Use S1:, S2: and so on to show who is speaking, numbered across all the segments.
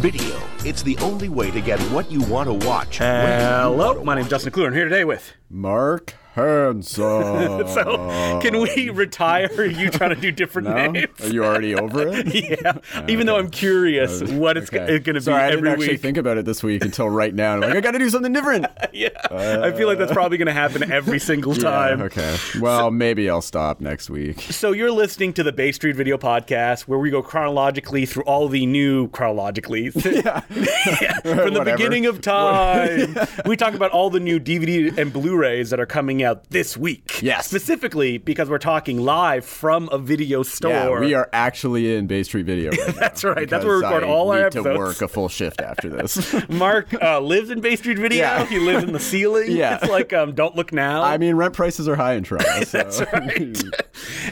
S1: Video. It's the only way to get what you want to watch.
S2: Hello, my name's Justin McClure. I'm here today with.
S3: Mark Hanson.
S2: So, Oh, can we retire you trying to do different
S3: Uh, no?
S2: names?
S3: Are you already over it?
S2: yeah, even though I'm curious what it's,
S3: Okay.
S2: going to be
S3: Sorry, I didn't
S2: every
S3: actually
S2: week.
S3: think about it this week until right now. I'm like, I got to do something different.
S2: yeah, I feel like that's probably going to happen every single time.
S3: Yeah, okay. Well, maybe I'll stop next week.
S2: So you're listening to the Bay Street Video Podcast, where we go chronologically through all the new chronologically yeah. from the
S3: Whatever.
S2: beginning of time. We talk about all the new DVD and Blu-rays that are coming out this week.
S3: Yes.
S2: specifically because we're talking live from a video store.
S3: Yeah, we are actually in Bay Street Video. Right
S2: That's right. That's where we record all
S3: I
S2: our
S3: need
S2: episodes.
S3: to work a full shift after this.
S2: Mark uh, lives in Bay Street Video.
S3: Yeah.
S2: He lives in the ceiling.
S3: Yeah.
S2: It's like um, Don't Look Now.
S3: I mean, rent prices are high in Toronto. So.
S2: That's right.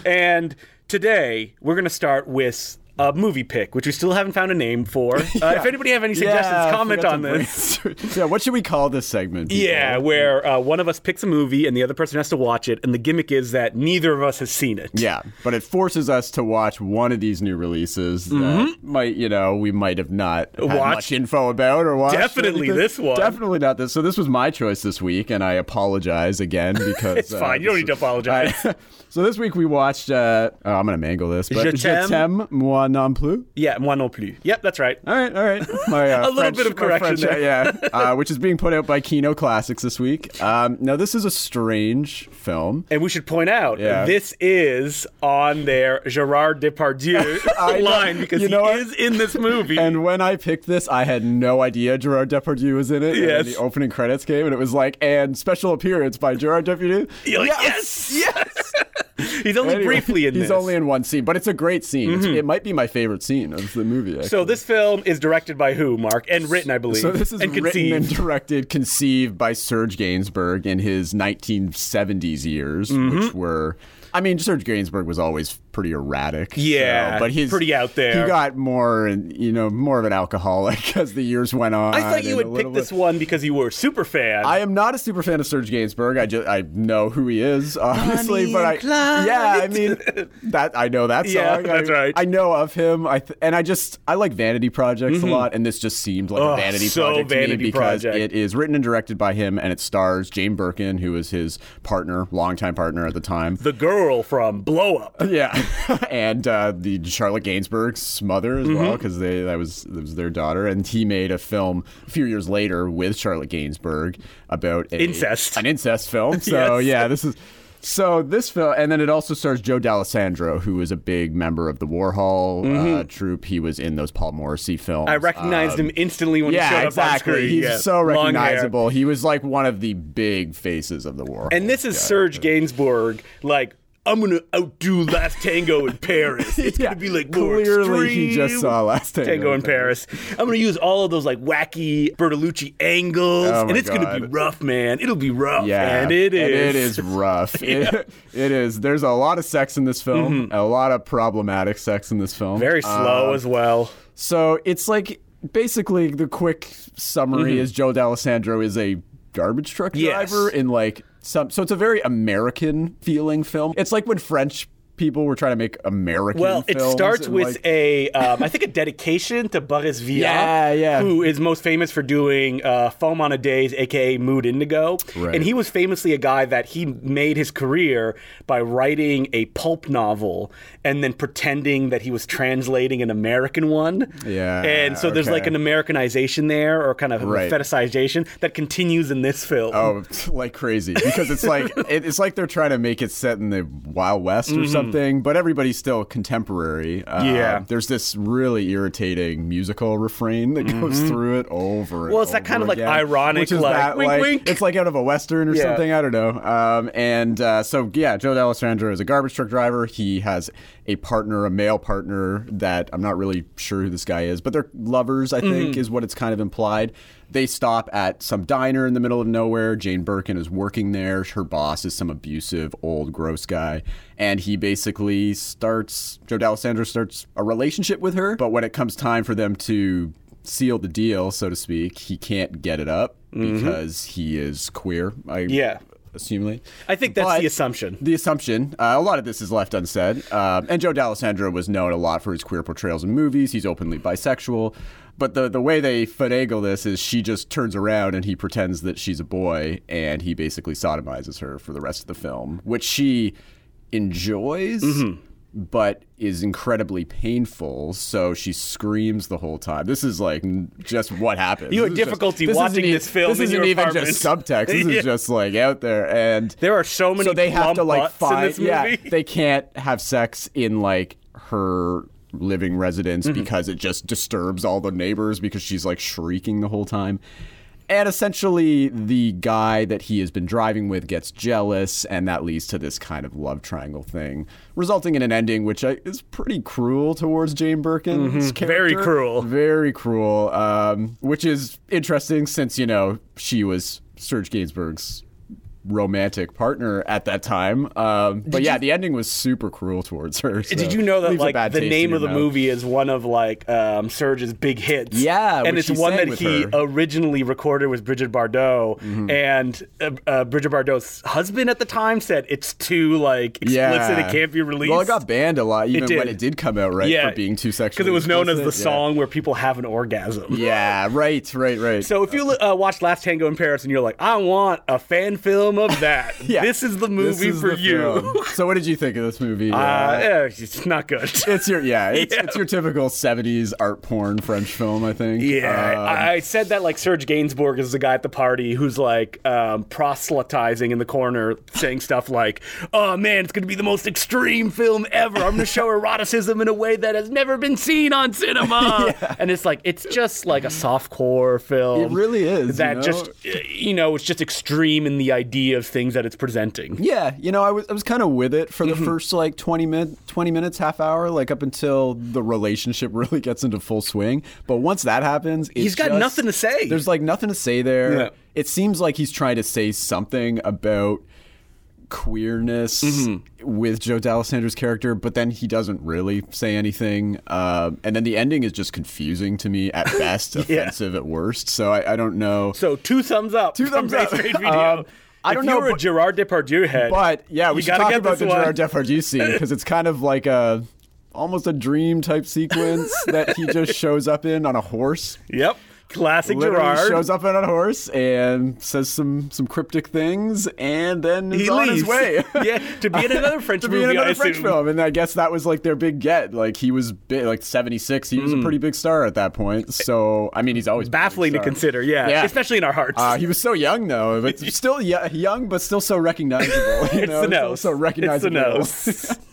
S2: and today we're going to start with a movie pick, which we still haven't found a name for. Uh, if anybody have any suggestions,
S3: Yeah, I
S2: comment
S3: forgot
S2: on
S3: to
S2: this.
S3: brainstorm. yeah, what should we call this segment? people?
S2: Yeah, where uh, one of us picks a movie and the other person has to watch it, and the gimmick is that neither of us has seen it.
S3: Yeah, but it forces us to watch one of these new releases that might, you know, we might have not had
S2: Mm-hmm. Watch-
S3: much info about or watched.
S2: Definitely
S3: anything.
S2: this one.
S3: Definitely not this. So this was my choice this week, and I apologize again because uh,
S2: It's fine. You don't
S3: this-
S2: need to apologize.
S3: I- so this week we watched. Uh, oh, I'm gonna mangle this, but
S2: Je
S3: Je
S2: t'aime.
S3: t'aime, moi non plus.
S2: Yeah, moi non plus. Yep, that's right.
S3: All right, all right. My,
S2: A
S3: uh,
S2: little
S3: French-
S2: bit of
S3: my
S2: correction
S3: French-
S2: there.
S3: yeah. Uh, which is being put out by Kino Classics this week. Um, now this is a strange film.
S2: And we should point out
S3: Yeah.
S2: this is on their Gerard
S3: I
S2: Depardieu
S3: know.
S2: line because
S3: You
S2: he
S3: know what?
S2: is in this movie.
S3: And when I picked this, I had no idea Gerard Depardieu was in it. And
S2: Yes.
S3: then the opening credits came, and it was like, and special appearance by Gerard Depardieu.
S2: You're like, yes, yes. he's only
S3: Anyway,
S2: briefly in
S3: he's
S2: this. Mm-hmm.
S3: only in one scene, but it's a great scene. It's- it might be my favorite scene of the movie. actually.
S2: So this film is directed by who, Mark? And written, I believe.
S3: So this is
S2: and
S3: written
S2: conceived.
S3: and directed, conceived by Serge Gainsbourg in his 1970s years,
S2: Mm-hmm.
S3: which were, I mean, Serge Gainsbourg was always pretty erratic.
S2: Yeah,
S3: so- but he's
S2: pretty out there.
S3: He got more, and you know, more of an alcoholic as the years went on.
S2: I thought you
S3: and
S2: would
S3: a
S2: pick
S3: little bit-
S2: this one because you were a super fan.
S3: I am not a super fan of Serge Gainsbourg. I just I know who he is,
S2: Bonnie
S3: obviously, but I
S2: and Clyde.
S3: yeah, I mean that I know that song.
S2: Yeah,
S3: I-
S2: that's right.
S3: I know of him. I th- and I just I like Vanity Projects a lot, and this just seemed like
S2: Oh,
S3: a Vanity
S2: Mm-hmm. so
S3: Project to
S2: Vanity
S3: me because
S2: Project.
S3: it is written and directed by him, and it stars Jane Birkin, who was his partner, longtime partner at the time.
S2: the girl from Blow Up.
S3: Yeah, and uh, the Charlotte Gainsbourg's mother as well,
S2: Mm-hmm.
S3: 'cause well, because they that was that was their daughter, and he made a film a few years later with Charlotte Gainsbourg about a,
S2: Incest.
S3: an incest film. So
S2: Yes.
S3: yeah, this is so this film, and then it also stars Joe D'Alessandro, who is a big member of the Warhol uh, troupe. He was in those Paul Morrissey films.
S2: Mm-hmm. I recognized
S3: Um,
S2: him instantly when he showed
S3: yeah,
S2: up
S3: exactly.
S2: on screen.
S3: He's
S2: Yeah.
S3: so
S2: Long hair.
S3: recognizable. He was like one of the big faces of the Warhol.
S2: And this is Serge Gainsbourg, like. I'm gonna outdo Last Tango in Paris. It's
S3: Yeah,
S2: gonna be like more
S3: clearly he just
S2: extreme.
S3: saw last Tango,
S2: Tango in Paris. I'm gonna use all of those like wacky Bertolucci angles,
S3: Oh,
S2: and
S3: my
S2: it's gonna be
S3: God.
S2: rough, man. It'll be rough,
S3: Yeah,
S2: and it is.
S3: it is rough. it, it is. There's a lot of sex in this film. A lot of problematic sex in this film.
S2: Mm-hmm. very
S3: Uh,
S2: slow as well.
S3: so it's like basically the quick summary is Joe D'Alessandro is a garbage truck
S2: Mm-hmm. Yes.
S3: driver in like some. So it's a very American feeling film. It's like when French people were trying to make American.
S2: Well, it
S3: films
S2: starts
S3: and,
S2: with
S3: like-
S2: a, um, I think, a dedication to Boris Vian,
S3: Yeah, yeah.
S2: who is most famous for doing uh, Foam on a Days, aka Mood Indigo,
S3: Right.
S2: and he was famously a guy that he made his career by writing a pulp novel and then pretending that he was translating an American one.
S3: Yeah,
S2: and so there's like
S3: okay.
S2: an Americanization there, or kind of
S3: Right.
S2: fetishization that continues in this film.
S3: Oh, like crazy because it's like it, it's like they're trying to make it set in the Wild West or something, but everybody's still contemporary. Uh,
S2: Mm-hmm. Yeah.
S3: there's this really irritating musical refrain that goes through it over. and
S2: Mm-hmm. Well, it's that
S3: over
S2: kind of, like,
S3: again,
S2: ironic,
S3: which is
S2: like,
S3: that,
S2: wink,
S3: like,
S2: wink.
S3: It's like out of a western or
S2: Yeah.
S3: something. I don't know. Um, and uh, so yeah, Joe D'Alessandro is a garbage truck driver. He has a partner, a male partner that I'm not really sure who this guy is, but they're lovers. I think is what it's kind of implied. They stop at some diner in the middle of nowhere. Jane Birkin is working there. Her boss is some abusive old gross guy, and he basically starts Joe D'Alessandro starts a relationship with her. But when it comes time for them to seal the deal, so to speak, he can't get it up because he is queer. I
S2: Yeah.
S3: assumingly.
S2: I think that's
S3: But
S2: the assumption.
S3: The assumption. Uh, a lot of this is left unsaid. Um, and Joe D'Alessandro was known a lot for his queer portrayals in movies. He's openly bisexual. But the, the way they finagle this is she just turns around and he pretends that she's a boy and he basically sodomizes her for the rest of the film, which she enjoys.
S2: Mm-hmm.
S3: But is incredibly painful, so she screams the whole time. This is like n- just what happens.
S2: You had
S3: This is just-
S2: difficulty
S3: isn't
S2: watching
S3: e-
S2: this film
S3: This
S2: in
S3: isn't
S2: your
S3: even just
S2: apartment.
S3: subtext. This
S2: Yeah.
S3: is just like out there, and
S2: There are so many
S3: so they have
S2: plump
S3: to like
S2: butts in
S3: find
S2: this movie.
S3: yeah they can't have sex in like her living residence
S2: Mm-hmm.
S3: because it just disturbs all the neighbors because she's like shrieking the whole time and essentially the guy that he has been driving with gets jealous and that leads to this kind of love triangle thing resulting in an ending which I- is pretty cruel towards jane birkin's character
S2: Mm-hmm. Very cruel.
S3: very cruel, um, which is interesting since, you know, she was Serge Gainsbourg's romantic partner at that time. Um, but yeah, the ending was super cruel towards her. so
S2: Did you know that
S3: leaves a
S2: like
S3: bad
S2: the
S3: taste in
S2: name
S3: your
S2: of the
S3: mouth.
S2: movie is one of like um, Serge's big hits?
S3: Yeah,
S2: and
S3: which
S2: it's
S3: he
S2: one
S3: sang
S2: that
S3: with
S2: he
S3: her. Mm-hmm.
S2: originally recorded with Bridget Bardot, and uh, uh, Bridget Bardot's husband at the time said it's too like explicit;
S3: Yeah.
S2: it can't be released.
S3: Well, it got banned a lot, even
S2: did.
S3: when it did come out, right? For being too sexual.
S2: because it was known as the song where people have an orgasm.
S3: Yeah, right, right, right.
S2: So if you li- uh, watch Last Tango in Paris and you're like, I want a fan film of that,
S3: Yeah.
S2: this is the
S3: This
S2: movie
S3: is
S2: for
S3: the
S2: you.
S3: film. so what did you think of this movie?
S2: Uh,
S3: Uh,
S2: eh, it's not good.
S3: it's your yeah, it's,
S2: Yeah.
S3: it's your typical '70s art porn French film, I think.
S2: Yeah,
S3: Um,
S2: I, I said that like Serge Gainsbourg is the guy at the party who's like um, proselytizing in the corner, saying stuff like, "Oh man, it's gonna be the most extreme film ever. I'm gonna show eroticism in a way that has never been seen on cinema." And it's like it's just like a softcore film.
S3: It really is, you
S2: That
S3: know?
S2: just uh, you know, it's just extreme in the idea of things that it's presenting.
S3: Yeah, you know, I was I was kind of with it for the
S2: Mm-hmm.
S3: first like 20 minute 20 minutes, half hour, like up until the relationship really gets into full swing. But once that happens, it's
S2: He's got
S3: just-
S2: nothing to say.
S3: There's like nothing to say there.
S2: Yeah.
S3: It seems like he's trying to say something about queerness
S2: Mm-hmm.
S3: with Joe D'Alessandra's character, but then he doesn't really say anything. Um, and then the ending is just confusing to me at best, offensive at worst. So I, I don't know.
S2: So two thumbs up. Two
S3: thumbs up.
S2: Video.
S3: Um, I don't
S2: if you
S3: know,
S2: were a
S3: but-
S2: Gerard Depardieu head,
S3: But yeah, we
S2: you
S3: should
S2: gotta
S3: talk
S2: get
S3: about
S2: this
S3: the
S2: one.
S3: Gerard Depardieu scene because it's kind of like a almost a dream type sequence that he just shows up in on a horse.
S2: Yep. Classic
S3: Literally
S2: Gerard.
S3: shows up in on a horse and says some some cryptic things and then is
S2: he
S3: on
S2: leaves.
S3: his way.
S2: yeah, to be in another French
S3: to be
S2: movie.
S3: in
S2: I
S3: another
S2: assume.
S3: French film, and I guess that was like their big get. Like he was big, like seventy six. He was a pretty big star at that point. So I mean, he's always been a big
S2: Hmm. Baffling to
S3: star.
S2: consider, yeah.
S3: Yeah.
S2: especially in our hearts.
S3: Uh, he was so young though, but still y- young, but still so recognizable. You
S2: it's the
S3: know? Still
S2: nose.
S3: So recognizable.
S2: It's the nose.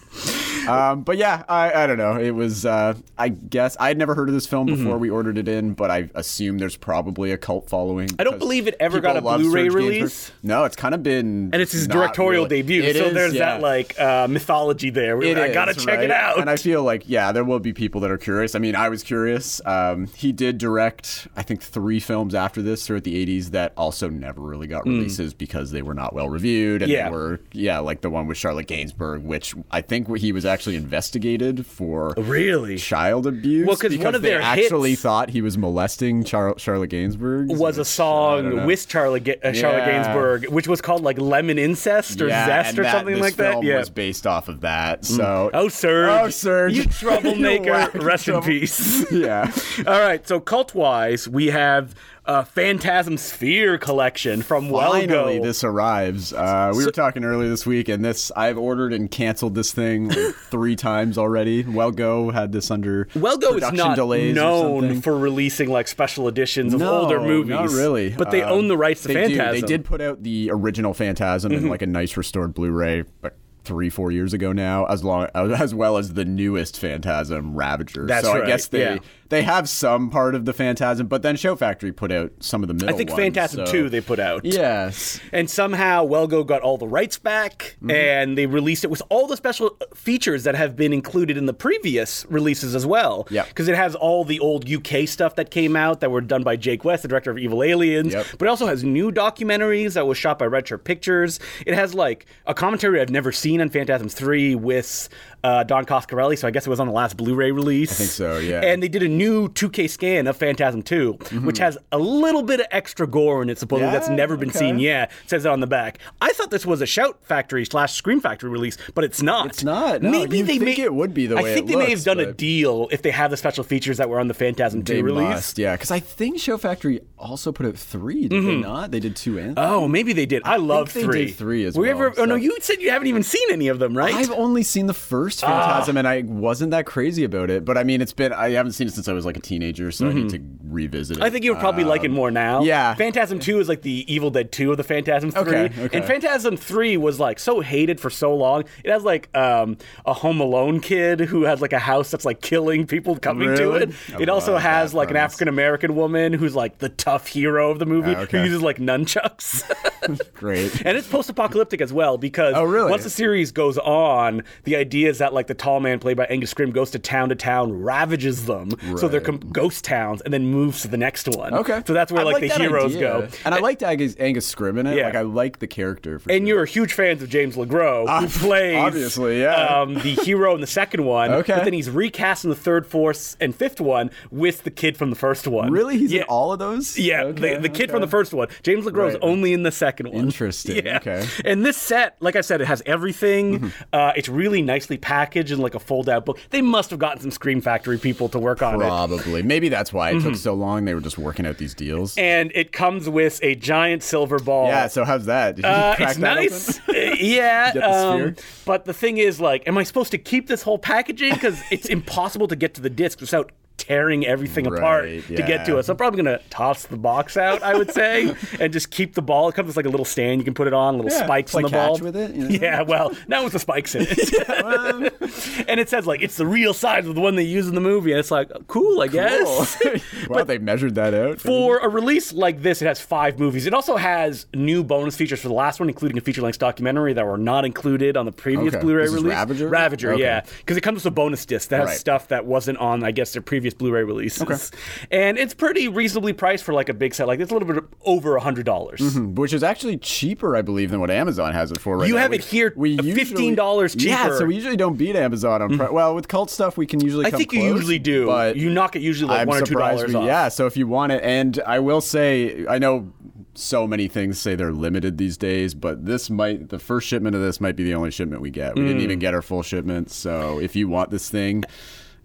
S3: Um, but yeah, I, I don't know. It was, uh, I guess, I had never heard of this film
S2: Mm-hmm.
S3: before we ordered it in, but I assume there's probably a cult following.
S2: I don't
S3: because
S2: believe it ever
S3: people
S2: got a
S3: love
S2: Blu-ray
S3: Serge Gainsbourg.
S2: release.
S3: No, it's kind of been.
S2: and it's his
S3: not
S2: directorial
S3: really-
S2: debut,
S3: It
S2: so
S3: is,
S2: there's
S3: yeah.
S2: that like uh, mythology there. We're
S3: It
S2: like, I gotta
S3: is,
S2: check
S3: right?
S2: it out.
S3: And I feel like, yeah, there will be people that are curious. I mean, I was curious. Um, he did direct, I think, three films after this throughout the 80s that also never really got releases because they were not well reviewed. And
S2: Hmm. Yeah.
S3: they were, yeah, like the one with Charlotte Gainsbourg, which I think he was actually investigated for
S2: Oh, really
S3: child abuse.
S2: Well, 'cause one
S3: because
S2: of
S3: they
S2: their
S3: actually
S2: hits-
S3: thought he was molesting Char- Charlotte Gainsbourg.
S2: was a song
S3: know.
S2: with Charlotte, Ga- uh, Charlotte
S3: Yeah.
S2: Gainsbourg, which was called like Lemon Incest or
S3: yeah,
S2: Zest
S3: and
S2: or
S3: that-
S2: something
S3: this
S2: like that.
S3: film
S2: Yeah.
S3: was based off of that. So
S2: oh, Serge.
S3: Oh, Serge.
S2: You
S3: You
S2: troublemaker.
S3: whack
S2: Rest
S3: trouble-
S2: in peace.
S3: yeah.
S2: All right, so cult wise, we have a Phantasm Sphere collection from Welgo.
S3: Finally, this arrives. Uh, we were talking earlier this week, and this I've ordered and canceled this thing like, three times already. Wellgo had this under
S2: Welgo is
S3: production
S2: not
S3: delays or
S2: known
S3: something.
S2: for releasing like special editions of
S3: no,
S2: older movies.
S3: Not really,
S2: But they
S3: Um,
S2: own the rights to
S3: they do.
S2: Phantasm. Mm-hmm.
S3: They did put out the original Phantasm in like a nice restored Blu-ray. But three four years ago now as long uh, as well as the newest phantasm ravager
S2: That's
S3: so
S2: right,
S3: i guess they
S2: yeah.
S3: they have some part of the phantasm but then show factory put out some of the middle
S2: I think
S3: ones,
S2: Phantasm
S3: so-
S2: 2 they put out.
S3: yes
S2: And somehow Welgo got all the rights back
S3: Mm-hmm.
S2: and they released it with all the special features that have been included in the previous releases as well.
S3: Yeah.
S2: Because it has all the old UK stuff that came out that were done by Jake West, the director of Evil Aliens.
S3: Yep.
S2: But it also has new documentaries that was shot by Redshirt Pictures. It has like a commentary I've never seen on Phantasm 3 with uh, Don Coscarelli, so I guess it was on the last Blu ray release. I
S3: think so, yeah. Mm-hmm.
S2: And they did a new 2K scan of Phantasm 2, which has a little bit of extra gore in it, supposedly that's
S3: Yeah?
S2: never been
S3: Okay.
S2: seen yet. It says it on the back. I thought this was a Shout Factory slash Scream Factory release, but it's not.
S3: It's not. No,
S2: Maybe
S3: you'd
S2: they
S3: think
S2: may-
S3: it would be the
S2: I
S3: way
S2: think
S3: it
S2: they may have
S3: looks,
S2: done a
S3: but-
S2: deal if they have the special features that were on the Phantasm 2 release.
S3: must, yeah, because I think Show Factory also put out three. Did
S2: Mm-hmm.
S3: they not? They did two and.
S2: Oh, maybe they did. I, love
S3: they did
S2: three.
S3: three as
S2: Were you
S3: well,
S2: ever- Oh no,
S3: so-
S2: you said you haven't even seen any of them, right?
S3: I've only seen
S2: Ah.
S3: the first Phantasm, and I wasn't that crazy about it. But I mean, it's been I haven't seen it since I was like a teenager, so I need to revisit it.
S2: Mm-hmm.
S3: Ah,
S2: I think you would probably like it more now.
S3: Um, yeah.
S2: Phantasm 2 is like the Evil Dead 2 of the Phantasm 3.
S3: Okay, okay.
S2: And Phantasm 3 was like so hated for so long. It has like um, a Home Alone kid who has like a house that's like killing people coming to
S3: Really?
S2: it.
S3: I
S2: It also
S3: love
S2: has
S3: that
S2: like an
S3: premise.
S2: African American woman who's like the tough hero of the movie
S3: Ah, okay.
S2: who uses like nunchucks.
S3: great.
S2: And it's post-apocalyptic as well because
S3: Oh, really?
S2: once the series goes on, the idea is that like the tall man played by Angus Scrim goes to town to town, ravages them, so they're
S3: Right.
S2: com- ghost towns, and then moves to the next one.
S3: Okay,
S2: so that's where
S3: I
S2: like, the
S3: that
S2: heroes
S3: idea.
S2: go.
S3: and I liked Angus, Angus Scrimm in it.
S2: Yeah.
S3: Like I like the character. For
S2: And
S3: sure.
S2: you're huge fans of James LeGros, who plays
S3: Ah, obviously, yeah.
S2: um, the hero in the second one.
S3: Okay.
S2: But then he's recast in the third, fourth, and fifth one with the kid from the first one.
S3: really he's
S2: yeah.
S3: in all of those.
S2: Yeah,
S3: Okay,
S2: the, the kid
S3: okay.
S2: from the first one. James LeGros is
S3: Right.
S2: only in the second one.
S3: Interesting,
S2: Yeah.
S3: okay. Mm-hmm.
S2: And this set, like I said, it has everything. Uh, it's really nicely packaged in like a fold out book. They must have gotten some Scream Factory people to work on it.
S3: Probably. Maybe that's why it took so long. They were just working out these deals.
S2: Mm-hmm. And it comes with a giant silver ball.
S3: yeah. So how's that? Did you
S2: Uh,
S3: crack
S2: it's
S3: that open?
S2: nice, Uh, yeah.
S3: Get the
S2: um,
S3: sphere?
S2: but the thing is, like, am I supposed to keep this whole packaging? Because it's impossible to get to the disc without tearing everything apart
S3: Right,
S2: to get to
S3: yeah.
S2: it. So I'm probably gonna toss the box out, I would say, and just keep the ball. It comes with like a little stand you can put it on, little
S3: Yeah,
S2: spikes
S3: play
S2: in the ball.
S3: catch with it, you know?
S2: Yeah, well, now with the spikes in it, and it says like it's the real size of the one they use in the movie, and it's like cool, I guess.
S3: Cool. wow, they measured that out.
S2: For a release like this, it has five movies. It also has new bonus features for the last one, including a feature-length documentary that were not included on the previous
S3: Okay.
S2: Blu-ray
S3: This is
S2: release.
S3: Ravager?
S2: Ravager,
S3: Okay.
S2: yeah, because it comes with a bonus disc that has
S3: Right.
S2: stuff that wasn't on, I guess, their previous Blu-ray releases. And it's pretty reasonably priced for like a big set like this. It's a little bit over a hundred dollars.
S3: which is actually cheaper, I believe, than what Amazon has it for right
S2: You
S3: now.
S2: have
S3: We-
S2: it here,
S3: we
S2: uh,
S3: usually-
S2: $15 cheaper. Mm.
S3: Yeah, so we usually don't beat Amazon on. Pri- well, with cult stuff, we can usually.
S2: I
S3: come
S2: think you
S3: close,
S2: usually do.
S3: But
S2: you knock it usually like
S3: I'm
S2: one or two
S3: surprised
S2: dollars
S3: we-
S2: off.
S3: Yeah, so if you want it, and I will say, I know so many things say they're limited these days, but this might the first shipment of this might be the only shipment we get. We
S2: Mm.
S3: didn't even get our full shipment, so if you want this thing,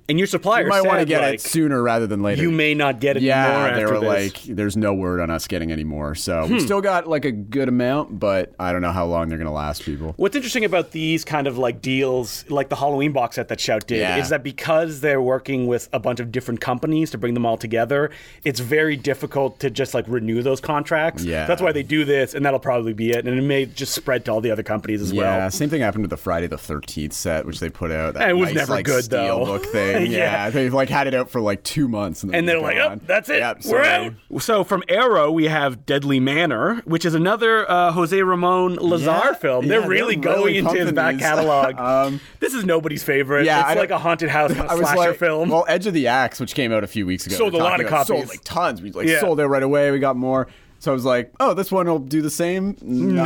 S2: And your supplier
S3: you might want to
S2: said,
S3: get
S2: like,
S3: it sooner rather than later.
S2: You may not get it anymore
S3: Yeah, they
S2: after this.
S3: were
S2: Hmm.
S3: like, "There's no word on us getting any more." So we still got like a good amount, but I don't know how long they're gonna last, people.
S2: What's interesting about these kind of like deals, like the Halloween box set that Shout did,
S3: Yeah.
S2: is that because they're working with a bunch of different companies to bring them all together, it's very difficult to just like renew those contracts.
S3: Yeah.
S2: That's why they do this, and that'll probably be it. And it may just spread to all the other companies as
S3: Yeah,
S2: well.
S3: same thing happened with the Friday the Thirteenth set, which they put out. That
S2: It was
S3: nice,
S2: never
S3: like,
S2: good,
S3: steel
S2: though.
S3: Book thing.
S2: Yeah.
S3: yeah. they've like had it out for like two months, and, then
S2: And they're
S3: they've
S2: like,
S3: gone.
S2: oh, that's it.
S3: Yep, so
S2: We're
S3: they-
S2: out. So from Arrow, we have Deadly Manor, which is another uh, Jose Ramon Lazar
S3: Yeah,
S2: film.
S3: yeah,
S2: They're
S3: they're
S2: really
S3: really
S2: going into his
S3: pumping
S2: back
S3: these.
S2: catalog.
S3: Um,
S2: this is nobody's favorite.
S3: yeah,
S2: it's
S3: I don't-
S2: like a haunted house kind of
S3: I was
S2: slasher
S3: like,
S2: film.
S3: well, Edge of the Axe, which came out a few weeks ago,
S2: Sold
S3: we
S2: a
S3: were
S2: lot
S3: talking
S2: of
S3: about,
S2: copies.
S3: sold like tons. We like
S2: Yeah.
S3: sold out right away. We got more. So I was like, oh, this one will do the same. Not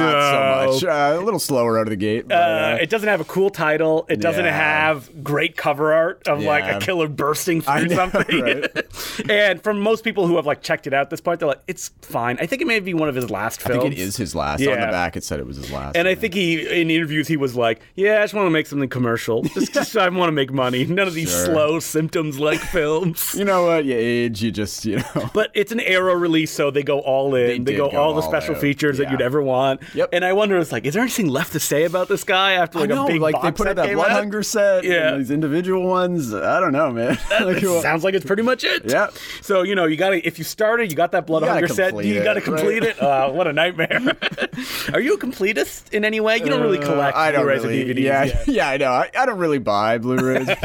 S2: No.
S3: so much. Uh, a little slower out of the gate. But,
S2: Uh, it doesn't have a cool title. It doesn't
S3: Yeah.
S2: have great cover art of like a
S3: Yeah.
S2: killer bursting through
S3: I know,
S2: something.
S3: right?
S2: and from most people who have like checked it out at this point, they're like, it's fine. I think it may be one of his last
S3: I
S2: films.
S3: think it is his last. On the
S2: Yeah.
S3: back, it said it was his last.
S2: And I think he, in interviews, he was like, "Yeah, I just want to make something commercial. Just, just I want to make money. None of these
S3: Sure.
S2: slow symptoms-like films."
S3: you know what? You age, you just you know.
S2: But it's an Arrow release, so they go all in. They,
S3: did
S2: go,
S3: go
S2: all the
S3: all
S2: special
S3: out.
S2: features that
S3: Yeah.
S2: you'd ever want.
S3: Yep.
S2: And I wonder, it's like, is there anything left to say about this guy after like
S3: I know,
S2: a big
S3: like
S2: box
S3: they put
S2: set
S3: out that
S2: came
S3: blood
S2: out?
S3: hunger set.
S2: Yeah.
S3: Yeah, these individual ones. I don't know, man. like,
S2: It
S3: well,
S2: sounds like it's pretty much it.
S3: Yep.
S2: So you know, you gotta if you started, you got that blood
S3: You gotta
S2: hunger set.
S3: complete
S2: You
S3: it,
S2: gotta
S3: right?
S2: complete it. Uh, what a nightmare. Are you a completist in any way? You don't really
S3: uh,
S2: collect
S3: I don't
S2: Blu-rays
S3: really,
S2: or DVDs.
S3: Yeah,
S2: yet.
S3: yeah, I know. I, I don't really buy Blu-rays.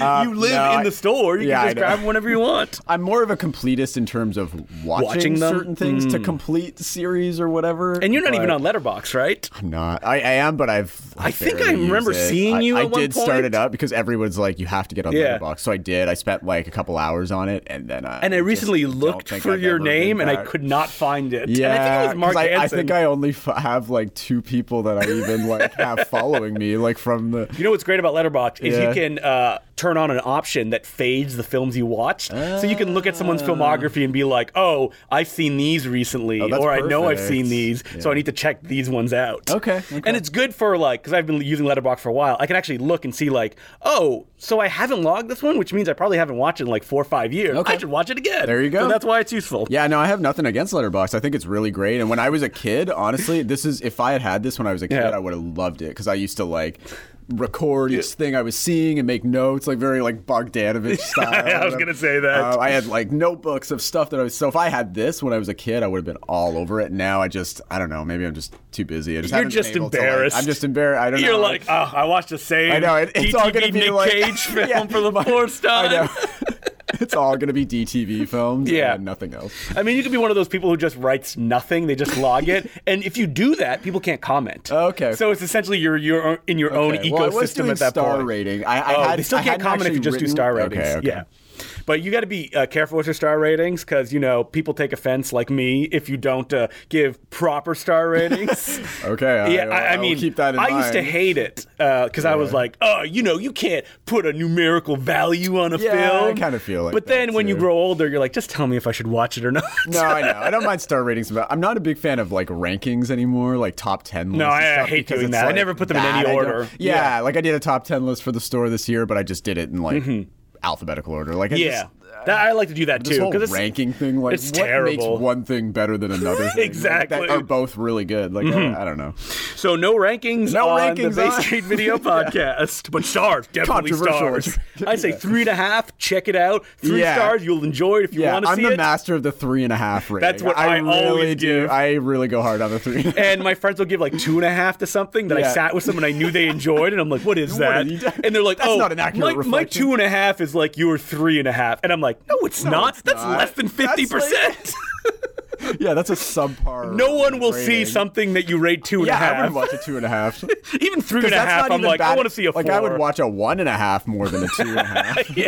S3: Uh,
S2: You live
S3: no,
S2: in
S3: I-
S2: the store. You
S3: yeah,
S2: can
S3: I
S2: just
S3: know.
S2: grab them whenever you want.
S3: I'm more of a completist in terms of watching,
S2: Watching them? Hmm.
S3: certain things to complete series or whatever.
S2: And you're not
S3: but
S2: even on Letterbox, right?
S3: I'm not. I, I am, but I've. I,
S2: think
S3: barely
S2: I
S3: use
S2: remember
S3: it.
S2: seeing
S3: I-
S2: you
S3: I
S2: at one
S3: did start
S2: point.
S3: it up because everyone's like, you have to get on
S2: Yeah.
S3: Letterboxd. So I did. I spent like a couple hours on it, and then I.
S2: And I
S3: just
S2: recently
S3: don't
S2: looked
S3: think
S2: for
S3: I've
S2: your
S3: ever been
S2: name, and I
S3: back.
S2: could not find it.
S3: Yeah,
S2: and I think it was
S3: 'cause
S2: Mark
S3: I, I
S2: Hansen.
S3: think I only f- have like two people that I even like have following me, like from the.
S2: You know what's great about Letterboxd is
S3: Yeah.
S2: you can uh, turn on an option that fades the films you watched, so you can look at
S3: Ah.
S2: someone's filmography and be like, "Oh, I've seen these recently,"
S3: Oh, that's
S2: or "I know I've
S3: perfect.
S2: seen these, so
S3: Yeah.
S2: I need to check these ones out."
S3: Okay, okay.
S2: and it's good for like because I've been using Letterbox for a while. I can actually look and see like, "Oh, so I haven't logged this one, which means I probably haven't watched it in like four or five years.
S3: Okay.
S2: I should watch it again."
S3: There you go.
S2: So that's why it's useful.
S3: Yeah, no, I have nothing against Letterbox. I think it's really great. And when I was a kid, honestly, this is if I had had this when I was a kid,
S2: Yeah.
S3: I would have loved it because I used to like record each thing I was seeing and make notes, like very like Bogdanovich style.
S2: I was gonna say that.
S3: Uh, I had like notebooks of stuff that I was. So if I had this when I was a kid, I would have been all over it. Now I just, I don't know. Maybe I'm just too busy. I just
S2: You're
S3: haven't been
S2: just
S3: able to, like-
S2: embarrassed.
S3: I'm just embarrassed. I don't
S2: You're
S3: know.
S2: like, oh, I watched the same.
S3: I know it, it's all gonna
S2: DTV
S3: be
S2: Nick
S3: like
S2: Cage film
S3: Yeah,
S2: for the
S3: my-
S2: fourth time.
S3: I know. it's all gonna be DTV films.
S2: Yeah.
S3: and nothing else.
S2: I mean, you could be one of those people who just writes nothing; they just log it, and if you do that, people can't comment.
S3: Okay.
S2: So it's essentially you're you're in your own
S3: Okay,
S2: ecosystem
S3: well, I was doing
S2: at that
S3: star
S2: point.
S3: rating. I, I
S2: Oh,
S3: had,
S2: they still
S3: I
S2: can't
S3: hadn't
S2: comment if you
S3: actually
S2: just do
S3: written-
S2: star ratings.
S3: Okay, okay.
S2: Yeah. But you got to be uh, careful with your star ratings because you know people take offense, like me, if you don't uh, give proper star ratings.
S3: Okay. I,
S2: Yeah, I, I
S3: will
S2: mean,
S3: keep that in
S2: I
S3: mind.
S2: used to hate it because I was like, oh, you know, you can't put a numerical value on a
S3: Yeah, I
S2: film.
S3: kinda feel like
S2: But
S3: that,
S2: then when you
S3: too.
S2: grow older, you're like, just tell me if I should watch it or not.
S3: No, I know. I don't mind star ratings, but I'm not a big fan of like rankings anymore, like top ten. lists and
S2: I- I
S3: stuff,
S2: hate
S3: because
S2: doing
S3: it's
S2: that. I
S3: like,
S2: never put them in any
S3: "Nah, I don't-"
S2: order.
S3: Yeah, like I did a top ten list for the store this year, but I just did it in like alphabetical order. Like I
S2: Mm-hmm. yeah,
S3: just,
S2: that, I like to do that
S3: uh, this
S2: too
S3: whole
S2: because it's
S3: ranking thing, like
S2: it's
S3: what
S2: terrible.
S3: makes one thing better than another? thing?
S2: Exactly. Mm-hmm.
S3: Like, that are both really good. Like I, I don't know.
S2: so no rankings.
S3: No
S2: on
S3: rankings
S2: the Bay
S3: on-
S2: Street Video Podcast, but stars definitely
S3: Controversial.
S2: stars. I say three and a half. Check it out. Three
S3: Yeah.
S2: stars. You'll enjoy it if you
S3: Yeah,
S2: want to
S3: I'm
S2: see
S3: the
S2: it.
S3: master of the three and a half rating.
S2: That's what I
S3: really
S2: always
S3: do.
S2: give.
S3: I really go hard on the three.
S2: and my friends will give like two and a half to something that I
S3: Yeah.
S2: sat with them and I knew they enjoyed, and I'm like, what is
S3: What
S2: that?
S3: are you doing?
S2: and they're like,
S3: That's
S2: oh,
S3: not an accurate
S2: my, my
S3: reflection."
S2: two and a half is like your three and a half, and I'm like, no, it's not.
S3: it's
S2: That's
S3: not.
S2: less than
S3: That's like-
S2: fifty percent.
S3: yeah, that's a subpar.
S2: No one will see
S3: rating.
S2: something that you rate two and a
S3: Yeah, I
S2: half.
S3: wouldn't watch a two and a half. Because
S2: even three and a half, I'm like, I want to see a four.
S3: Like I would watch a one and a half more than a two and a half.
S2: yeah,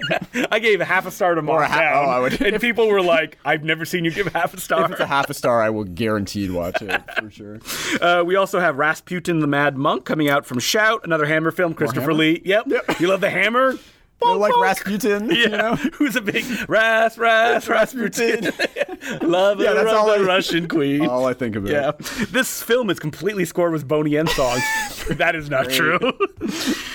S2: I gave half a star to
S3: a
S2: Mark
S3: half-
S2: Down,
S3: oh, I would-
S2: and people were like, "I've never seen you give half a star."
S3: if it's a half a star, I will guaranteed watch it for sure.
S2: Uh, we also have Rasputin the Mad Monk coming out from Shout, another Hammer film. Christopher
S3: Hammer?
S2: Lee. Yep.
S3: Yep.
S2: You love the Hammer.
S3: They're like
S2: Bonk, bonk.
S3: Rasputin,
S2: Yeah.
S3: you know.
S2: Who's a big Ras Ras Rasputin? love
S3: Yeah,
S2: yeah,
S3: that's
S2: that's
S3: all I-
S2: the Russian queen.
S3: All I think about.
S2: yeah, this film is completely scored with Boney M songs. that is not true.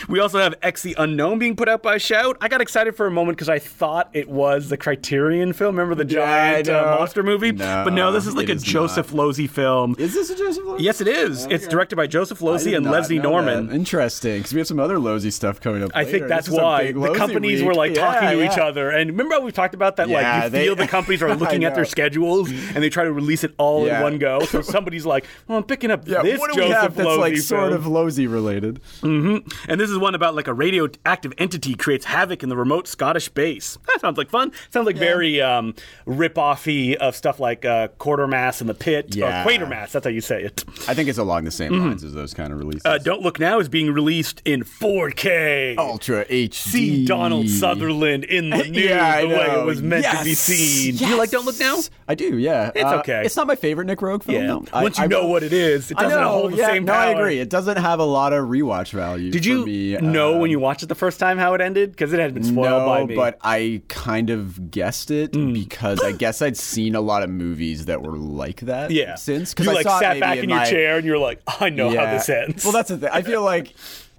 S2: we also have X the Unknown being put out by Shout. I got excited for a moment because I thought it was the Criterion film. Remember the
S3: Yeah, I
S2: giant uh,
S3: know.
S2: monster movie?
S3: No,
S2: but no, this is like
S3: it
S2: a
S3: is not.
S2: Joseph Losey film.
S3: Is this a Joseph? Losey?
S2: Yes, it is. It's directed by Joseph
S3: I did
S2: Losey and
S3: not
S2: Leslie
S3: know
S2: Norman.
S3: that. Interesting, because we have some other Losey stuff coming up.
S2: I think that's why the companies were like talking to each other. And remember, we talked about that.
S3: Yeah,
S2: like, you
S3: they-
S2: feel the companies are
S3: I
S2: looking at their
S3: know.
S2: schedules and they try to release it all
S3: Yeah.
S2: in one go. So somebody's like, "Well, I'm picking up
S3: Yeah,
S2: this
S3: what do
S2: Joseph
S3: we have that's
S2: Losey
S3: like
S2: film.
S3: sort of Losey related?
S2: And this is one about like a radioactive entity creates havoc in the remote Scottish base. That sounds like fun. Sounds like very um, rip-offy of stuff like uh, Quartermass and the Pit
S3: Yeah.
S2: or Quatermass. That's how you say it.
S3: I think it's along the same lines as those kind of releases.
S2: Mm-hmm. Uh, Don't Look Now is being released in 4K.
S3: Ultra HD.
S2: see Donald Sutherland in the news
S3: I
S2: the way
S3: know.
S2: it was meant to be
S3: Yes.
S2: seen. Do you like Don't Look Now?
S3: Yes. I do, yeah. It's
S2: okay.
S3: It's not my favorite Nick Rogue film.
S2: Yeah.
S3: though. I-
S2: Uh, Once you
S3: I-
S2: know what it is, it
S3: I
S2: doesn't
S3: know,
S2: hold the
S3: yeah,
S2: same
S3: no,
S2: power.
S3: I agree. It doesn't have a lot of rewatch value.
S2: Did you
S3: for me.
S2: know
S3: Uh,
S2: when you watched it the first time how it ended? Because it had been spoiled
S3: no,
S2: by me. Mm.
S3: but I kind of guessed it because I guess I'd seen a lot of movies that were like that
S2: yeah,
S3: since. 'cause
S2: you
S3: I
S2: like
S3: saw it
S2: sat
S3: maybe
S2: back in, your
S3: my-
S2: chair and you're like, I know how this ends.
S3: Well, that's the thing. I feel like,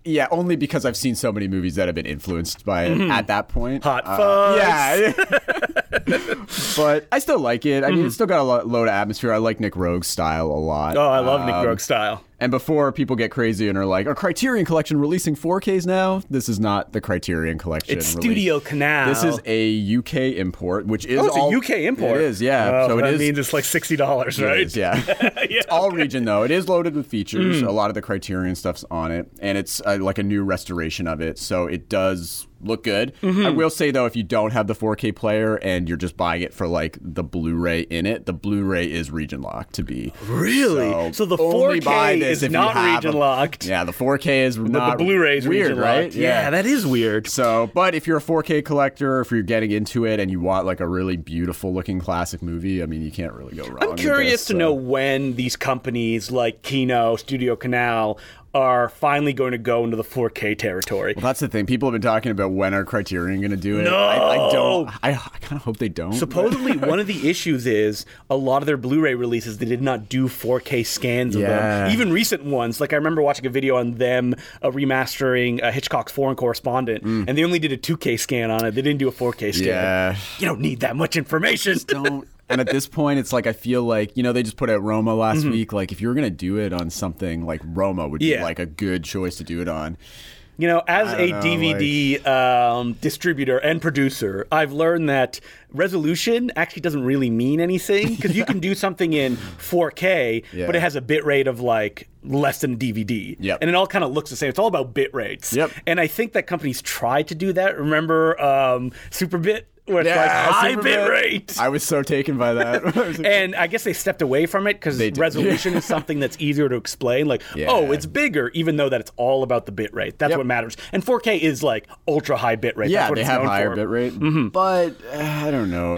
S3: yeah, only because I've seen so many movies that have been influenced by it at that point.
S2: Mm-hmm. Hot
S3: Uh,
S2: Fuzz.
S3: Yeah. but I still like it. I mean, it's still got a lo- load of atmosphere. I like Nick Rogue's style a lot.
S2: Mhm. oh, I love
S3: Um,
S2: Nick Rogue style.
S3: And before people get crazy and are like, "Are Criterion Collection releasing 4Ks now?" This is not the Criterion Collection.
S2: It's
S3: release.
S2: Studio Canal.
S3: This is a UK import, which is
S2: oh, it's
S3: all-
S2: a UK import.
S3: It is, yeah.
S2: Oh,
S3: so it
S2: that
S3: is
S2: means it's like sixty dollars, right?
S3: it is, yeah.
S2: Yeah.
S3: It's all region though. It is loaded with
S2: Mm.
S3: features. A lot of the Criterion stuff's on it, and it's uh, like a new restoration of it, so it does look good.
S2: Mm-hmm.
S3: I will say though, if you don't have the 4K player and you're just buying it for like the Blu-ray in it, the Blu-ray is region locked to be.
S2: Really?
S3: So,
S2: So the
S3: only
S2: 4K
S3: buy this
S2: is
S3: if you
S2: not
S3: have
S2: region
S3: a-
S2: locked.
S3: Yeah, the 4K is
S2: But the
S3: not
S2: Blu-ray's
S3: weird,
S2: region
S3: right?
S2: locked. that is weird.
S3: So, but if you're a 4K collector, if you're getting into it and you want like a really beautiful looking classic movie, I mean, you can't really go wrong.
S2: I'm curious
S3: with this,
S2: to
S3: so.
S2: know when these companies like Kino, Studio Canal, uh, are finally going to go into the 4K territory.
S3: Well, that's the thing. People have been talking about when are Criterion going to do it. I, I don't. I, I kind of hope they don't.
S2: Supposedly, one of the issues is a lot of their Blu-ray releases they did not do 4K scans of
S3: Yeah.
S2: them. Even recent ones, like I remember watching a video on them uh, remastering uh, Hitchcock's Foreign Correspondent, and they only did a 2K scan on it. They didn't do a 4K scan.
S3: Mm. Yeah.
S2: You don't need that much information.
S3: don't. And at this point, it's like I feel like you know they just put out Roma last week. Like if you were gonna do it on something like Roma would be
S2: Mm-hmm. Yeah.
S3: like a good choice to do it on.
S2: You know, as a
S3: know,
S2: DVD um, distributor and producer, I've learned that resolution actually doesn't really mean anything because you can do something in 4K, but
S3: Yeah.
S2: it has a bit rate of like less than DVD.
S3: Yep.
S2: And it all kind of looks the same. It's all about bit rates.
S3: Yep.
S2: And I think that companies try to do that. Remember um, Superbit? Where it's like high
S3: Superbad.
S2: bit rate.
S3: I was so taken by that. I was like,
S2: And I guess they stepped away from it because
S3: They did.
S2: resolution is something that's easier to explain. Like,
S3: Yeah.
S2: oh, it's bigger, even though that it's all about the bit rate. That's
S3: Yep.
S2: what matters. And 4K is like ultra high bit rate.
S3: yeah,
S2: that's what
S3: they
S2: it's
S3: have
S2: known
S3: higher
S2: for.
S3: bit rate, but uh, I don't know.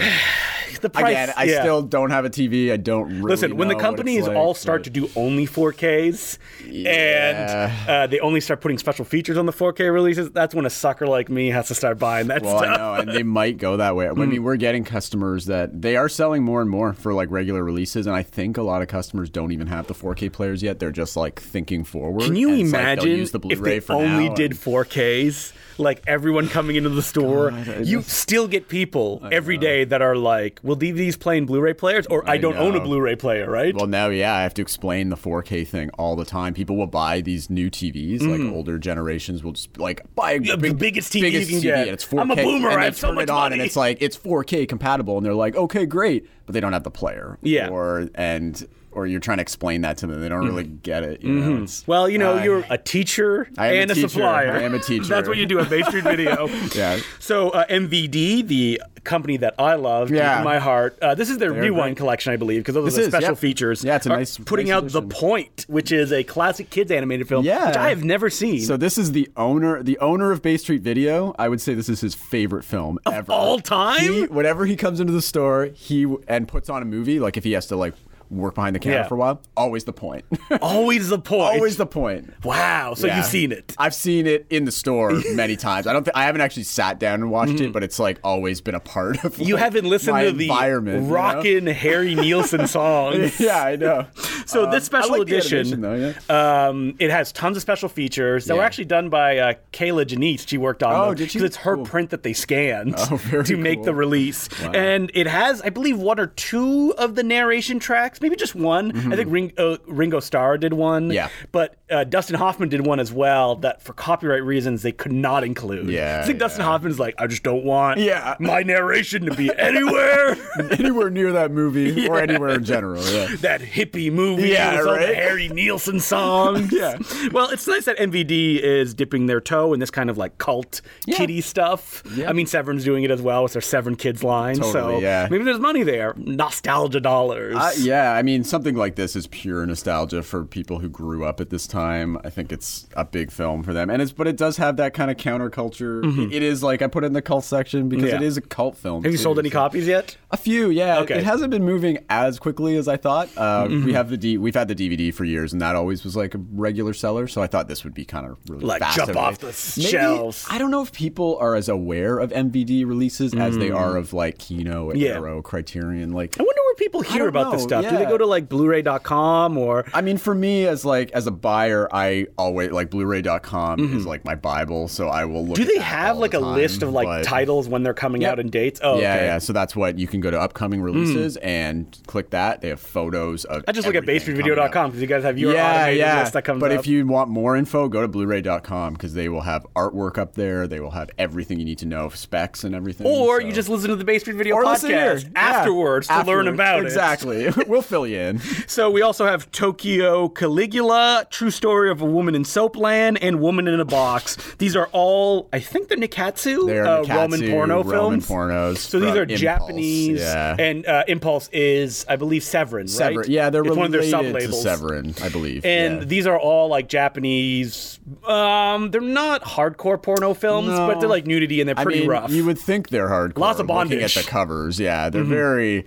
S2: The price,
S3: Again, I
S2: yeah.
S3: still don't have a TV. I don't really
S2: Listen, when the
S3: know what it's
S2: companies
S3: like,
S2: all start
S3: but-
S2: to do only 4Ks
S3: Yeah.
S2: and uh, they only start putting special features on the 4K releases, that's when a sucker like me has to start buying that
S3: Well, I
S2: stuff.
S3: know, and they might go that way. I
S2: Hmm.
S3: mean, we're getting customers that they are selling more and more for like regular releases, and I think a lot of customers don't even have the 4K players yet. They're just like thinking forward.
S2: Can you
S3: and it's like, they'll
S2: imagine
S3: use the
S2: if
S3: Blu-ray
S2: they
S3: for
S2: only
S3: now,
S2: did
S3: and-
S2: 4Ks? Like everyone coming into the store,
S3: God, I
S2: you
S3: just-
S2: still get people every day that are like, "Will DVDs play in Blu-ray players?" Or "I,
S3: I
S2: don't own a
S3: know.
S2: Blu-ray player." Right?
S3: Well, now, yeah, I have to explain the 4K thing all the time. People will buy these new TVs, like older generations will just like buy a big-
S2: Mm. biggest TV you
S3: biggest
S2: can
S3: TV,
S2: get.
S3: And it's 4K.
S2: I'm a boomer,
S3: And
S2: I
S3: they
S2: have so
S3: turn
S2: much
S3: it on, and
S2: money.
S3: it's like it's 4K compatible, and they're like, okay, great, but they don't have the player.
S2: Yeah. Mm.
S3: Or and or you're trying to explain that to them, they don't really get it. You know, it's,
S2: Mm-hmm. well, you know,
S3: I-
S2: you're a teacher
S3: I am a
S2: and a,
S3: teacher.
S2: supplier.
S3: I am a teacher.
S2: That's what you do at Main Street Video.
S3: Yeah.
S2: So uh, MVD, the company that I love deep
S3: Yeah.
S2: in my heart, uh, this is their
S3: great.
S2: Rewind collection, I believe, because those
S3: This
S2: are the
S3: is,
S2: special
S3: yep.
S2: features.
S3: Yeah, it's a
S2: are
S3: nice-
S2: putting
S3: nice
S2: out
S3: addition.
S2: The Point, which is a classic kids animated film,
S3: Yeah.
S2: which I have never seen.
S3: So this is the owner, the owner of Bay Street Video. I would say this is his favorite film ever,
S2: all time?
S3: He, whenever he comes into the store, he w- and puts on a movie. Like if he has to like work behind the camera
S2: Yeah.
S3: for a while, always the point.
S2: Always the point.
S3: always the point.
S2: Wow. So
S3: Yeah.
S2: you've seen it.
S3: I've seen it in the store many times. I don't. Th- I haven't actually sat down and watched it, but it's like always been a part of.
S2: Mm-hmm. You
S3: like,
S2: haven't listened
S3: my
S2: to the
S3: environment. you know?
S2: rockin' Harry Nielsen songs.
S3: yeah, I know.
S2: So
S3: Um,
S2: this special
S3: I like the
S2: edition,
S3: animation, though, yeah.
S2: um, it has tons of special features that were
S3: Yeah.
S2: actually done by uh, Kayla Janice. She worked on
S3: Oh,
S2: them
S3: did she?
S2: 'cause it's her
S3: Cool.
S2: print that they scanned
S3: Oh, very
S2: to make the
S3: cool.
S2: release, and it has, I believe, one or two of the narration tracks, maybe just one. I think Ring, uh, Ringo Starr did one,
S3: Mm-hmm. Yeah.
S2: but uh, Dustin Hoffman did one as well. That for copyright reasons they could not include.
S3: Yeah,
S2: I think Dustin
S3: yeah.
S2: Hoffman's like, I just don't want
S3: Yeah.
S2: my narration to be anywhere.
S3: anywhere near that movie or anywhere in general. Yeah.
S2: that hippie movie
S3: Yeah,
S2: with all the
S3: right?
S2: Harry Nielsen songs.
S3: Yeah.
S2: Well, it's nice that MVD is dipping their toe in this kind of like cult
S3: Yeah.
S2: kiddie stuff.
S3: Yeah.
S2: I mean, Severn's doing it as well with their Severn Kids line. so
S3: Totally, yeah.
S2: maybe there's money there. Nostalgia dollars.
S3: Uh, yeah, I mean, something like this is pure nostalgia for people who grew up at this time. I think it's a big film for them, and it's but it does have that kind of counterculture. It is like I put it in the cult section because
S2: Mm-hmm. Yeah.
S3: it is a cult film.
S2: Have you
S3: too,
S2: sold any
S3: so-
S2: copies yet?
S3: A few, yeah.
S2: Okay. Mm-hmm.
S3: It hasn't been moving as quickly as I thought. Uh, We have the D- we've had the DVD for years, and that always was like a regular seller. So I thought this would be kind of really
S2: Like,
S3: fast
S2: jump
S3: everything.
S2: off the s-
S3: Maybe-
S2: shelves.
S3: I don't know if people are as aware of MVD releases as they are of like Kino,
S2: Mm. Yeah.
S3: Arrow, Criterion. Like
S2: I wonder where people hear
S3: don't
S2: about this
S3: know,
S2: stuff. Do they
S3: yeah.
S2: go to like Blu-ray.com or
S3: I mean, for me as like as a buyer, I always like Blu-ray.com is like my bible, so I will
S2: Mm-hmm.
S3: look.
S2: do
S3: at
S2: they
S3: that
S2: have
S3: all
S2: like
S3: the
S2: a list
S3: time,
S2: of like
S3: but-
S2: titles when they're coming
S3: Yep.
S2: out and dates? Oh,
S3: yeah,
S2: okay. Hmm.
S3: yeah. So that's what you can go to upcoming releases and click that. They have photos of.
S2: I just look at
S3: everything coming up.
S2: BayStreetVideo.com because you guys have your automated list that comes
S3: but
S2: up.
S3: if you want more info, go to Blu-ray.com because they will have artwork up there. They will have everything you need to know, specs and everything.
S2: Or
S3: so-
S2: you just listen to the Bay Street Video
S3: Or listen here.
S2: podcast afterwards
S3: Yeah,
S2: to learn
S3: afterwards.
S2: about
S3: exactly. we'll fill you in.
S2: it. So we also have Tokyo Caligula, True Story of a Woman in Soapland, and Woman in a Box. These are all, I think they're Nikatsu,
S3: They're
S2: uh,
S3: Nikatsu,
S2: Roman porno
S3: Roman
S2: films.
S3: pornos
S2: So these
S3: from
S2: are
S3: Impulse,
S2: Japanese,
S3: yeah.
S2: and uh, Impulse is, I believe, Severin,
S3: Sever-
S2: right?
S3: Yeah, they're
S2: it's
S3: related
S2: one of their
S3: to
S2: sub-labels.
S3: Severin, I believe.
S2: And
S3: yeah.
S2: these are all like Japanese. Um, they're not hardcore porno films, but they're like nudity and they're
S3: I
S2: pretty
S3: mean,
S2: rough.
S3: You would think they're hardcore.
S2: Lots of Mm-hmm.
S3: looking at
S2: bondage.
S3: the covers. Yeah, they're very.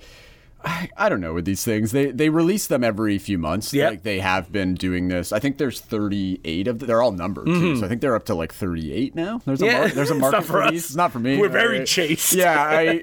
S3: I, I don't know with these things. They they release them every few months.
S2: Yep.
S3: Like they have been doing this. I think there's 38 of them. They're all numbered too. So I think they're up to like 38 now. There's a
S2: Mm-hmm. Yeah.
S3: mar- there's a
S2: It's
S3: market
S2: not for us.
S3: these. It's not for me.
S2: We're very
S3: Right.
S2: chaste.
S3: Yeah, I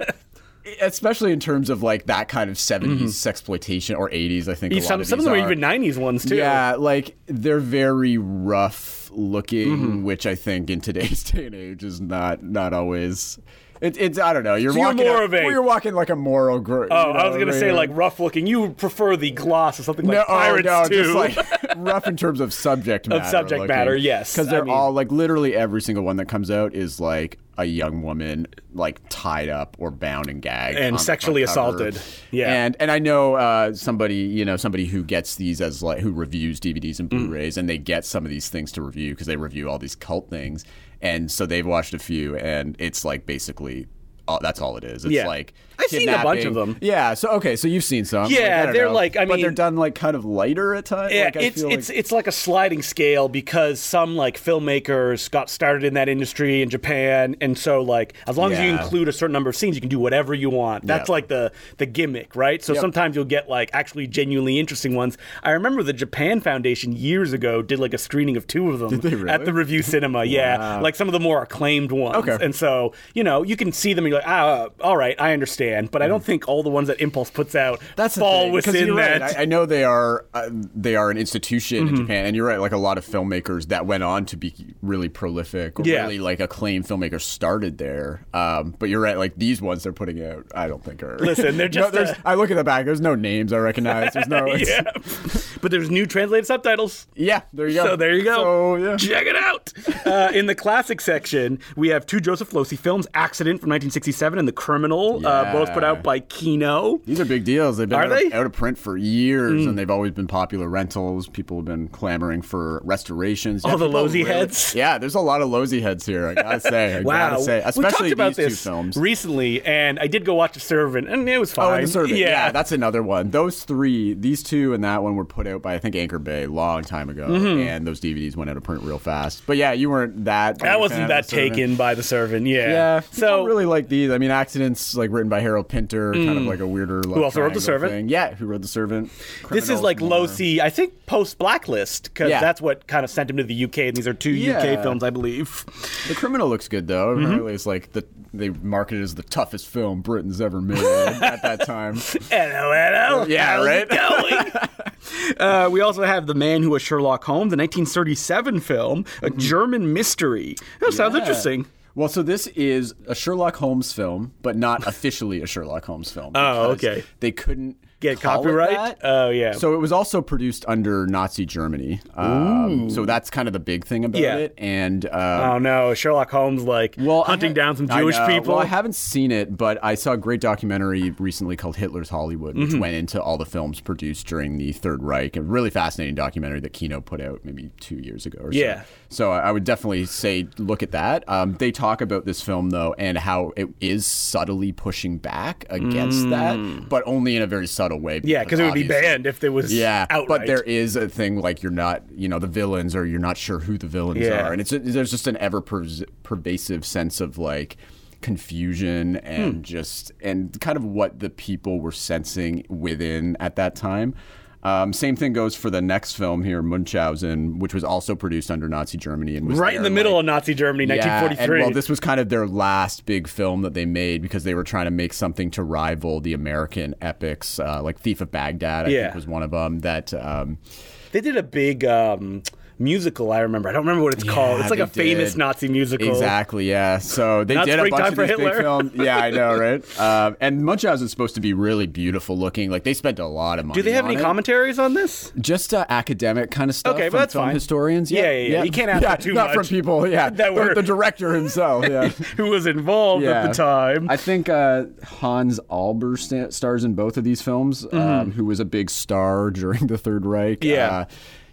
S3: especially in terms of like that kind of 70s sexploitation or 80s. I think a lot
S2: Mm-hmm. Some,
S3: of
S2: some of
S3: these
S2: them are
S3: are.
S2: even 90s ones, too.
S3: Yeah, like they're very rough looking,
S2: Mm-hmm.
S3: which I think in today's day and age is not not always. It, it's I don't know. You're
S2: So you're
S3: walking
S2: more of a-
S3: well, you're walking like a moral gr-
S2: Oh, I was gonna say like rough looking. You prefer the gloss or something like pirates
S3: oh, no,
S2: too.
S3: just like rough in terms of subject matter.
S2: subject matter, yes.
S3: because
S2: I
S3: they're
S2: mean-
S3: all like literally every single one that comes out is like a young woman like tied up or bound and gagged
S2: And
S3: on the front
S2: sexually
S3: cover.
S2: assaulted. Yeah.
S3: and and I know uh, somebody you know somebody who gets these as like who reviews DVDs and
S2: Mm.
S3: Blu-rays, and they get some of these things to review because they review all these cult things, and so they've watched a few, and it's like basically. all that's all it is. It's
S2: Yeah.
S3: like
S2: I've seen a bunch of
S3: kidnapping.
S2: them.
S3: Yeah. So okay. So you've seen some.
S2: Yeah,
S3: I don't
S2: they're
S3: know.
S2: like- I
S3: but they're
S2: mean-
S3: done like kind of lighter at times.
S2: Yeah,
S3: Like, I
S2: it's
S3: feel like-
S2: it's it's like a sliding scale because some like filmmakers got started in that industry in Japan, and so like as long as you
S3: Yeah.
S2: include a certain number of scenes, you can do whatever you want. That's
S3: Yeah.
S2: like the the gimmick, right? So sometimes you'll get like actually genuinely interesting ones. I remember the Japan Foundation years ago did like a screening of two of them
S3: they really?
S2: at the Review Cinema. Yeah, like some of the more acclaimed ones.
S3: Okay.
S2: and so you know you can see them. and You're like, ah, all right, I understand, but I don't think all the ones that Impulse puts out
S3: Mm-hmm. that's the
S2: fall
S3: thing, 'cause
S2: within
S3: you're right.
S2: that. Mm-hmm.
S3: I, I know they are uh, they are an institution in Japan, and you're right. Like a lot of filmmakers that went on to be really prolific, or
S2: Yeah.
S3: really like acclaimed filmmakers started there. Um, but you're right. Like these ones they're putting out, I don't think are.
S2: Listen, they're
S3: No,
S2: just,
S3: there's-
S2: uh,
S3: I look at the back. There's no names I recognize. There's no. it's-
S2: yeah. But there's new translated subtitles.
S3: yeah. There you go.
S2: So there you go.
S3: So, yeah.
S2: Check it out. Uh, in the classic section, we have two Joseph Losey films, Accident from 1967 and The Criminal, uh,
S3: Yeah.
S2: both put out by Kino.
S3: These are big deals. They've been
S2: Are
S3: out, of-
S2: they? Hmm.
S3: out of print for years, and they've always been popular rentals. People have been clamoring for restorations.
S2: All the
S3: people
S2: Losey heads?
S3: Yeah, there's a lot of Losey heads here. I gotta say. I
S2: Wow.
S3: gotta say,
S2: we
S3: especially
S2: talked about
S3: these
S2: this
S3: two films.
S2: recently, and I did go watch The Servant, and it was fine.
S3: Oh, and the Servant. Yeah.
S2: Yeah.
S3: that's another one. Those three, these two, and that one were put out by I think Anchor Bay a long time ago,
S2: Mm-hmm.
S3: and those DVDs went out of print real fast. But yeah, you weren't that. big a
S2: I
S3: fan of
S2: wasn't that
S3: The Servant.
S2: taken by The Servant. Yeah.
S3: Yeah,
S2: So
S3: so really like these. I mean, accidents like written by Harold Pinter, kind of like a weirder. Who
S2: also Mm. wrote The Servant.
S3: Thing. Yeah, who wrote the Servant?
S2: This is
S3: Criminals
S2: like
S3: more.
S2: low C, I think post Blacklist, because
S3: Yeah.
S2: that's what kind of sent him to the UK, and these are two UK
S3: Yeah.
S2: films, I believe.
S3: The criminal looks good though.
S2: Mm-hmm.
S3: Apparently, it's like the they market it as the toughest film Britain's ever made at that time.
S2: Hello, hello.
S3: Yeah,
S2: How's
S3: right?
S2: it going? uh, we also have The Man Who Was Sherlock Holmes, a 1937 film, a German mystery. That sounds
S3: Mm-hmm. Yeah.
S2: interesting.
S3: Well, so this is a Sherlock Holmes film, but not officially a Sherlock Holmes film.
S2: Oh,
S3: because
S2: okay.
S3: They couldn't
S2: Get
S3: call it
S2: copyright?
S3: that.
S2: Oh, yeah.
S3: So it was also produced under Nazi Germany. Um, so that's kind of the big thing about
S2: Yeah.
S3: it. And um,
S2: oh, no. Sherlock Holmes, like,
S3: well, I
S2: hunting
S3: ha-
S2: down some
S3: I
S2: Jewish
S3: know.
S2: people.
S3: Well, I haven't seen it, but I saw a great documentary recently called Hitler's Hollywood, which
S2: Mm-hmm.
S3: went into all the films produced during the Third Reich. A really fascinating documentary that Kino put out maybe two years ago or
S2: Yeah.
S3: so. So I I would definitely say look at that. Um, they talk about this film though and how it is subtly pushing back against that, but only in a very subtle way.
S2: Mm. yeah, because it would be
S3: obviously-
S2: banned if there was
S3: yeah,
S2: outright.
S3: but there is a thing like you're not, you know, the villains or you're not sure who the villains
S2: Yeah.
S3: are, and it's there's just an ever pervas- pervasive sense of like confusion and
S2: Hmm.
S3: just and kind of what the people were sensing within at that time. Um, same thing goes for the next film here, Munchausen, which was also produced under Nazi Germany and was
S2: right in
S3: their,
S2: the middle
S3: like-
S2: of Nazi Germany,
S3: yeah,
S2: 1943.
S3: and, well, this was kind of their last big film that they made because they were trying to make something to rival the American epics, uh, like Thief of Baghdad. I
S2: Yeah.
S3: think was one of them. That um,
S2: They did a big um, musical. I remember. I don't remember what it's called.
S3: Yeah,
S2: It's like
S3: they
S2: a famous
S3: did.
S2: Nazi musical.
S3: exactly, yeah. So they
S2: Not
S3: did a
S2: springtime
S3: bunch of
S2: for
S3: these big
S2: Hitler.
S3: films. Yeah, I know, right? Um, and Munchausen is supposed to be really beautiful looking. Like they spent a lot of money.
S2: Do they have
S3: on
S2: any
S3: it.
S2: commentaries on this?
S3: Just uh, academic kind of stuff.
S2: Okay, well,
S3: from
S2: that's
S3: film
S2: fine.
S3: Historians,
S2: Yeah, yeah, yeah. You can't ask for too
S3: not
S2: much
S3: from people. Yeah,
S2: that
S3: The-
S2: were-
S3: the director himself. Yeah.
S2: Who was involved at the time?
S3: I think uh, Hans Alber sta- stars in both of these films, um, who was a big star during the Third Reich.
S2: Mm-hmm. Yeah.
S3: Uh,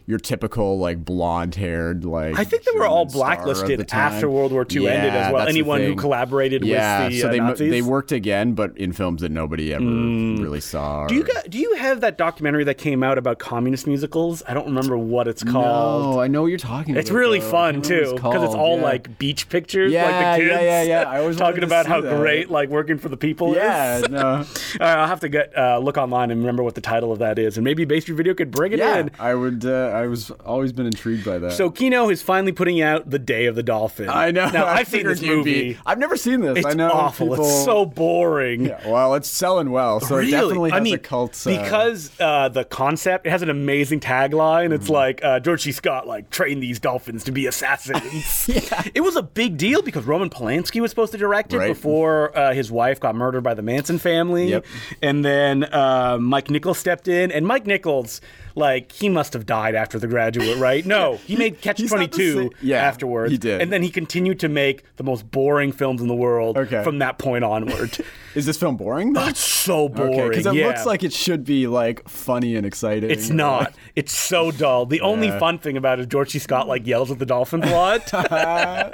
S3: your typical like blonde haired like.
S2: I think they were all
S3: German star of
S2: blacklisted
S3: the time.
S2: after World War II ended
S3: Yeah,
S2: as well.
S3: that's the
S2: Anyone who
S3: thing.
S2: collaborated
S3: yeah,
S2: with the
S3: so
S2: uh,
S3: they mo-
S2: Nazis. Mm.
S3: they worked again, but in films that nobody ever really saw.
S2: do you
S3: or-
S2: got, do you have that documentary that came out about communist musicals? I don't remember what it's called.
S3: No, I know what you're talking about.
S2: It's really
S3: though. I
S2: fun
S3: can't remember
S2: too,
S3: what
S2: because it's
S3: called,
S2: all
S3: yeah.
S2: like beach pictures,
S3: Yeah,
S2: like the kids
S3: yeah, yeah, yeah. I always wanted
S2: talking
S3: to
S2: about
S3: see
S2: how
S3: that.
S2: great like working for the people
S3: Yeah,
S2: is.
S3: no.
S2: All right, I'll have to get uh, look online and remember what the title of that is, and maybe Base Video could bring it
S3: yeah,
S2: in.
S3: I would. Uh, I was always been intrigued by that.
S2: So Kino is finally putting out the Day of the Dolphin.
S3: I know.
S2: Now
S3: I
S2: I've seen
S3: figured
S2: this
S3: you'd be-
S2: movie.
S3: I've never seen this.
S2: It's
S3: I know
S2: awful.
S3: people-
S2: It's so boring.
S3: Well, it's selling well, so
S2: really?
S3: it definitely has
S2: I mean,
S3: a cult. Uh,
S2: because uh, the concept it has an amazing tagline.
S3: Mm-hmm.
S2: It's like uh, George C. Scott like trained these dolphins to be assassins. It was a big deal because Roman Polanski was supposed to direct it
S3: Right.
S2: before uh, his wife got murdered by the Manson family,
S3: Yep.
S2: and then uh, Mike Nichols stepped in. And Mike Nichols, like he must have died after The Graduate, right? No, he made Catch
S3: he's
S2: Twenty
S3: not the
S2: Two
S3: same- yeah,
S2: afterwards.
S3: he did.
S2: and then he continued to make the most boring films in the world
S3: Okay.
S2: from that point onward.
S3: is this film boring? though?
S2: It's so boring.
S3: because it
S2: yeah.
S3: looks like it should be like funny and exciting.
S2: it's not. It's so dull. The only fun thing about it is George C. Scott like yells at the dolphins a lot.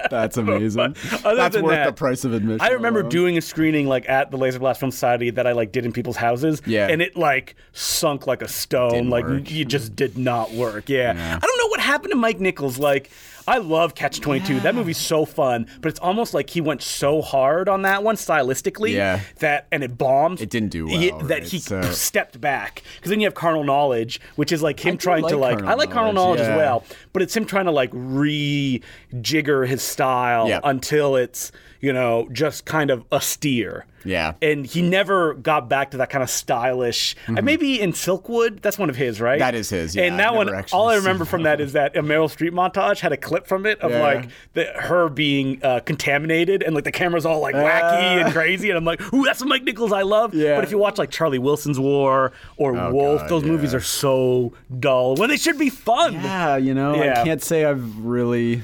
S3: That's amazing.
S2: Other
S3: That's
S2: than
S3: worth
S2: that,
S3: the price of admission.
S2: I remember
S3: alone.
S2: doing a screening like at the Laser Blast Film Society that I like did in people's houses.
S3: Yeah.
S2: And it like sunk like a stone.
S3: Didn't
S2: like
S3: work.
S2: it just did not work. Yeah. I don't know what happened to Mike Nichols. Like I love Catch 22. That movie's so fun, but it's almost like he went so hard on that one stylistically
S3: Yeah.
S2: that and it bombed.
S3: It didn't do
S2: Ye-
S3: well,
S2: that
S3: right?
S2: he
S3: So-
S2: stepped back. Cuz then you have Carnal Knowledge, which is like him
S3: do
S2: trying to
S3: like
S2: like I
S3: Carnal
S2: like Carnal Knowledge
S3: Knowledge,
S2: as
S3: yeah.
S2: well but it's him trying to like rejigger his style
S3: Yeah.
S2: until it's you know just kind of austere.
S3: Yeah.
S2: and he never got back to that kind of stylish. And maybe in Silkwood, that's one of his, right?
S3: Mm-hmm. That is his, yeah,
S2: and that
S3: I've
S2: one,
S3: never actually
S2: all I
S3: seen
S2: remember
S3: that
S2: from that is that a Meryl Streep montage had a clip from it of
S3: Yeah.
S2: like the, her being uh, contaminated and like the camera's all like wacky and crazy, and I'm like, ooh, that's what Mike Nichols I love.
S3: Ah. Yeah. Oh,
S2: But if you watch like Charlie Wilson's War or Wolf,
S3: God,
S2: those
S3: yeah.
S2: movies are so dull when they should be fun.
S3: Yeah, you know,
S2: Yeah.
S3: I can't say I've really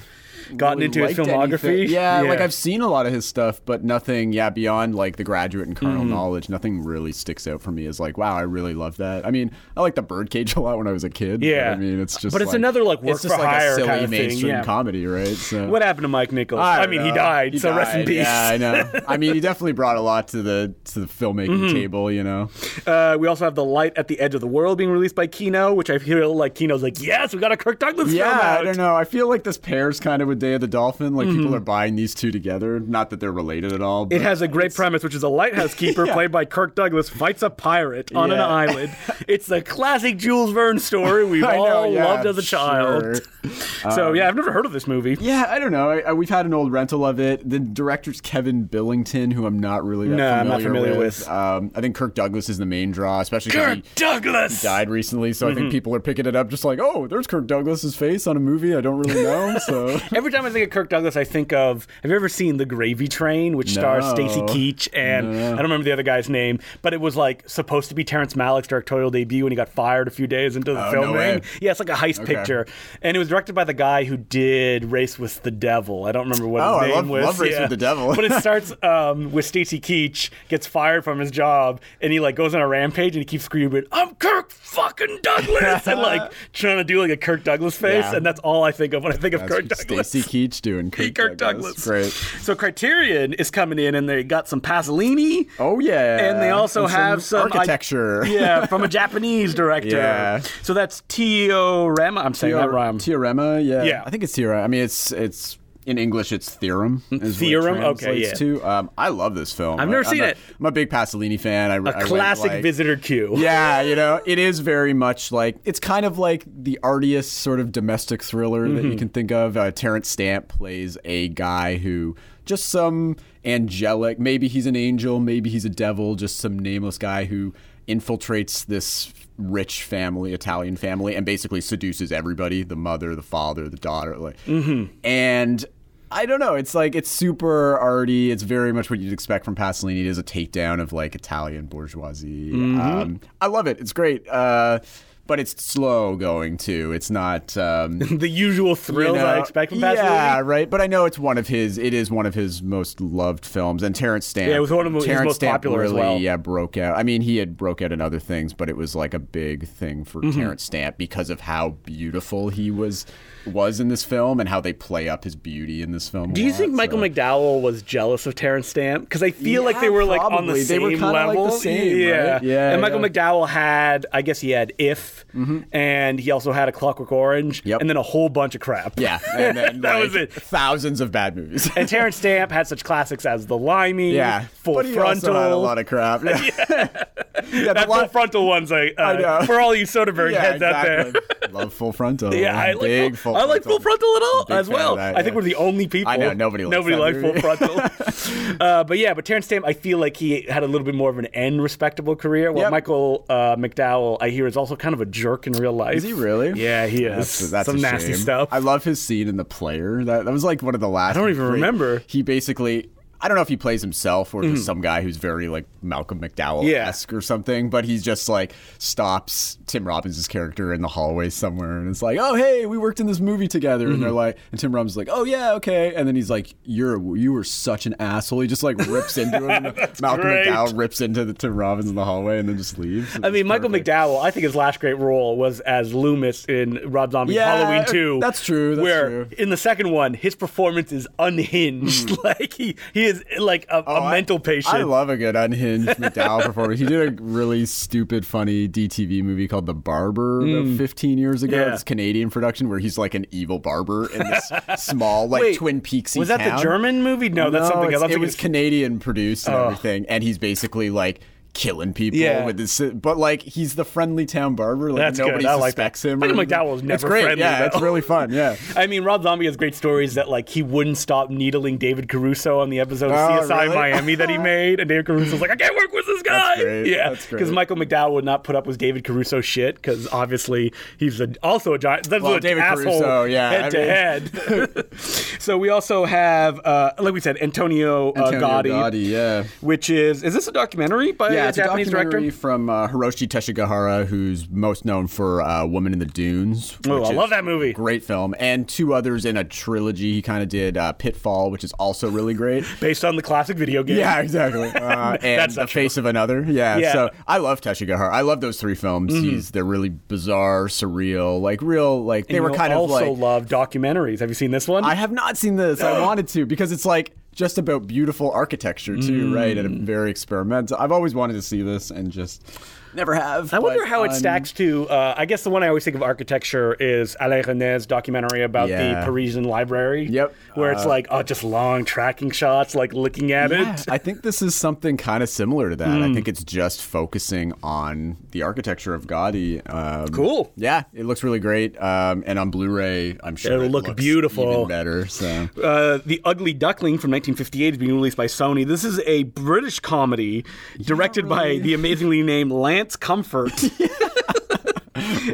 S2: Gotten
S3: really
S2: into his
S3: liked
S2: filmography?
S3: anything. Yeah,
S2: Yeah.
S3: like I've seen a lot of his stuff, but nothing. Yeah, beyond like The Graduate and Carnal
S2: Mm-hmm.
S3: Knowledge, nothing really sticks out for me as like, wow, I really love that. I mean, I like The Birdcage a lot when I was a kid. but,
S2: Yeah.
S3: I mean, it's just.
S2: But it's another, like, work
S3: it's just
S2: for
S3: like
S2: hire
S3: a silly
S2: kind of thing,
S3: mainstream
S2: yeah.
S3: comedy, right? So.
S2: What happened to Mike Nichols? I,
S3: don't
S2: mean, he
S3: know.
S2: died,
S3: He
S2: so rest in
S3: died.
S2: peace.
S3: Yeah, I know. I mean, he definitely brought a lot to the to the filmmaking
S2: Mm-hmm.
S3: table, you know.
S2: Uh, we also have The Light at the Edge of the World being released by Kino, which I feel like Kino's like, yes, we got a Kirk Douglas
S3: Yeah,
S2: film out. Mm-hmm.
S3: I don't know. I feel like this pairs kind of with Day of the Dolphin. Like people are buying these two together. Not that they're related at all.
S2: It
S3: but-
S2: has a great premise, which is a lighthouse keeper played by Kirk Douglas fights a pirate on an
S3: Yeah.
S2: island. It's the classic Jules Verne story we've
S3: I know,
S2: all
S3: yeah, Um,
S2: loved as a
S3: sure.
S2: child. so yeah, I've never heard of this movie.
S3: Yeah, I don't know. I, I, we've had an old rental of it. The director's Kevin Billington, who I'm not really that
S2: No, I'm
S3: familiar
S2: not familiar with.
S3: Um, I think Kirk Douglas is the main draw, especially because
S2: Kirk Mm-hmm.
S3: he
S2: Douglas.
S3: died recently. So I think people are picking it up, just like, oh, there's Kirk Douglas's face on a movie I don't really know. So
S2: Every time I think of Kirk Douglas, I think of. Have you ever seen The Gravy Train, which stars
S3: No.
S2: Stacy Keach and I don't remember the other guy's name, but it was like supposed to be Terrence Malick's directorial debut, and he got fired a few days into the
S3: Oh, no
S2: filming.
S3: way.
S2: yeah, it's like a heist picture, and it was directed by the guy who did Race with the Devil. I don't remember what
S3: Oh, I
S2: his name
S3: love-
S2: was.
S3: love Race
S2: yeah.
S3: with the Devil.
S2: but it starts um, with Stacy Keach gets fired from his job, and he like goes on a rampage and he keeps screaming, "I'm Kirk fucking Douglas," and like trying to do like a Kirk Douglas face,
S3: Yeah.
S2: and that's all I think of when I think of Kirk
S3: that's
S2: Douglas.
S3: Stacy Keach doing Kirk,
S2: Kirk
S3: Douglas.
S2: Douglas.
S3: Great.
S2: So Criterion is coming in, and they got some Pasolini.
S3: Oh yeah.
S2: And they also
S3: And
S2: have some, I-
S3: architecture.
S2: yeah, from a Japanese director.
S3: Yeah.
S2: So that's Teorema. I'm saying that
S3: Teor-
S2: rhyme.
S3: Teorema, yeah.
S2: Yeah.
S3: I think it's theorem. I mean, it's it's in English, it's theorem. Is what it
S2: Theorem? Okay,
S3: translates
S2: yeah.
S3: To. Um, I love this film.
S2: I've never
S3: I'm
S2: seen
S3: a-
S2: it.
S3: I'm a big Pasolini fan. I, I
S2: A
S3: went,
S2: classic
S3: like-
S2: visitor cue.
S3: Yeah, you know, it is very much like it's kind of like the artiest sort of domestic thriller that you can think of. Uh, Terrence Stamp plays a guy who just some angelic, maybe he's an angel, maybe he's a devil, just some nameless guy who infiltrates this rich family, Italian family, and basically seduces everybody the mother, the father, the daughter. Like, and I don't know. It's like it's super arty. It's very much what you'd expect from Pasolini. It is a takedown of like Italian bourgeoisie. Um, I love it. It's great. Uh, but it's slow going too. It's not um,
S2: the usual thrills
S3: you know,
S2: I expect from Pasadena.
S3: Yeah, right. But I know it's one of his. It is one of his most loved films, and Terrence Stamp.
S2: Yeah, it was one of his
S3: Terrence
S2: most
S3: Stamp
S2: popular as
S3: really,
S2: well.
S3: Yeah, broke out. I mean, he had broke out in other things, but it was like a big thing for
S2: Mm-hmm.
S3: Terrence Stamp because of how beautiful he was was in this film and how they play up his beauty in this film. a
S2: Do you
S3: lot,
S2: think Michael
S3: so.
S2: McDowell was jealous of Terrence Stamp? Because I feel like
S3: Yeah,
S2: they were like on the
S3: probably. They
S2: same
S3: were kinda like the
S2: level.
S3: same,
S2: yeah.
S3: right? Yeah,
S2: And Michael
S3: yeah.
S2: McDowell had, I guess he had If, and he also had A Clockwork Orange,
S3: Yep.
S2: and then a whole bunch of crap.
S3: Yeah, and then
S2: That
S3: like,
S2: was it.
S3: Thousands of bad movies.
S2: And Terrence Stamp had such classics as The Limey,
S3: yeah,
S2: Full
S3: but he
S2: Frontal.
S3: also had a lot of crap. Yeah, Yeah, the
S2: that
S3: lot-
S2: full frontal one's like uh,
S3: know.
S2: for all you Soderbergh
S3: yeah,
S2: heads out there.
S3: exactly. Love full frontal.
S2: Yeah, I like,
S3: Big
S2: full, I like full frontal at all
S3: Big
S2: as
S3: fan of
S2: well.
S3: that,
S2: I think
S3: yeah.
S2: we're the only people.
S3: I know, nobody likes
S2: nobody
S3: that
S2: likes full
S3: movie.
S2: frontal. uh, but yeah, but Terrence Stamp, I feel like he had a little bit more of an end respectable career. While
S3: Yep.
S2: Michael uh, McDowell, I hear, is also kind of a jerk in real life.
S3: Is he really?
S2: Yeah, he is.
S3: That's, that's
S2: some
S3: a
S2: nasty
S3: shame.
S2: stuff.
S3: I love his scene in the player. That that was like one of the last. I
S2: don't even remember. Mm-hmm.
S3: He basically. I don't know if he plays himself or just some guy who's very like Malcolm McDowell esque or something, but he's just like stops Tim Robbins' character in the hallway somewhere and it's like, oh hey, we worked in this movie together, and
S2: Mm-hmm.
S3: they're like, and Tim Robbins is like, oh yeah, okay, and then he's like, you're you were such an asshole. He just like rips into him. and Malcolm
S2: great.
S3: McDowell rips into the Tim Robbins in the hallway and then just leaves.
S2: I mean, Michael
S3: McDowell.
S2: McDowell. I think his last great role was as Loomis in Rob Zombie's
S3: Yeah,
S2: Halloween Two.
S3: that's true, that's
S2: where
S3: true. Hmm.
S2: in the second one, his performance is unhinged. like he he is like a, a
S3: Oh, I-
S2: mental patient.
S3: I love a good unhinged McDowell performance. He did a really stupid, funny DTV movie called The Barber about 15 years ago.
S2: Hmm. Yeah.
S3: It's a Canadian production where he's like an evil barber in this small, like
S2: Wait,
S3: Twin Peaksy
S2: was that
S3: town.
S2: the German movie? No, that's
S3: No,
S2: something
S3: it's-
S2: else. I'm
S3: It was
S2: thinking-
S3: Canadian produced and everything, and he's basically like killing people
S2: Oh. Yeah.
S3: with his but like he's the friendly town barber like
S2: That's good.
S3: nobody
S2: I like that.
S3: suspects him or
S2: Michael
S3: anything.
S2: McDowell was
S3: it's
S2: never
S3: great
S2: friendly,
S3: yeah
S2: though.
S3: it's really fun yeah
S2: I mean, Rob Zombie has great stories that like he wouldn't stop needling David Caruso on the episode of
S3: Oh,
S2: CSI
S3: really?
S2: Miami that he made, and David Caruso's like, I can't work with this guy.
S3: great.
S2: Yeah,
S3: That's great.
S2: because Michael McDowell would not put up with David Caruso shit because obviously he's a, also a giant. That's
S3: Well,
S2: an
S3: David
S2: asshole
S3: Caruso, yeah,
S2: head to head. So we also have, uh, like we said, Antonio,
S3: Antonio
S2: uh, Gotti,
S3: Gotti yeah
S2: which is is this a documentary by
S3: yeah,
S2: a
S3: it's a
S2: Japanese
S3: documentary
S2: director?
S3: from uh, Hiroshi Teshigahara, who's most known for uh, *Woman in the Dunes*.
S2: Oh,
S3: which
S2: I
S3: is
S2: love that movie.
S3: a Great film, and two others in a trilogy. He kind of did uh, *Pitfall*, which is also really great.
S2: Based on the classic video game.
S3: Yeah, exactly. Uh, and
S2: That's
S3: the
S2: not
S3: face of another. Yeah.
S2: Yeah. Mm-hmm.
S3: So I love Teshigahara. I love those three films. He's they're really bizarre, surreal, like real. Like they
S2: You
S3: were
S2: know,
S3: kind of
S2: also
S3: like
S2: love documentaries. Have you seen this one?
S3: I have not seen this. I wanted to because it's like just about beautiful architecture too, right?
S2: Mm.
S3: And very experimental. I've always wanted to see this and just never have.
S2: I wonder
S3: but
S2: how it
S3: I'm-
S2: stacks to. Uh, I guess the one I always think of architecture is Alain René's documentary about
S3: Yeah.
S2: the Parisian library.
S3: Yep. Uh,
S2: Where it's like, oh, just long tracking shots, like looking at
S3: Yeah,
S2: it.
S3: I think this is something kind of similar to that.
S2: Mm.
S3: I think it's just focusing on the architecture of Gaudi. Um,
S2: Cool.
S3: Yeah, it looks really great. Um, and on Blu-ray, I'm sure
S2: It'll
S3: it
S2: look
S3: looks
S2: beautiful.
S3: even better. So
S2: Uh, the Ugly Duckling from 1958 is being released by Sony. This is a British comedy directed by the amazingly named Lance Comfort.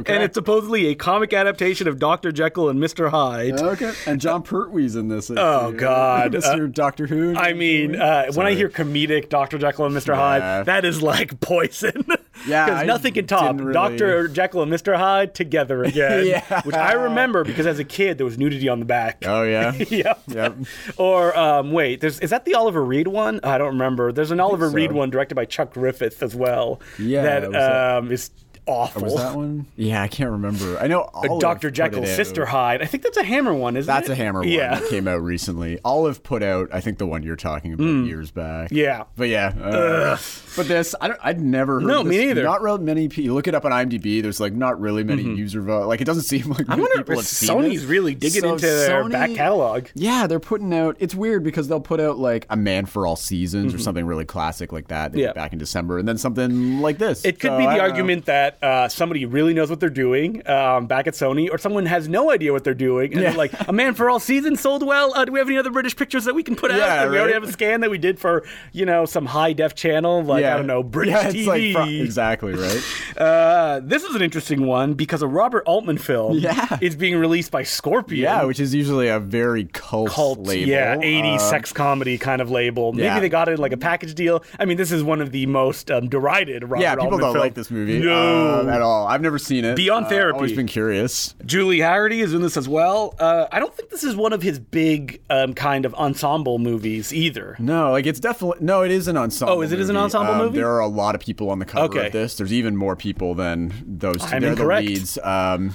S2: And it's supposedly a comic adaptation of Dr. Jekyll and Mr. Hyde.
S3: okay, and John Pertwee's in this.
S2: Oh, God.
S3: Mr. Doctor Who.
S2: I mean, uh, when I hear comedic Dr. Jekyll and Mr.
S3: Yeah.
S2: Hyde, that is like poison.
S3: Yeah, I
S2: Because nothing can top
S3: didn't really-
S2: Dr. Jekyll and Mr. Hyde together again.
S3: Yeah.
S2: Which I remember because as a kid, there was nudity on the back.
S3: oh yeah.
S2: Yep.
S3: Yep.
S2: Or um, wait, there's is that the Oliver Reed one? I don't remember. There's an Oliver Reed
S3: so.
S2: one directed by Chuck Griffith as well.
S3: Yeah,
S2: that,
S3: was that-
S2: um, is awful.
S3: Was that one? Yeah, I can't remember. I know Olive
S2: Dr.
S3: put
S2: Jekyll,
S3: it out.
S2: Sister Hyde. I think that's a Hammer one, isn't
S3: That's
S2: it?
S3: a hammer one
S2: Yeah.
S3: that came out recently. Olive put out, I think, the one you're talking about years back.
S2: Hmm. Yeah.
S3: but yeah. uh, but this, I don't, I'd never heard.
S2: No,
S3: this.
S2: me neither. Mm-hmm.
S3: Not real many. pe- You look it up on IMDb. There's like not really many user vote. Like it doesn't seem like
S2: I
S3: many
S2: wonder if
S3: people have seen
S2: Sony's
S3: this.
S2: really digging
S3: So
S2: into their
S3: Sony-
S2: back catalog.
S3: Yeah, they're putting out. It's weird because they'll put out like a Man for All Seasons or something really classic like that. They did
S2: Mm-hmm. Yeah.
S3: back in December, and then something like this.
S2: It could
S3: So,
S2: be
S3: I
S2: the
S3: don't know.
S2: argument that uh, somebody really knows what they're doing um, back at Sony, or someone has no idea what they're doing, and
S3: Yeah.
S2: they're like, "A Man for All season sold well. Uh, do we have any other British pictures that we can put out?
S3: Yeah,
S2: And We already
S3: right.
S2: have a scan that we did for you know some high def channel, like I don't know British
S3: yeah, it's
S2: TV."
S3: Like, fr- exactly right.
S2: uh, this is an interesting one because a Robert Altman film
S3: Yeah.
S2: is being released by Scorpion.
S3: Yeah, which is usually a very cult,
S2: cult,
S3: label.
S2: yeah, 80s
S3: Um,
S2: sex comedy kind of label. Maybe
S3: yeah.
S2: they got it like a package deal. I mean, this is one of the most um, derided Robert
S3: Yeah, people
S2: Altman
S3: don't
S2: films.
S3: like this movie.
S2: No,
S3: um, at all. I've never seen it.
S2: Beyond
S3: Uh,
S2: Therapy.
S3: Always been curious.
S2: Julie Harity is in this as well. Uh, I don't think this is one of his big um, kind of ensemble movies either.
S3: No, like it's definitely no. It is an ensemble.
S2: Oh, is it is an
S3: movie.
S2: ensemble
S3: Um,
S2: movie?
S3: There are a lot of people on the cover
S2: Okay.
S3: of this. There's even more people than those. Two.
S2: I'm
S3: They're
S2: incorrect.
S3: the leads. Um,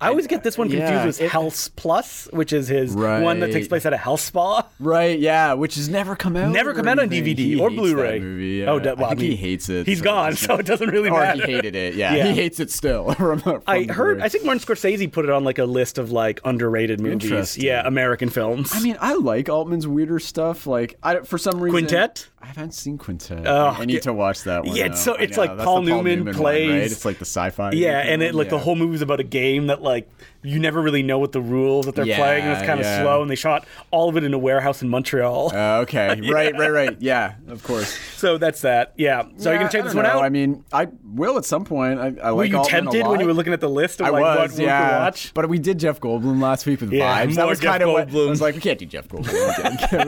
S2: I always get this one confused
S3: yeah,
S2: with
S3: it-
S2: Health Plus, which is his one that takes
S3: Right.
S2: place at a health spa.
S3: right? Yeah, which has never come out.
S2: Never come out on
S3: anything.
S2: DVD
S3: He
S2: or
S3: hates that
S2: Blu-ray.
S3: movie,
S2: Oh,
S3: yeah.
S2: that- well,
S3: I think
S2: I mean,
S3: he hates it.
S2: He's
S3: so
S2: gone,
S3: it's
S2: so it doesn't really
S3: or
S2: matter.
S3: he hated it. Yeah,
S2: Yeah.
S3: he hates it still. from- from
S2: I
S3: the
S2: heard.
S3: lyrics.
S2: I think Martin Scorsese put it on like a list of like underrated movies.
S3: Interesting.
S2: Yeah, American films.
S3: I mean, I like Altman's weirder stuff. Like, I don't- for some reason,
S2: Quintet?
S3: I haven't seen Quintet.
S2: Oh,
S3: I need
S2: yeah.
S3: to watch that one.
S2: Yeah, it's
S3: though.
S2: so-
S3: I
S2: it's
S3: know,
S2: like
S3: that's the
S2: Paul Newman
S3: one, right?
S2: plays-
S3: It's like the sci-fi.
S2: yeah, and it like the
S3: Yeah.
S2: whole movie's about a game that like you never really know what the rules that they're
S3: Yeah,
S2: playing, and it's kind of
S3: yeah.
S2: slow. And they shot all of it in a warehouse in Montreal.
S3: Uh, okay, right, right, right. Yeah, of course.
S2: so that's that. Yeah. So are you
S3: Yeah,
S2: gonna check
S3: I
S2: this
S3: don't
S2: one
S3: know.
S2: out?
S3: I mean, I will at some point. I, I
S2: were
S3: like
S2: you
S3: Altman a
S2: tempted when you
S3: lot.
S2: were looking at the list of
S3: I
S2: like
S3: was,
S2: what we
S3: yeah.
S2: could watch?
S3: But we did Jeff Goldblum last week with
S2: Yeah,
S3: vibes.
S2: more
S3: That was
S2: Jeff
S3: kind of what I
S2: Goldblum.
S3: was like. We can't do Jeff Goldblum again, can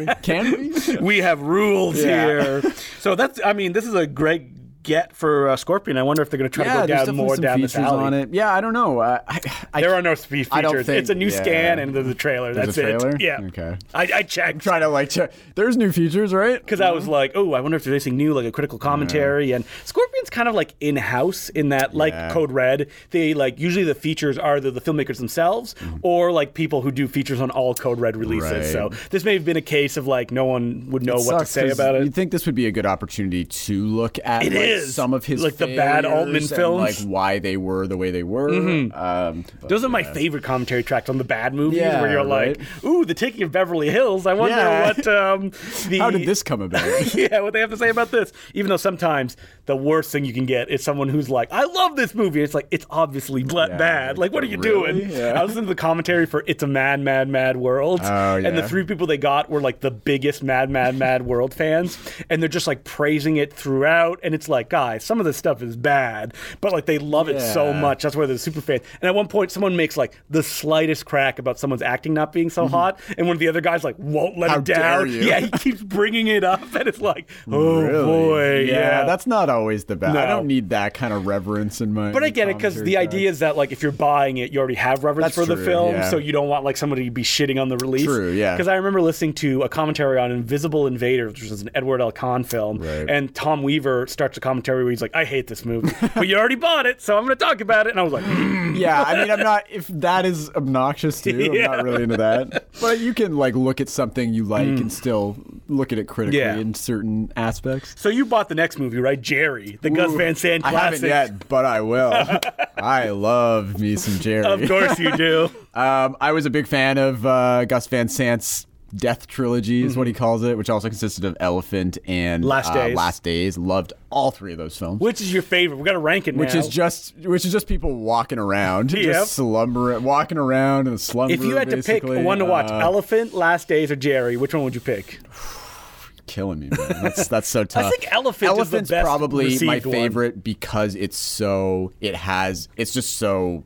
S3: we? Can we?
S2: we have rules
S3: Yeah.
S2: here. So that's. I mean, this is a great get for uh, Scorpion. I wonder if they're gonna try to go down
S3: definitely
S2: more
S3: some
S2: down
S3: features
S2: this alley.
S3: on it. Yeah, I don't know. I, I, I
S2: There are no spe- features.
S3: I don't think-
S2: it's a new
S3: yeah.
S2: scan and there's a trailer.
S3: There's
S2: That's
S3: a trailer?
S2: it. Yeah.
S3: Okay.
S2: I, I checked
S3: trying to like check. There's new features, right?
S2: because I was like, oh, I wonder if there's anything new, like a critical commentary. And Scorpion's kind of like in house in that, like
S3: Yeah.
S2: Code Red, they like usually the features are either the filmmakers themselves
S3: Mm-hmm.
S2: or like people who do features on all Code Red releases.
S3: Right.
S2: So this may have been a case of like no one would know what to
S3: Sucks
S2: say
S3: 'cause
S2: about it.
S3: You'd think this would be a good opportunity to look at
S2: It
S3: like,
S2: is.
S3: some of his
S2: Like the bad
S3: failures
S2: Altman
S3: and,
S2: films. Mm-hmm.
S3: like why they were the way they were. Um, but-
S2: Those are my favorite commentary tracks on the bad movies,
S3: Yeah,
S2: where you're like, "Ooh, the taking of Beverly Hills." I wonder
S3: Yeah.
S2: what um, the
S3: How did this come about?
S2: yeah, what they have to say about this. Even though sometimes the worst thing you can get is someone who's like, I love this movie. It's like, it's obviously bla-
S3: Yeah,
S2: bad. Like, what are you
S3: really?
S2: doing?
S3: Yeah.
S2: I was listening to the commentary for It's a Mad, Mad, Mad World.
S3: Oh,
S2: And the
S3: yeah.
S2: three people they got were like the biggest Mad, Mad, Mad World fans. And they're just like praising it throughout. And it's like, guys, some of this stuff is bad, but like they love it so
S3: Yeah.
S2: much. That's why they're super fans. And at one point, someone makes like the slightest crack about someone's acting not being so
S3: Mm-hmm.
S2: hot. And one of the other guys like won't let
S3: How
S2: it down.
S3: dare you.
S2: Yeah, he keeps bringing it up, and it's like, oh
S3: Really?
S2: boy, yeah.
S3: that's not always the best. I
S2: No.
S3: don't need that kind of reverence in my.
S2: but I get it because the
S3: commentary
S2: idea is that like if you're buying it, you already have reverence
S3: That's
S2: for the
S3: true,
S2: film,
S3: yeah.
S2: so you don't want like somebody to be shitting on the release.
S3: True, yeah.
S2: Because I remember listening to a commentary on Invisible Invaders, which was an Edward L. Conn film,
S3: Right.
S2: and Tom Weaver starts a commentary where he's like, "I hate this movie, but you already bought it, so I'm going to talk about it." And I was like, "Mm."
S3: track. Yeah, I mean, I'm not. If that is obnoxious too, I'm
S2: Yeah. Mm.
S3: not really into that. But you can like look at something you like and still look at it critically
S2: Yeah.
S3: in certain aspects.
S2: "So you bought the next movie, right, Jerry, the Gus
S3: Ooh,
S2: Van Sant
S3: I haven't
S2: classic?"
S3: yet, but I will. I love me some Jerry.
S2: Of course you do.
S3: Um, I was a big fan of uh, Gus Van Sant's Death Trilogy, is what he calls it, which also consisted of Elephant and
S2: Mhm. Last
S3: uh,
S2: Days.
S3: Last Days. Loved all three of those films.
S2: Which is your favorite? We got to rank it now.
S3: Which is just which is just people walking around,
S2: Yep.
S3: just slumber, walking around in a slumber.
S2: If you had to pick
S3: basically.
S2: one to watch,
S3: Uh,
S2: Elephant, Last Days, or Jerry, which one would you pick?
S3: killing me, man. That's that's so tough.
S2: think Elephant is the
S3: Elephant's
S2: best
S3: probably my
S2: received one.
S3: favorite because it's so it has it's just so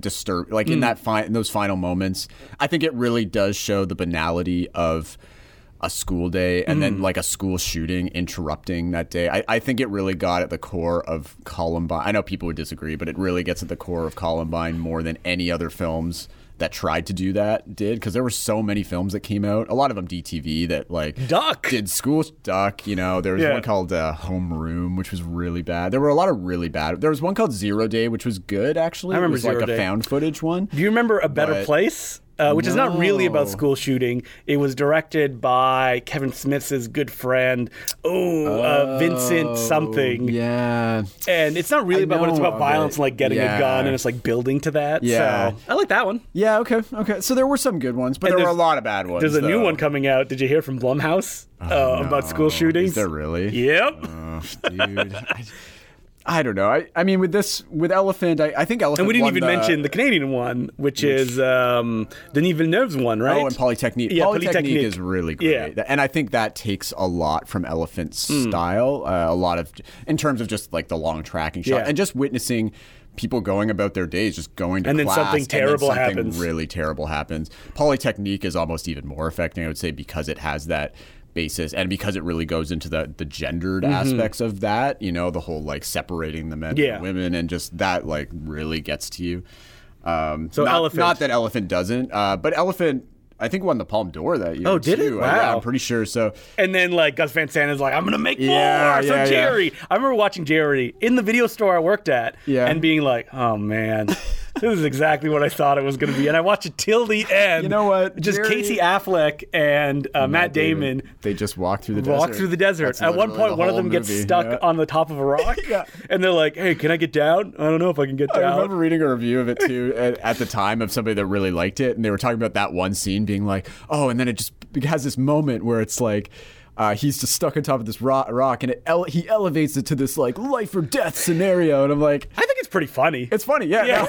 S3: disturbed. Like
S2: Hmm.
S3: in that fi- in those final moments, I think it really does show the banality of a school day and
S2: Hmm.
S3: then like a school shooting interrupting that day. I, I think it really got at the core of Columbine. I know people would disagree, but it really gets at the core of Columbine more than any other films that tried to do that did because there were so many films that came out. A lot of them DTV that like
S2: Duck.
S3: did school duck. You know, there was
S2: Yeah.
S3: one called uh, Home Room, which was really bad. There were a lot of really bad. There was one called Zero Day, which was good actually.
S2: I remember
S3: it was
S2: Zero
S3: like
S2: Day.
S3: a found footage one.
S2: Do you remember A Better
S3: But-
S2: Place? Uh, which is not really about
S3: No.
S2: school shooting. It was directed by Kevin Smith's good friend, oh, uh, Vincent something.
S3: Oh, Yeah,
S2: And it's not really
S3: I
S2: about what it's
S3: know
S2: about
S3: of
S2: violence
S3: it.
S2: and like getting a
S3: Yeah.
S2: gun and it's like building to that.
S3: Yeah.
S2: So I like that one.
S3: yeah. Okay, okay. So there were some good ones,
S2: And
S3: but there were a
S2: there's-
S3: lot of bad ones.
S2: There's a new
S3: though. Oh,
S2: one coming out. Did you hear from Blumhouse uh, about school
S3: Is
S2: shootings?
S3: there really?
S2: Yep.
S3: Oh, dude. I, I don't know. I, I mean, with this, with Elephant, I, I think Elephant.
S2: And we didn't
S3: won
S2: even
S3: the-
S2: mention the Canadian one, which, is um, Denis Villeneuve's one, right?
S3: Oh, and Polytechnique.
S2: Yeah,
S3: Polytechnique,
S2: Polytechnique.
S3: is really great.
S2: Yeah. Hmm.
S3: And I think that takes a lot from Elephant's style, uh, a lot of, in terms of just like the long tracking shot
S2: Yeah.
S3: and just witnessing people going about their days, just going to
S2: And then
S3: class,
S2: something
S3: and
S2: terrible
S3: something
S2: happens.
S3: really terrible happens. Polytechnique is almost even more affecting, I would say, because it has that basis and because it really goes into the the gendered
S2: Mm-hmm.
S3: aspects of that you know the whole like separating the men
S2: Yeah.
S3: and women and just that like really gets to you um
S2: So
S3: not,
S2: Elephant-
S3: not that elephant doesn't uh but elephant i think won the palm d'or that year
S2: Oh, did it?
S3: too. I- yeah,
S2: Wow.
S3: i'm pretty sure so
S2: And then like Gus Van Sant is like, I'm gonna make
S3: Yeah,
S2: more for
S3: yeah, yeah.
S2: Jerry. I remember watching Jerry in the video store I worked at
S3: Yeah.
S2: and being like, oh man, this is exactly what I thought it was gonna be. And I watched it till the end.
S3: You know what?
S2: Just
S3: Jerry-
S2: Casey Affleck and uh, Matt Damon.
S3: they just walk through the
S2: Walk
S3: desert.
S2: through the desert.
S3: That's
S2: At one
S3: literally
S2: point,
S3: the
S2: one of
S3: whole
S2: them gets
S3: movie.
S2: stuck
S3: Yeah.
S2: on the top of a rock,
S3: Yeah.
S2: and they're like, "Hey, can I get down? I don't know if I can get
S3: I
S2: down."
S3: remember reading a review of it too at, at the time of somebody that really liked it, and they were talking about that one scene being like, oh, and then it just has this moment where it's like. Uh, he's just stuck on top of this rock, rock and it ele- he elevates it to this like life or death scenario, and I'm like,
S2: I think it's pretty funny.
S3: it's funny, yeah.
S2: Yeah.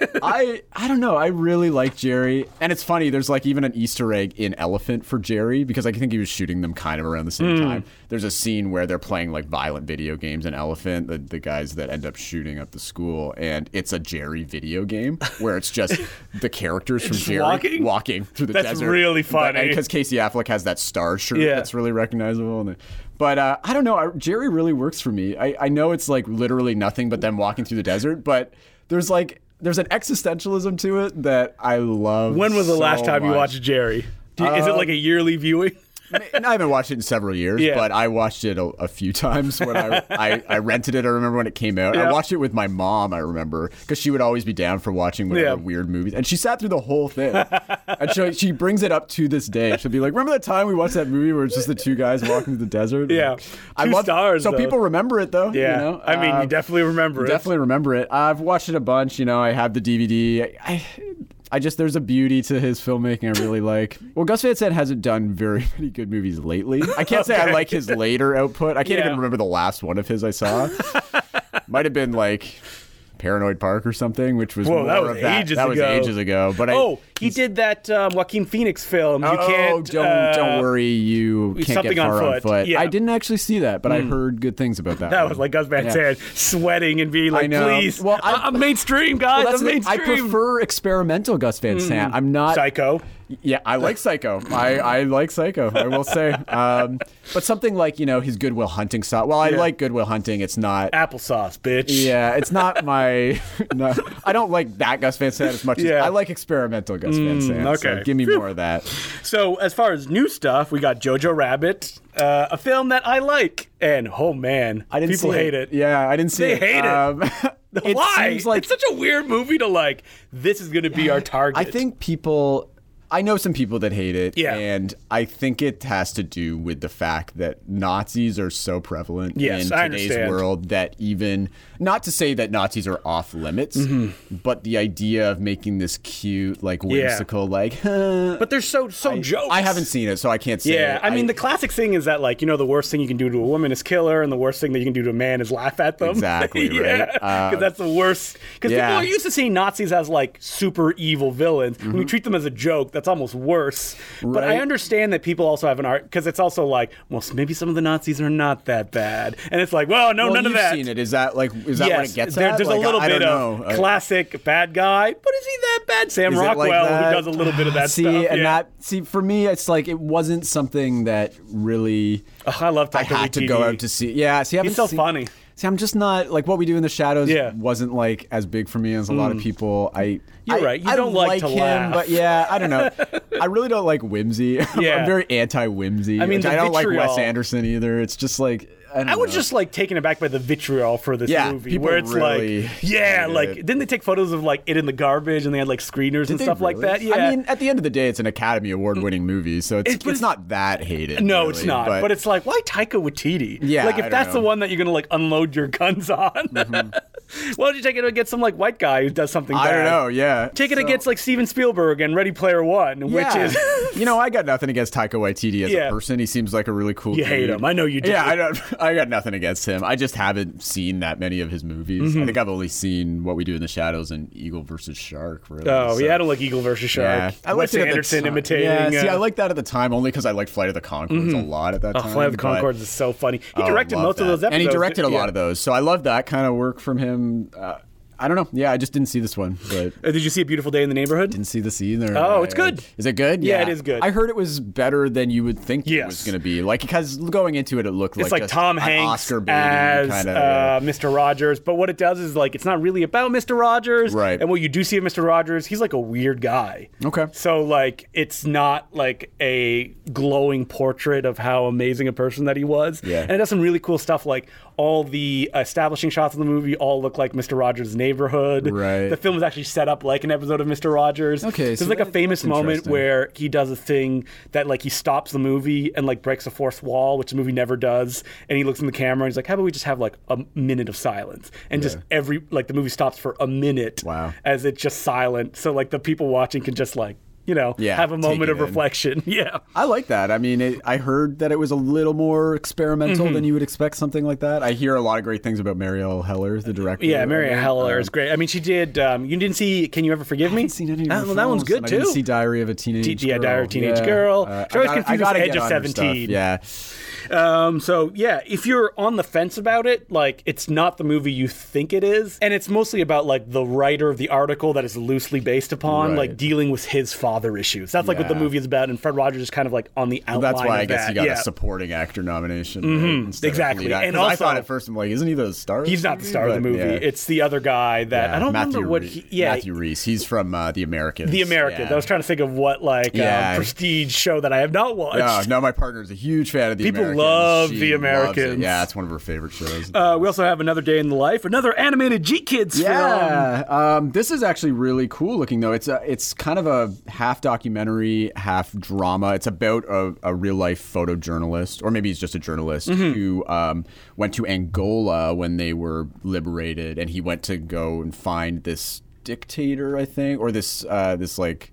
S3: no. I I don't know. I really like Jerry, and it's funny. There's like even an Easter egg in Elephant for Jerry because I think he was shooting them kind of around the
S2: Hmm.
S3: same time. There's a scene where they're playing like violent video games in Elephant, the, the guys that end up shooting up the school, and it's a Jerry video game where it's just the characters from Jerry
S2: walking?
S3: through the
S2: That's
S3: desert.
S2: really funny.
S3: because Casey Affleck has that star shirt
S2: Yeah.
S3: that's really recognizable. And but uh, I don't know. I, Jerry really works for me. I, I know it's like literally nothing but them walking through the desert, but there's like there's an existentialism to it that I love.
S2: when was the
S3: so
S2: last time you
S3: much. Um,
S2: watched Jerry? Do you- is it like a yearly viewing?
S3: And I haven't watched it in several years,
S2: Yeah.
S3: but I watched it a, a few times when I, I I rented it. I remember when it came out.
S2: Yeah.
S3: I watched it with my mom. I remember because she would always be down for watching whatever
S2: Yeah.
S3: weird movies, and she sat through the whole thing. and she, she brings it up to this day. She'll be like, "Remember that time we watched that movie where it's just the two guys walking through the desert?"
S2: Yeah. Two stars,
S3: So
S2: though.
S3: people remember it though. you
S2: Yeah,
S3: know?
S2: I mean,
S3: Uh,
S2: you definitely remember it.
S3: Definitely remember it. I've watched it a bunch. You know, I have the DVD. I, I just there's a beauty to his filmmaking I really like. Well, Gus Van Sant hasn't done very many good movies lately. I can't say I like his later output. I can't
S2: Yeah.
S3: even remember the last one of his I saw. Might have been like Paranoid Park or something, which was
S2: Whoa, that
S3: more
S2: was
S3: of that.
S2: ages
S3: that was
S2: ago.
S3: ages ago. But
S2: Oh,
S3: I.
S2: he did that um, Joaquin Phoenix film. You
S3: oh,
S2: can't.
S3: don't
S2: uh,
S3: don't worry, you can't
S2: something
S3: get
S2: on
S3: far
S2: foot. Yeah. Hmm.
S3: I didn't actually see that, but I heard good things about that.
S2: That
S3: one.
S2: was like Gus Van
S3: Yeah.
S2: Sant sweating and being like,
S3: know.
S2: "Please,
S3: Well, I-
S2: I, am mainstream, guys.
S3: Well, that's
S2: I'm
S3: the thing. I
S2: mainstream."
S3: prefer experimental Gus Van Sant. I'm not.
S2: Psycho.
S3: Yeah, I like Psycho. I, I like Psycho. I will say, um, but something like you know his Goodwill Hunting style. Well, I
S2: Yeah.
S3: like Goodwill Hunting. It's not.
S2: Applesauce, bitch.
S3: Yeah, it's not my. No, I don't like that Gus Van Sant as much.
S2: Yeah. Mm,
S3: as I like experimental Gus Van Sant.
S2: okay.
S3: so give me more of that.
S2: So, as far as new stuff, we got Jojo Rabbit, uh, a film that I like, and oh man,
S3: I didn't
S2: people
S3: see
S2: hate it.
S3: Yeah, I didn't see
S2: They
S3: it. Um,
S2: hate it.
S3: it
S2: Why?
S3: seems like
S2: it's such a weird movie to like. This is going to be our target.
S3: I think people. I know some people that hate it,
S2: Yeah.
S3: and I think it has to do with the fact that Nazis are so prevalent
S2: Yes,
S3: in
S2: I
S3: today's
S2: understand.
S3: world that even not to say that Nazis are off limits,
S2: Mm-hmm.
S3: but the idea of making this cute, like whimsical, like huh,
S2: but they're so so jokes.
S3: I haven't seen it, so I can't say.
S2: Yeah,
S3: it.
S2: I mean the classic thing is that like you know the worst thing you can do to a woman is kill her, and the worst thing that you can do to a man is laugh at them.
S3: Exactly,
S2: yeah,
S3: right? Uh,
S2: because that's the worst. Because
S3: yeah.
S2: people are used to seeing Nazis as like super evil villains. When we treat them as a joke, that's almost worse. But I
S3: Mm-hmm. Right.
S2: understand that people also have an art because it's also like, well, s- maybe some of the Nazis are not that bad, and it's like, well, no,
S3: well,
S2: none
S3: you've
S2: of that.
S3: seen it. Is that like is that
S2: yes,
S3: what it gets
S2: there-
S3: at?
S2: there's
S3: Like,
S2: a little
S3: I,
S2: bit
S3: I don't
S2: of
S3: know. Uh,
S2: classic bad guy, but is he that bad? Sam
S3: Is it like
S2: Rockwell,
S3: that?
S2: who does a little bit of that
S3: see,
S2: stuff.
S3: and
S2: yeah.
S3: that see for me, it's like it wasn't something that really.
S2: Ugh, I love.
S3: I
S2: Taika
S3: had to go
S2: Waititi.
S3: out to see. Yeah, see, I haven't
S2: so
S3: seen-
S2: funny.
S3: See, I'm just not like what we do in the shadows.
S2: Yeah. Mm.
S3: wasn't like as big for me as a lot of people. I
S2: You're
S3: I-
S2: right. You
S3: I
S2: don't like to
S3: him,
S2: laugh.
S3: but yeah, I don't know. I really don't like whimsy.
S2: Yeah.
S3: I'm very anti whimsy.
S2: I mean, the
S3: I don't like Wes
S2: vitriol-
S3: Anderson either. It's just like I, don't
S2: I was
S3: know.
S2: just like taken aback by the vitriol for this
S3: Yeah,
S2: movie,
S3: people
S2: where it's
S3: really
S2: like, yeah,
S3: hated
S2: like
S3: it.
S2: didn't they take photos of like it in the garbage and they had like screeners and
S3: They
S2: stuff like
S3: really-
S2: that? Yeah,
S3: I mean, at the end of the day, it's an Academy Award winning movie, so it's,
S2: It's-
S3: it's,
S2: but it's-
S3: not that hated.
S2: no,
S3: really,
S2: it's not. But, it's like, why Taika Waititi?
S3: Yeah,
S2: like
S3: I
S2: if
S3: don't
S2: that's the
S3: know.
S2: one that you're gonna like unload your guns on, why don't you take it against some like white guy who does something?
S3: Mm-hmm. I don't
S2: bad?
S3: know. Yeah,
S2: Take it
S3: So-
S2: against like Steven Spielberg and Ready Player One, which is
S3: you know, I got nothing against Taika Waititi as
S2: Yeah.
S3: a person. He seems like a really cool.
S2: You hate
S3: dude.
S2: him. I know you do.
S3: Yeah, I don't. I got nothing against him. I just haven't seen that many of his movies.
S2: Mm-hmm.
S3: I think I've only seen What We Do in the Shadows and Eagle versus Shark. Really.
S2: oh
S3: so-
S2: yeah, I don't like Eagle versus
S3: Yeah.
S2: Shark.
S3: I liked
S2: Wes
S3: it at the
S2: Anderson
S3: time.
S2: imitating.
S3: Yeah, see,
S2: uh,
S3: I liked that at the time only because I liked Flight of the Concords a lot at that
S2: Oh,
S3: time.
S2: Flight of the
S3: but-
S2: Concords is so funny. He
S3: Oh,
S2: directed
S3: love
S2: most of
S3: that.
S2: those episodes.
S3: and he directed a
S2: Yeah.
S3: lot of those. So I love that kind of work from him. Uh, I don't know. Yeah, I just didn't see this one, but
S2: Uh, did you see a beautiful day in the neighborhood?
S3: didn't see this either.
S2: Oh, it's good.
S3: Is it good?
S2: Yeah, it is good.
S3: I heard it was better than you would think it was
S2: Yes.
S3: going to be. Like because going into it, it looked
S2: It's like,
S3: just
S2: Tom
S3: an
S2: Hanks
S3: Oscar baiting
S2: as
S3: kind of.
S2: uh, Mr. Rogers, but what it does is like it's not really about Mr. Rogers.
S3: Right.
S2: And what you do see of Mr. Rogers, he's like a weird guy.
S3: okay.
S2: So like it's not like a glowing portrait of how amazing a person that he was.
S3: Yeah.
S2: And it does some really cool stuff like all the establishing shots of the movie all look like Mr. Rogers' neighborhood.
S3: Right.
S2: The film was actually set up like an episode of Mr. Rogers.
S3: Okay,
S2: There's
S3: so
S2: like a
S3: that-
S2: famous
S3: that's
S2: moment
S3: interesting.
S2: where he does a thing that like he stops the movie and like breaks the fourth wall, which the movie never does. And he looks in the camera and he's like, How about we just have like a minute of silence? And just every like the movie stops for a minute
S3: Wow.
S2: as it's just silent. So like the people watching can just like you know
S3: Yeah,
S2: have a
S3: take
S2: moment
S3: it
S2: of
S3: in.
S2: reflection. Yeah,
S3: I like that. I mean, it, I heard that it was a little more experimental
S2: Mm-hmm.
S3: than you would expect something like that. I hear a lot of great things about Marielle Heller, the director.
S2: yeah.
S3: of
S2: Mary
S3: it.
S2: Heller is great. I mean, she did. Um, you didn't see Can You Ever Forgive Me?
S3: I haven't seen any of
S2: Ah,
S3: her
S2: well, that one's
S3: films,
S2: good
S3: and
S2: too.
S3: I didn't see Diary of a Teenage
S2: D-
S3: Girl.
S2: yeah, Diary of a Teenage Girl.
S3: Uh,
S2: She's always
S3: I gotta- I
S2: confused with
S3: gotta
S2: Edge
S3: get
S2: of
S3: on her stuff.
S2: 17.
S3: Yeah,
S2: Um, so yeah, if you're on the fence about it, like it's not the movie you think it is, and it's mostly about like the writer of the article that is loosely based upon,
S3: Right.
S2: like dealing with his father issues. That's like what the
S3: Yeah.
S2: movie is about, and Fred Rogers is kind of like on the outline.
S3: that's why
S2: of
S3: I guess
S2: that.
S3: he got
S2: yeah. Mm-hmm.
S3: a supporting actor nomination. right, instead of
S2: exactly.
S3: lead actor.
S2: And
S3: 'Cause I
S2: also-
S3: thought at first I'm like, isn't he the star? of
S2: He's
S3: the
S2: not the
S3: movie?
S2: star of the
S3: But,
S2: movie.
S3: yeah.
S2: It's the other guy that I
S3: Yeah,
S2: don't
S3: Matthew
S2: remember what
S3: Ree-
S2: he. Yeah,
S3: Matthew Reese. He's from uh, the Americans.
S2: the Americans.
S3: Yeah.
S2: I was trying to think of what like
S3: Yeah.
S2: um, prestige show that I have not watched.
S3: No, Oh, no, my partner's a huge fan of the
S2: People
S3: Americans.
S2: love
S3: She
S2: The
S3: loves it.
S2: Americans.
S3: Yeah, it's one of her favorite shows.
S2: Uh, we also have another day in the life, another animated G Kids film.
S3: Yeah, um, this is actually really cool looking though. It's a, it's kind of a half documentary, half drama. It's about a, a real life photojournalist, or maybe he's just a journalist
S2: Mm-hmm.
S3: who um, went to Angola when they were liberated, and he went to go and find this dictator, I think, or this uh, this like.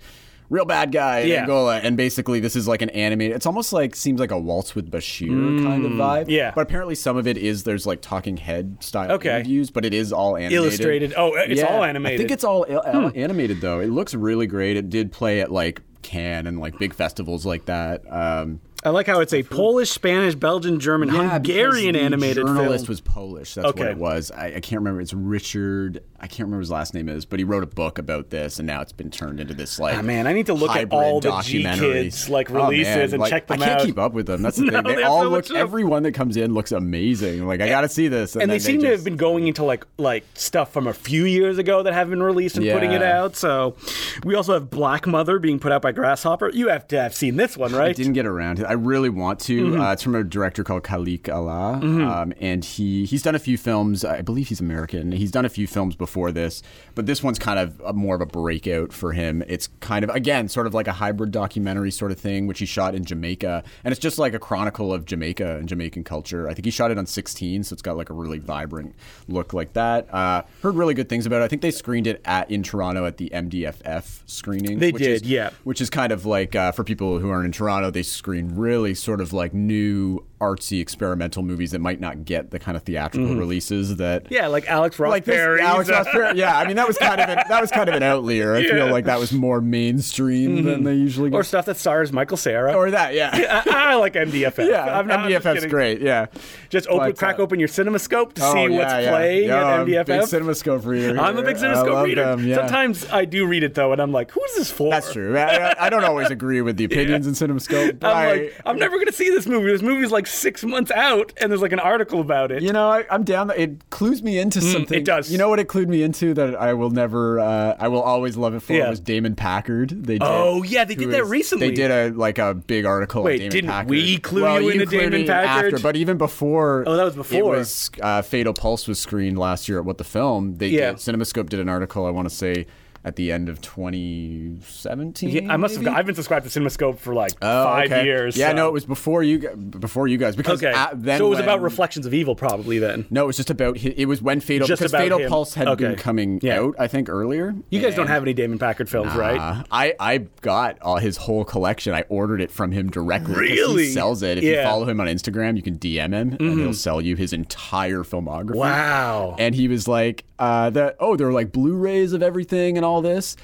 S3: Real bad guy in
S2: Yeah.
S3: Angola, and basically this is like an animated. It's almost like seems like a waltz with Bashir kind of vibe.
S2: Mm, yeah.
S3: but apparently some of it is there's like talking head style
S2: Okay.
S3: interviews, but it is all animated
S2: Illustrated. Oh, it's all animated.
S3: I think it's all il- al- animated though. It looks really great. It did play at like Cannes and like big festivals like that. Um,
S2: I like how it's a Polish, Spanish, Belgian, German,
S3: yeah, because
S2: Hungarian
S3: the
S2: animated
S3: journalist
S2: film.
S3: was Polish. That's what
S2: Okay.
S3: it was. I, I can't remember. It's Richard. I can't remember his last name is, but he wrote a book about this, and now it's been turned into this like.
S2: Ah, man, I need to look at
S3: hybrid
S2: all the
S3: documentary.
S2: G-Kids, like,
S3: Oh, man,
S2: releases and
S3: like,
S2: check them
S3: I can't
S2: out.
S3: keep up with them. That's the
S2: No,
S3: thing. They,
S2: they have
S3: all
S2: so
S3: look.
S2: much stuff.
S3: Everyone that comes in looks amazing. Like I gotta see this. And,
S2: and they
S3: then
S2: seem to have
S3: just-
S2: been going into like like stuff from a few years ago that have been released and putting it
S3: Yeah.
S2: out. So we also have Black Mother being put out by Grasshopper. You have to have seen this one, right? Mm-hmm.
S3: I didn't get around to it. I really want to. Uh, it's from a director called Khalik Allah, um, and he he's done a few films. I believe he's American. He's done a few films before this, but this one's kind of a, more of a breakout for him. It's kind of again sort of like a hybrid documentary sort of thing, which he shot in Jamaica, and it's just like a chronicle of Jamaica and Jamaican culture. I think he shot it on 16, so it's got like a really vibrant look like that. Uh, heard really good things about it. I think they screened it at in Toronto at the MDFF screening.
S2: They
S3: which
S2: did,
S3: is-
S2: yeah.
S3: which is kind of like uh, for people who aren't in Toronto, they screen really sort of like new artsy experimental movies that might not get the kind of theatrical releases that
S2: Mm-hmm. yeah, like Alex Ross
S3: like this,
S2: Perry's,
S3: Alex
S2: uh,
S3: Ross Perry. Yeah, I mean that was kind of an, that was kind of an outlier. I
S2: Yeah. Mm-hmm.
S3: feel like that was more mainstream than they usually
S2: or
S3: get.
S2: stuff that stars Michael Sarah.
S3: Or, that, yeah.
S2: I, I like MDFF.
S3: Yeah,
S2: I'm not- I'm just
S3: MDF's
S2: kidding.
S3: great. Yeah,
S2: Just open,
S3: But, uh,
S2: crack open your CinemaScope to
S3: Oh,
S2: see
S3: yeah,
S2: what's
S3: yeah.
S2: playing
S3: Yo,
S2: at
S3: I'm a big
S2: MDFF.
S3: CinemaScope reader.
S2: I'm a big
S3: I
S2: CinemaScope
S3: love
S2: reader.
S3: them, yeah.
S2: Sometimes I do read it though, and I'm like, "Who is this for?"
S3: that's true. I, I- I don't always agree with the opinions in CinemaScope. But
S2: I'm
S3: I-
S2: like, I'm never gonna see this movie. This movie's like six months out, and there's like an article about it.
S3: You know, I, I'm down. It clues me into something.
S2: Mm, it does.
S3: You know what it clued me into that I will never, uh, I will always love it for
S2: Yeah.
S3: was Damon Packard. They did,
S2: Oh, yeah, they
S3: who
S2: did that recently.
S3: They did a like a big article. on
S2: Wait,
S3: Damon
S2: didn't
S3: Packard.
S2: we clue
S3: well,
S2: you into
S3: clued
S2: Damon
S3: me
S2: Packard?
S3: After, but even before.
S2: Oh, that was before.
S3: It was uh, Fatal Pulse was screened last year at What the Film. They
S2: Yeah.
S3: did. CinemaScope did an article. I want to say at the end of 2017.
S2: Yeah, I must have.
S3: maybe?
S2: I've been subscribed to CinemaScope for like
S3: Oh,
S2: five
S3: okay.
S2: years.
S3: Yeah,
S2: so.
S3: no, it was before you, gu- before you guys. Because
S2: okay.
S3: at- then
S2: so it was about
S3: when-
S2: reflections of evil, probably then.
S3: No, it was just about hi- it was when Fatal
S2: Just
S3: because
S2: about
S3: Fatal
S2: him.
S3: Pulse had
S2: Okay.
S3: been coming
S2: Yeah.
S3: out, I think, earlier. Uh,
S2: You guys don't have any Damon Packard films, right?
S3: I I got all his whole collection. I ordered it from him directly. 'cause
S2: Really?
S3: he sells it. If you
S2: Yeah. Mm-hmm.
S3: follow him on Instagram, you can DM him, and he'll sell you his entire filmography.
S2: Wow.
S3: And he was like, uh, that oh, there were like Blu-rays of everything and all
S2: Mm-hmm.
S3: this.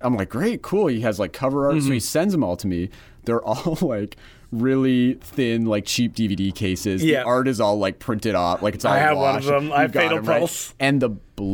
S3: I'm like, great, cool. He has like cover art, so he sends them all to me. They're all like really thin, like cheap DVD cases.
S2: Yeah.
S3: The art is all like printed off, like it's all
S2: I have one of
S3: washed.
S2: them. I
S3: You
S2: have
S3: got
S2: Fatal
S3: 'em, right?
S2: Pulse.
S3: And the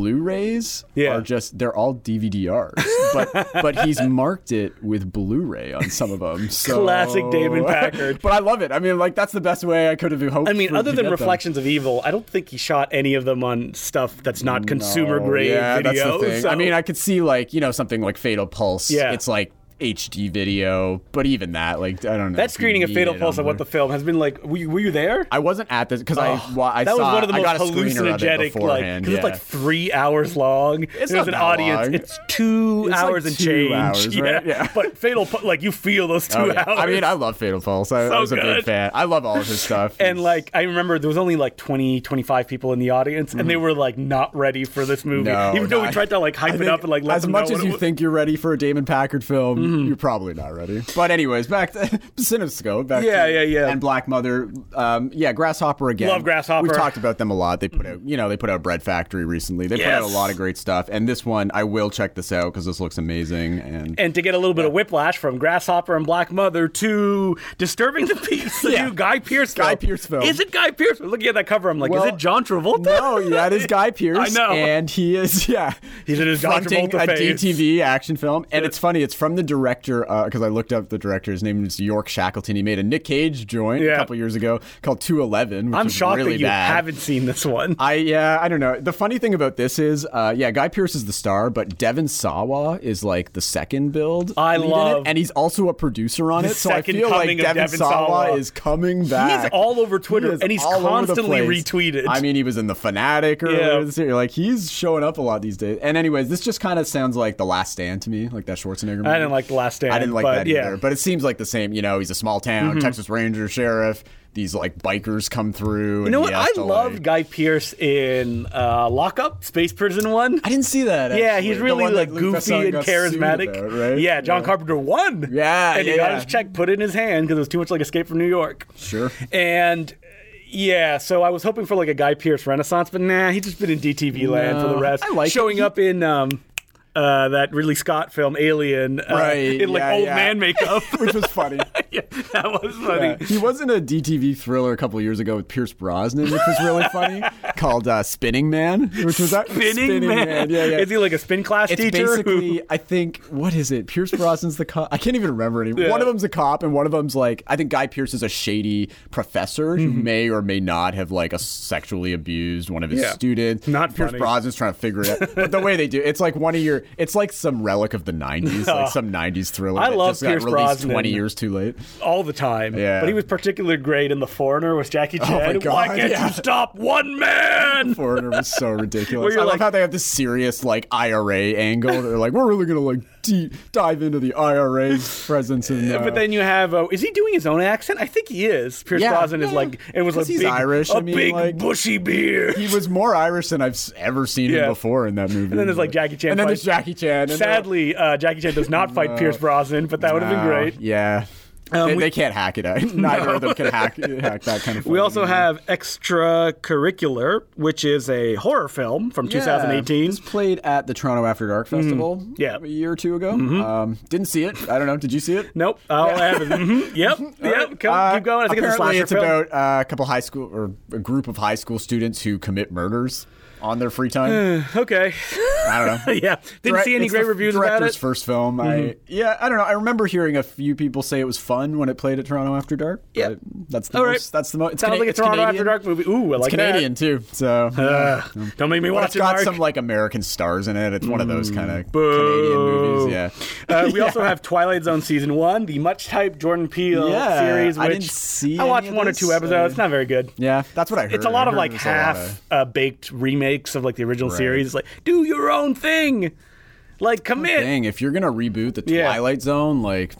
S3: Blu-rays
S2: Yeah.
S3: are just they're all DVD Rs, but but he's marked it with Blu-ray on some of them. So.
S2: Classic Damon Packard.
S3: but I love it. I mean, like that's the best way I could have hoped.
S2: I mean,
S3: for-
S2: other
S3: to
S2: than
S3: get them.
S2: Reflections of Evil, I don't think he shot any of them on stuff that's not consumer grade
S3: Oh, yeah,
S2: video.
S3: That's the thing.
S2: so-
S3: I mean, I could see like you know something like Fatal Pulse.
S2: Yeah.
S3: it's like HD video, but even that, like I don't know.
S2: that
S3: if you
S2: screening of
S3: need
S2: Fatal
S3: it
S2: Pulse
S3: on
S2: of what the
S3: there.
S2: film has been like. Were you, were you there?
S3: I wasn't at this because I wa- I
S2: that
S3: saw
S2: was one of the
S3: I got
S2: most
S3: a screener of it
S2: hallucinogenic, like
S3: beforehand.
S2: because
S3: yeah.
S2: it's like three hours long. It's
S3: not
S2: an
S3: that
S2: audience.
S3: long.
S2: It's two
S3: It's like
S2: hours and
S3: two
S2: change.
S3: hours,
S2: yeah.
S3: right? Yeah.
S2: but Fatal, Pu- like you feel those two
S3: Oh, yeah.
S2: hours.
S3: I mean, I love Fatal Pulse. I,
S2: So
S3: I was a
S2: good.
S3: big fan. I love all of his stuff.
S2: and
S3: He's-
S2: like I remember there was only like 20 25 people in the audience and they were like not ready for this movie
S3: Mm-hmm. No,
S2: even though we
S3: not-
S2: tried to like hype
S3: I
S2: it
S3: think
S2: up and like let
S3: as
S2: them
S3: much
S2: know what
S3: as
S2: it
S3: you
S2: was. Mm-hmm.
S3: think you're ready for a Damon Packard film, you're probably not ready. But anyways, back to Cinescope. Back
S2: Yeah,
S3: to,
S2: yeah, yeah.
S3: And Black Mother. Um, yeah, Grasshopper again.
S2: Love Grasshopper.
S3: We've talked about them a lot. They put out, you know, they put out Bread Factory recently. They put out a
S2: Yes.
S3: lot of great stuff. And this one, I will check this out because this looks amazing. And,
S2: and to get a little bit of whiplash from Grasshopper and Black Mother to Disturbing the Peace, the
S3: Yeah.
S2: new Guy Pierce film.
S3: Guy Pearce film.
S2: Is it Guy Pierce? Looking at that cover, I'm like,
S3: Well,
S2: is it John Travolta?
S3: no, yeah, it is Guy Pierce.
S2: I know.
S3: and he is yeah,
S2: He's in his John
S3: fronting
S2: Travolta
S3: a
S2: phase.
S3: DTV action film, and it's funny. It's from the director because I looked up the director. His name is York Shackleton. He made a Nick Cage joint
S2: Yeah.
S3: a couple years ago called Two Eleven.
S2: I'm shocked
S3: really
S2: that you
S3: bad.
S2: haven't seen this one.
S3: I yeah, I don't know. The funny thing about this is, uh, yeah, Guy Pierce is the star, but Devin Sawa is like the second build.
S2: I
S3: lead in it,
S2: love-
S3: and he's also a producer on
S2: The
S3: it. So I
S2: second
S3: feel like
S2: coming of
S3: Devin,
S2: Devin
S3: Sawa,
S2: Sawa.
S3: is coming
S2: He
S3: back.
S2: is all over Twitter
S3: He is
S2: and he's
S3: all over the
S2: constantly
S3: place.
S2: retweeted.
S3: I mean, he was in the Fanatic
S2: Yeah.
S3: earlier this year. Like he's showing up a lot these days. And anyways, this just kind of sounds like The Last Stand to me, like that Schwarzenegger. Movie.
S2: I didn't like The Last Stand,
S3: I didn't like
S2: but
S3: that
S2: yeah. Mm-hmm.
S3: either. But it seems like the same. You know, he's a small town Texas Ranger sheriff. These like bikers come through.
S2: you know what? I loved Guy Pierce in uh, Lockup, Space Prison One.
S3: I didn't see that.
S2: Yeah,
S3: actually.
S2: he's
S3: The
S2: really
S3: one that
S2: like
S3: Luke
S2: goofy
S3: Besson
S2: and
S3: got sued
S2: charismatic.
S3: about, right?
S2: Yeah, John Carpenter won.
S3: Yeah,
S2: and he
S3: yeah,
S2: got
S3: yeah.
S2: his check put in his hand because it was too much like Escape from New York.
S3: Sure.
S2: And uh, yeah, so I was hoping for like a Guy Pierce Renaissance, but nah, he's just been in DTV land for the
S3: No,
S2: rest.
S3: I like it.
S2: showing up in um, uh, that Ridley Scott film Alien, uh,
S3: Right,
S2: in like
S3: yeah,
S2: old
S3: yeah.
S2: man makeup.
S3: Which was funny.
S2: yeah, that was funny.
S3: Yeah. He was in a DTV thriller a couple years ago with Pierce Brosnan, which was really funny, called uh, Spinning Man, which was that
S2: Spinning, man.
S3: Yeah, yeah.
S2: Is he like a spin class
S3: it's
S2: teacher? who-
S3: basically, I think, what is it? Pierce Brosnan's the cop. I can't even remember anymore.
S2: Yeah.
S3: One of them's a cop, and one of them's like, I think Guy Pierce is a shady professor
S2: Mm-hmm.
S3: who may or may not have like a sexually abused one of his
S2: Yeah.
S3: students.
S2: Not
S3: Pierce
S2: funny.
S3: Brosnan's trying to figure it out. But the way they do, it's like one of your, it's like some relic of the '90s, like some '90s thriller.
S2: I
S3: that
S2: love
S3: just
S2: Pierce
S3: got released
S2: Brosnan.
S3: 20 years too late.
S2: all the time.
S3: Yeah. Oh
S2: But he was particularly great in The Foreigner with Jackie Chan.
S3: my God,
S2: Why can't
S3: yeah.
S2: you stop one man?
S3: Foreigner was so
S2: Where
S3: ridiculous. I
S2: you're
S3: love
S2: like-
S3: how they have this serious like IRA angle. They're like, we're really gonna like deep dive into the IRA's presence in there.
S2: But then you have, uh, is he doing his own accent? I think he is. Pierce
S3: Yeah.
S2: Brosnan is
S3: Yeah.
S2: like, it was a
S3: 'Cause
S2: big,
S3: he's Irish,
S2: a
S3: I mean,
S2: big
S3: like-
S2: bushy beard.
S3: he was more Irish than I've s- ever seen
S2: Yeah.
S3: him before in that movie.
S2: And then there's like Jackie Chan.
S3: And then
S2: fight-
S3: there's Jackie Chan. and
S2: Sadly, uh, Jackie Chan does not fight Pierce Brosnan, but that would
S3: they're-
S2: have been
S3: Wow,
S2: great.
S3: Yeah.
S2: Um,
S3: they,
S2: we-
S3: they can't hack it. out. Neither of them can hack, hack that kind of.
S2: We
S3: fight.
S2: also have Extracurricular, which is a horror film from
S3: Yeah.
S2: 2018.
S3: This played at the Toronto After Dark Festival.
S2: Mm. Yeah. Mm-hmm.
S3: a year or two ago. Um, didn't see it. I don't know. Did you see it?
S2: Nope. I'll have it. Mhm. Yep. Yep. Come,
S3: Uh,
S2: keep going. I think it's a
S3: apparently
S2: slasher film.
S3: about uh, a couple high school or a group of high school students who commit murders on their free time.
S2: okay.
S3: I don't know.
S2: yeah. Didn't see any
S3: It's
S2: great
S3: the
S2: reviews
S3: director's
S2: about it. Mm-hmm.
S3: first film. I, yeah, I don't know. I remember hearing a few people say it was fun when it played at Toronto After Dark. but
S2: Yeah.
S3: that's the
S2: All
S3: most.
S2: right.
S3: That's the most. It's
S2: Sounds
S3: Cana-
S2: like a
S3: it's
S2: Toronto
S3: Canadian.
S2: After Dark movie. Ooh, I like
S3: It's Canadian too, so
S2: that. Uh, don't make me
S3: but
S2: watch
S3: it's
S2: it,
S3: got
S2: Mark. Mm-hmm.
S3: some like American stars in it. It's one of those kind of Canadian movies. Yeah,
S2: Uh, we also have Twilight Zone season one, the much hyped Jordan Peele
S3: Yeah,
S2: series. Which
S3: I didn't see
S2: I watched
S3: any of
S2: one
S3: this,
S2: or two episodes.
S3: uh,
S2: it's not very good.
S3: yeah, that's what I heard.
S2: It's a lot
S3: I
S2: of
S3: heard
S2: like
S3: it was a lot
S2: half
S3: of-
S2: uh, baked remakes of like the original series. Like, do your own thing. Like, commit.
S3: Dang, if you're gonna reboot the
S2: Yeah.
S3: Twilight Zone, like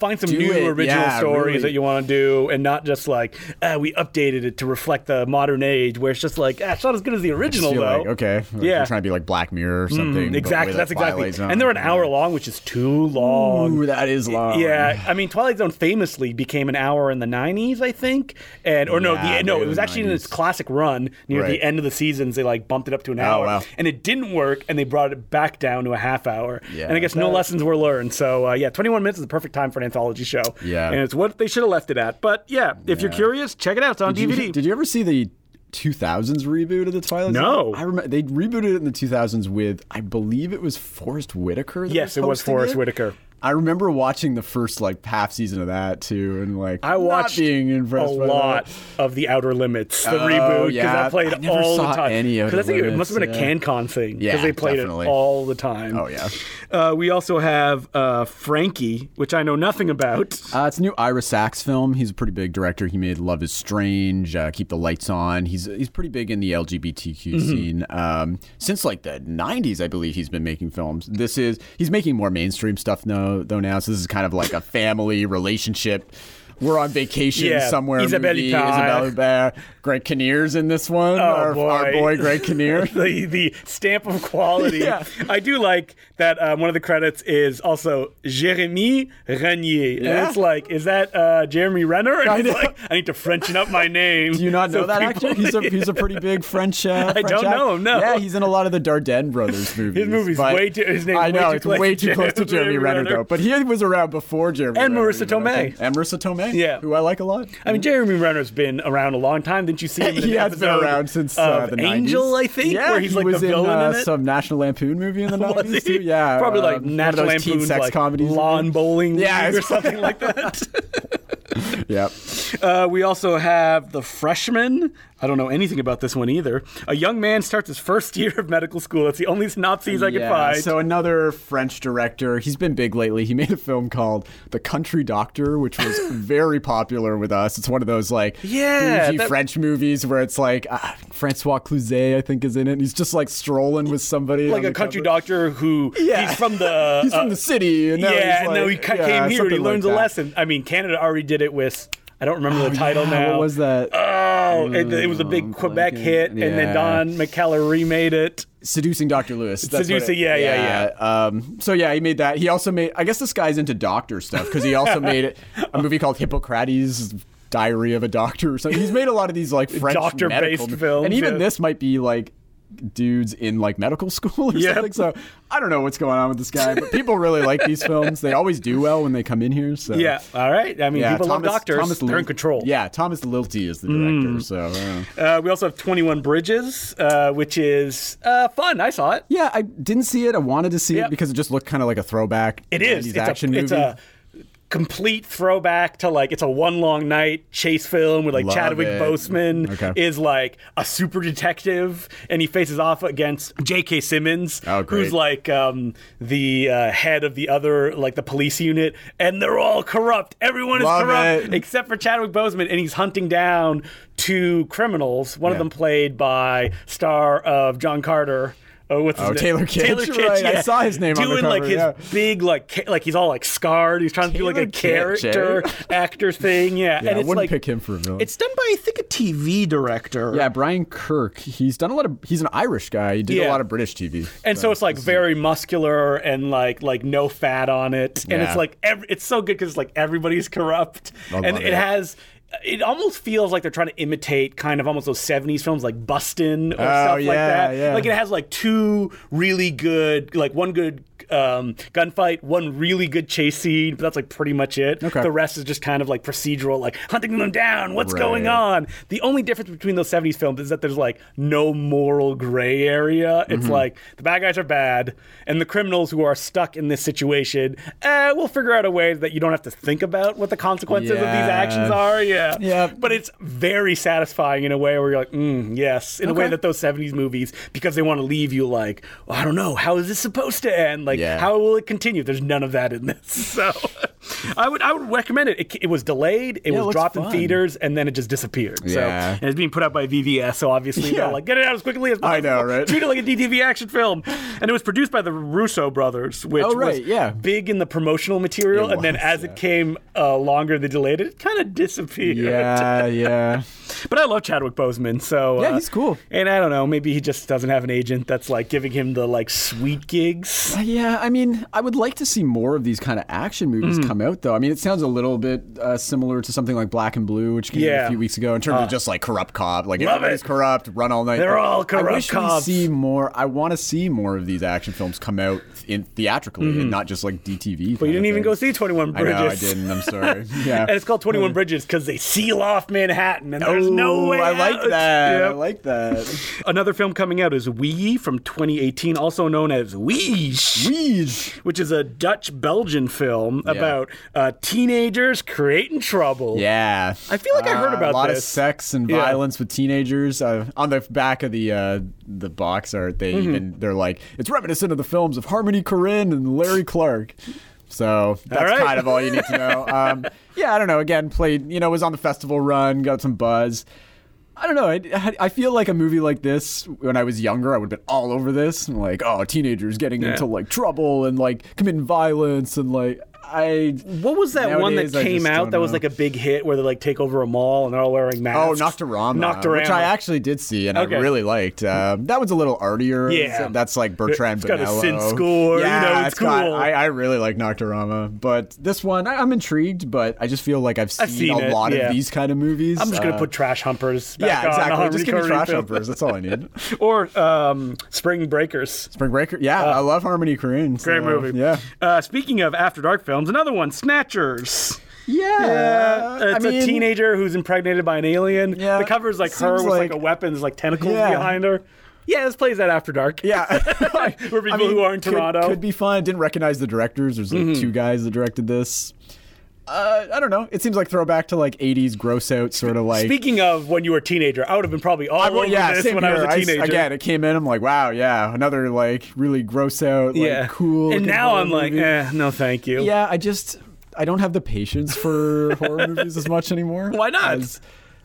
S2: Find some
S3: Do
S2: new
S3: it.
S2: original
S3: Yeah,
S2: stories
S3: really.
S2: that you want to do, and not just like ah, we updated it to reflect the modern age, where it's just like ah, it's not as good as the original
S3: feel
S2: though.
S3: like, okay, like
S2: Yeah. Mm,
S3: you're trying to be like Black Mirror or something. but
S2: Exactly.
S3: with a
S2: That's exactly.
S3: Twilight Zone.
S2: And they're an hour long, which is too long.
S3: Ooh, that is long.
S2: Yeah, I mean, Twilight Zone famously became an hour in the '90s, I think, and or no,
S3: Yeah,
S2: the, no,
S3: late
S2: it was actually in
S3: 90s.
S2: its classic run near
S3: Right. Oh,
S2: the end of the seasons. They like bumped it up to an hour,
S3: wow.
S2: and it didn't work, and they brought it back down to a half hour.
S3: Yeah,
S2: and I guess no
S3: that-
S2: lessons were learned. So uh, yeah, 21 minutes is the perfect time for an anthology show.
S3: Yeah.
S2: and it's what they should have left it at. But yeah, if you're curious, check it out. It's on
S3: Did you-
S2: DVD.
S3: did you ever see the 2000s reboot of the Twilight
S2: No.
S3: Zone? I remember they rebooted it in the 2000s with I believe it was Forrest Whitaker. that
S2: Yes, it was
S3: hosting
S2: Forrest Whitaker.
S3: I remember watching the first like half season of that too, and like
S2: I watched
S3: not being impressed
S2: a
S3: by that.
S2: lot of the Outer Limits, the reboot, because
S3: Oh, yeah.
S2: I played
S3: I never
S2: all
S3: saw
S2: the time.
S3: any Outer
S2: I think it
S3: Limits,
S2: must have been
S3: yeah.
S2: a CanCon thing because
S3: Yeah,
S2: they played
S3: definitely.
S2: it all the time.
S3: Oh, yeah.
S2: Uh, we also have uh, Frankie, which I know nothing about.
S3: Uh, it's a new Ira Sachs film. He's a pretty big director. He made Love Is Strange, uh, Keep the Lights On. He's he's pretty big in the LGBTQ
S2: Mm-hmm.
S3: scene. Um, since like the '90s, I believe he's been making films. This is he's making more mainstream stuff now. Though now, so this is kind of like a family relationship. We're on vacation
S2: Yeah,
S3: somewhere.
S2: Isabelle
S3: movie.
S2: Huppert. Oh,
S3: Isabelle Huppert. Greg Kinnear's in this one. our, our
S2: boy.
S3: boy Greg Kinnear.
S2: the the stamp of quality.
S3: Yeah.
S2: I do like that. Um, one of the credits is also Jeremy Renier, and
S3: Yeah.
S2: it's like, is that uh, Jeremy Renner? And
S3: I
S2: he's
S3: know.
S2: like, I need to Frenchen up my name.
S3: Do you not know
S2: So
S3: that
S2: people-
S3: actor? He's a he's a pretty big French. Uh, French
S2: don't
S3: actor.
S2: know him, no.
S3: Yeah, he's in a lot of the Dardenne brothers movies.
S2: movie's
S3: but-
S2: way too- his name's
S3: I
S2: way
S3: know
S2: too
S3: it's
S2: close
S3: way
S2: to
S3: too close to
S2: Jeremy
S3: Jeremy Renner
S2: Renner.
S3: though, but he was around before Jeremy
S2: And
S3: Renner,
S2: Marissa
S3: you know, I
S2: Tomei.
S3: think. and Marissa Tomei.
S2: Yeah.
S3: who I like a lot.
S2: I mean, Jeremy Renner's been around a long time. Didn't you see him? In
S3: he
S2: an
S3: has been
S2: episode
S3: around since uh,
S2: of
S3: the 90s.
S2: Angel, I think,
S3: Yeah,
S2: where he's
S3: he
S2: like
S3: was
S2: the
S3: in,
S2: villain
S3: uh,
S2: in it.
S3: some National Lampoon movie in the
S2: Was
S3: nineties
S2: he?
S3: too. Yeah,
S2: probably like
S3: um, one of
S2: National
S3: those teen
S2: Lampoon's
S3: sex
S2: like
S3: comedies.
S2: lawn bowling
S3: Yeah,
S2: league or
S3: it's-
S2: something like that.
S3: Yep.
S2: Uh, we also have the freshman. I don't know anything about this one either. A young man starts his first year of medical school. That's the only synopses I could
S3: yeah,
S2: find.
S3: So another French director. He's been big lately. He made a film called The Country Doctor, which was very popular with us. It's one of those like
S2: Yeah,
S3: bougie
S2: that-
S3: French movies where it's like uh, Francois Cluzet, I think, is in it. And he's just like strolling with somebody,
S2: like
S3: on
S2: a
S3: the
S2: country
S3: cover.
S2: doctor who
S3: Yeah.
S2: he's from the
S3: He's
S2: uh,
S3: from the city, and now
S2: yeah,
S3: he's
S2: and then
S3: like-
S2: he ca-
S3: yeah,
S2: came here and he
S3: something like
S2: learns a
S3: that. Oh,
S2: lesson. I mean, Canada already did it with. I don't remember the title
S3: Yeah,
S2: now.
S3: What was that?
S2: Oh, it, it was a big
S3: I'm
S2: Quebec
S3: blanking.
S2: hit, and then
S3: Yeah.
S2: Don McKellar remade it.
S3: Seducing Dr. Lewis. That's what
S2: Seducing, yeah, yeah,
S3: yeah. Um, so yeah, he made that. He also made. I guess this guy's into doctor stuff because he also made a movie called Hippocrates. Diary of a Doctor or something. He's made a lot of these like French
S2: Doctor-based
S3: medical
S2: films,
S3: and even
S2: yeah.
S3: this might be like dudes in like medical school or
S2: Yep.
S3: something. So I don't know what's going on with this guy, but people really like these films. They always do well when they come in here. So
S2: Yeah, all right. I mean,
S3: Uh-huh. yeah.
S2: people love doctors. They're in
S3: Lil-
S2: control. Mm.
S3: Yeah, Thomas Lilty is the director. So uh,
S2: Uh, we also have 21 Bridges, uh, which is uh, fun. I saw it.
S3: Yeah, I didn't see it. I wanted to see
S2: Yep.
S3: it because it just looked kind of like a throwback.
S2: It is.
S3: 90s
S2: It's,
S3: action
S2: a,
S3: movie.
S2: it's a complete throwback to like it's a one long night chase film with like
S3: Love
S2: Chadwick
S3: it.
S2: Boseman
S3: Okay.
S2: is like a super detective and he faces off against J.K. Simmons,
S3: Oh, great.
S2: who's like um, the uh, head of the other like the police unit, and they're all corrupt. Everyone is
S3: Love
S2: corrupt
S3: it.
S2: except for Chadwick Boseman, and he's hunting down two criminals. One of
S3: Yeah.
S2: them played by star of John Carter. Oh, what's his
S3: Oh,
S2: name?
S3: Taylor Kitsch,
S2: Taylor Kitsch.
S3: right. I
S2: yeah.
S3: saw his name on
S2: Doing
S3: the
S2: like
S3: cover,
S2: his
S3: yeah.
S2: big like ca- like he's all like scarred. He's trying to do like a
S3: Taylor Kitsch, eh?
S2: character actor thing. Yeah,
S3: Yeah,
S2: and
S3: I
S2: it's
S3: wouldn't
S2: like
S3: pick him for a villain.
S2: it's done by I think a TV director.
S3: yeah, Brian Kirk. He's done a lot of. He's an Irish guy. He did
S2: Yeah.
S3: a lot of British TV.
S2: And so it's like very muscular and like like no fat on it, and it's
S3: Yeah.
S2: like every, it's so good because like everybody's corrupt,
S3: I
S2: and
S3: love
S2: it
S3: it.
S2: has it almost feels like they're trying to imitate kind of almost those '70s films like Bustin' or
S3: Oh,
S2: stuff like
S3: yeah,
S2: that.
S3: yeah.
S2: Like it has like two really good like one good um, gunfight, one really good chase scene, but that's like pretty much it.
S3: Okay.
S2: The rest is just kind of like procedural, like hunting them down. What's going
S3: Right.
S2: on? The only difference between those '70s films is that there's like no moral gray area.
S3: Mm-hmm.
S2: It's like the bad guys are bad, and the criminals who are stuck in this situation, eh, we'll figure out a way that you don't have to think about what the consequences of these
S3: Yeah.
S2: actions are. Yeah,
S3: Yep.
S2: But it's very satisfying in a way where you're like, mm, yes, in a way
S3: Okay.
S2: that those '70s movies, because they want to leave you like, "Oh, I don't know, how is this supposed to end? Like,
S3: Yeah.
S2: how how will it continue? There's none of that in this. So I would I would recommend it. It, it was delayed. It
S3: Yeah, it
S2: was
S3: looks
S2: dropped in
S3: fun.
S2: theaters and then it just disappeared.
S3: Yeah.
S2: So and it's being put out by VVS. So obviously
S3: Yeah.
S2: they're like get it out as quickly as
S3: I
S2: possible.
S3: know, right?
S2: Treat it like a DTV action film. And it was produced by the Russo brothers, which
S3: Oh, right,
S2: was
S3: yeah.
S2: big in the promotional material.
S3: It
S2: and then
S3: was,
S2: as it came uh, longer, they delayed it. It kind of disappeared.
S3: Yeah, yeah.
S2: But I love Chadwick Boseman, so uh,
S3: Yeah, he's cool.
S2: And I don't know, maybe he just doesn't have an agent that's like giving him the like sweet gigs.
S3: Yeah, I mean, I would like to see more of these kind of action movies
S2: Hmm.
S3: come out, though. I mean, it sounds a little bit uh, similar to something like Black and Blue, which came out
S2: Yeah. Uh.
S3: a few weeks ago, in terms of just like corrupt cop, like
S2: Love
S3: everybody's
S2: it.
S3: corrupt, run all night.
S2: They're
S3: Like,
S2: all
S3: I
S2: corrupt
S3: wish
S2: cops.
S3: we see more. I want to see more of these action films come out in theatrically and not just like DTV.
S2: Hmm. But you didn't even go see Twenty One
S3: I know
S2: Bridges.
S3: I didn't. I'm sorry. Yeah. Hmm.
S2: And it's called Twenty One Bridges because they seal off Manhattan, and there's no
S3: Ooh,
S2: way.
S3: I like
S2: out.
S3: that. I
S2: Yep.
S3: like that.
S2: Another film coming out is Wee from 2018, also known as Weesh.
S3: Jeez.
S2: which is a Dutch Belgian film about uh, teenagers creating trouble.
S3: Yeah, I
S2: feel like I heard about
S3: a lot of
S2: this.
S3: sex and
S2: Yeah.
S3: violence with teenagers. Uh, on the back of the uh, the box art, they
S2: Mm-hmm.
S3: even they're like it's reminiscent of the films of Harmony Korine and Larry Clark. So that's
S2: right.
S3: kind of all you need to know. Um, yeah, I don't know. Again, played you know was on the festival run, got some buzz. I don't know. I, I feel like a movie like this when I was younger, I would have been all over this. And like, oh, teenagers getting into like trouble and like committing violence and like I.
S2: What was that one that
S3: Nowadays, I
S2: came
S3: just
S2: out
S3: don't
S2: that was
S3: know.
S2: like a big hit where they like take over a mall and they're all wearing
S3: Oh,
S2: masks?
S3: Nocturama.
S2: Nocturama.
S3: Which I actually did see and
S2: Okay.
S3: I really liked. Um, that one's a little artier.
S2: Yeah.
S3: That's like Bertrand
S2: It's got a
S3: Bonello.
S2: synth score, you
S3: Yeah,
S2: know, it's
S3: got-
S2: cool.
S3: I, I really like Nocturama. But this one, I, I'm intrigued, but I just feel like I've seen,
S2: I've seen
S3: a
S2: it,
S3: lot
S2: yeah.
S3: of these kind of movies.
S2: I'm just gonna
S3: Uh,
S2: put trash humpers. Back
S3: yeah,
S2: on
S3: exactly.
S2: on
S3: Just give me
S2: recurring
S3: trash
S2: film.
S3: numbers. That's all I need.
S2: or um, Spring Breakers.
S3: Spring Breaker. Yeah, I love Harmony Korine.
S2: Uh, Great
S3: so,
S2: movie.
S3: Yeah.
S2: Uh, speaking of After Dark films, another one, Snatchers.
S3: Yeah.
S2: Uh, it's
S3: I mean,
S2: a teenager who's impregnated by an alien.
S3: Yeah,
S2: the cover's like her with
S3: seems
S2: like,
S3: like-
S2: a weapon, there's like tentacles
S3: Yeah.
S2: behind her. Yeah, this plays at After Dark.
S3: Yeah,
S2: For people who are in
S3: could-
S2: Toronto. Mm-hmm.
S3: could, be fun. Didn't recognize the directors. There's like two guys that directed this. Uh, I don't know. It seems like throwback to like '80s gross out sort of like.
S2: Speaking of when you were a teenager, I would have been probably all
S3: I-
S2: over
S3: yeah,
S2: this
S3: same
S2: when I
S3: here.
S2: was a teenager.
S3: again, it came in. I'm like, wow, yeah, another like really gross out, like, cool.
S2: And
S3: looking
S2: now
S3: horror
S2: I'm like,
S3: movie.
S2: eh, no, thank you.
S3: yeah, I just I don't have the patience for horror movies as much anymore.
S2: Why not?
S3: As-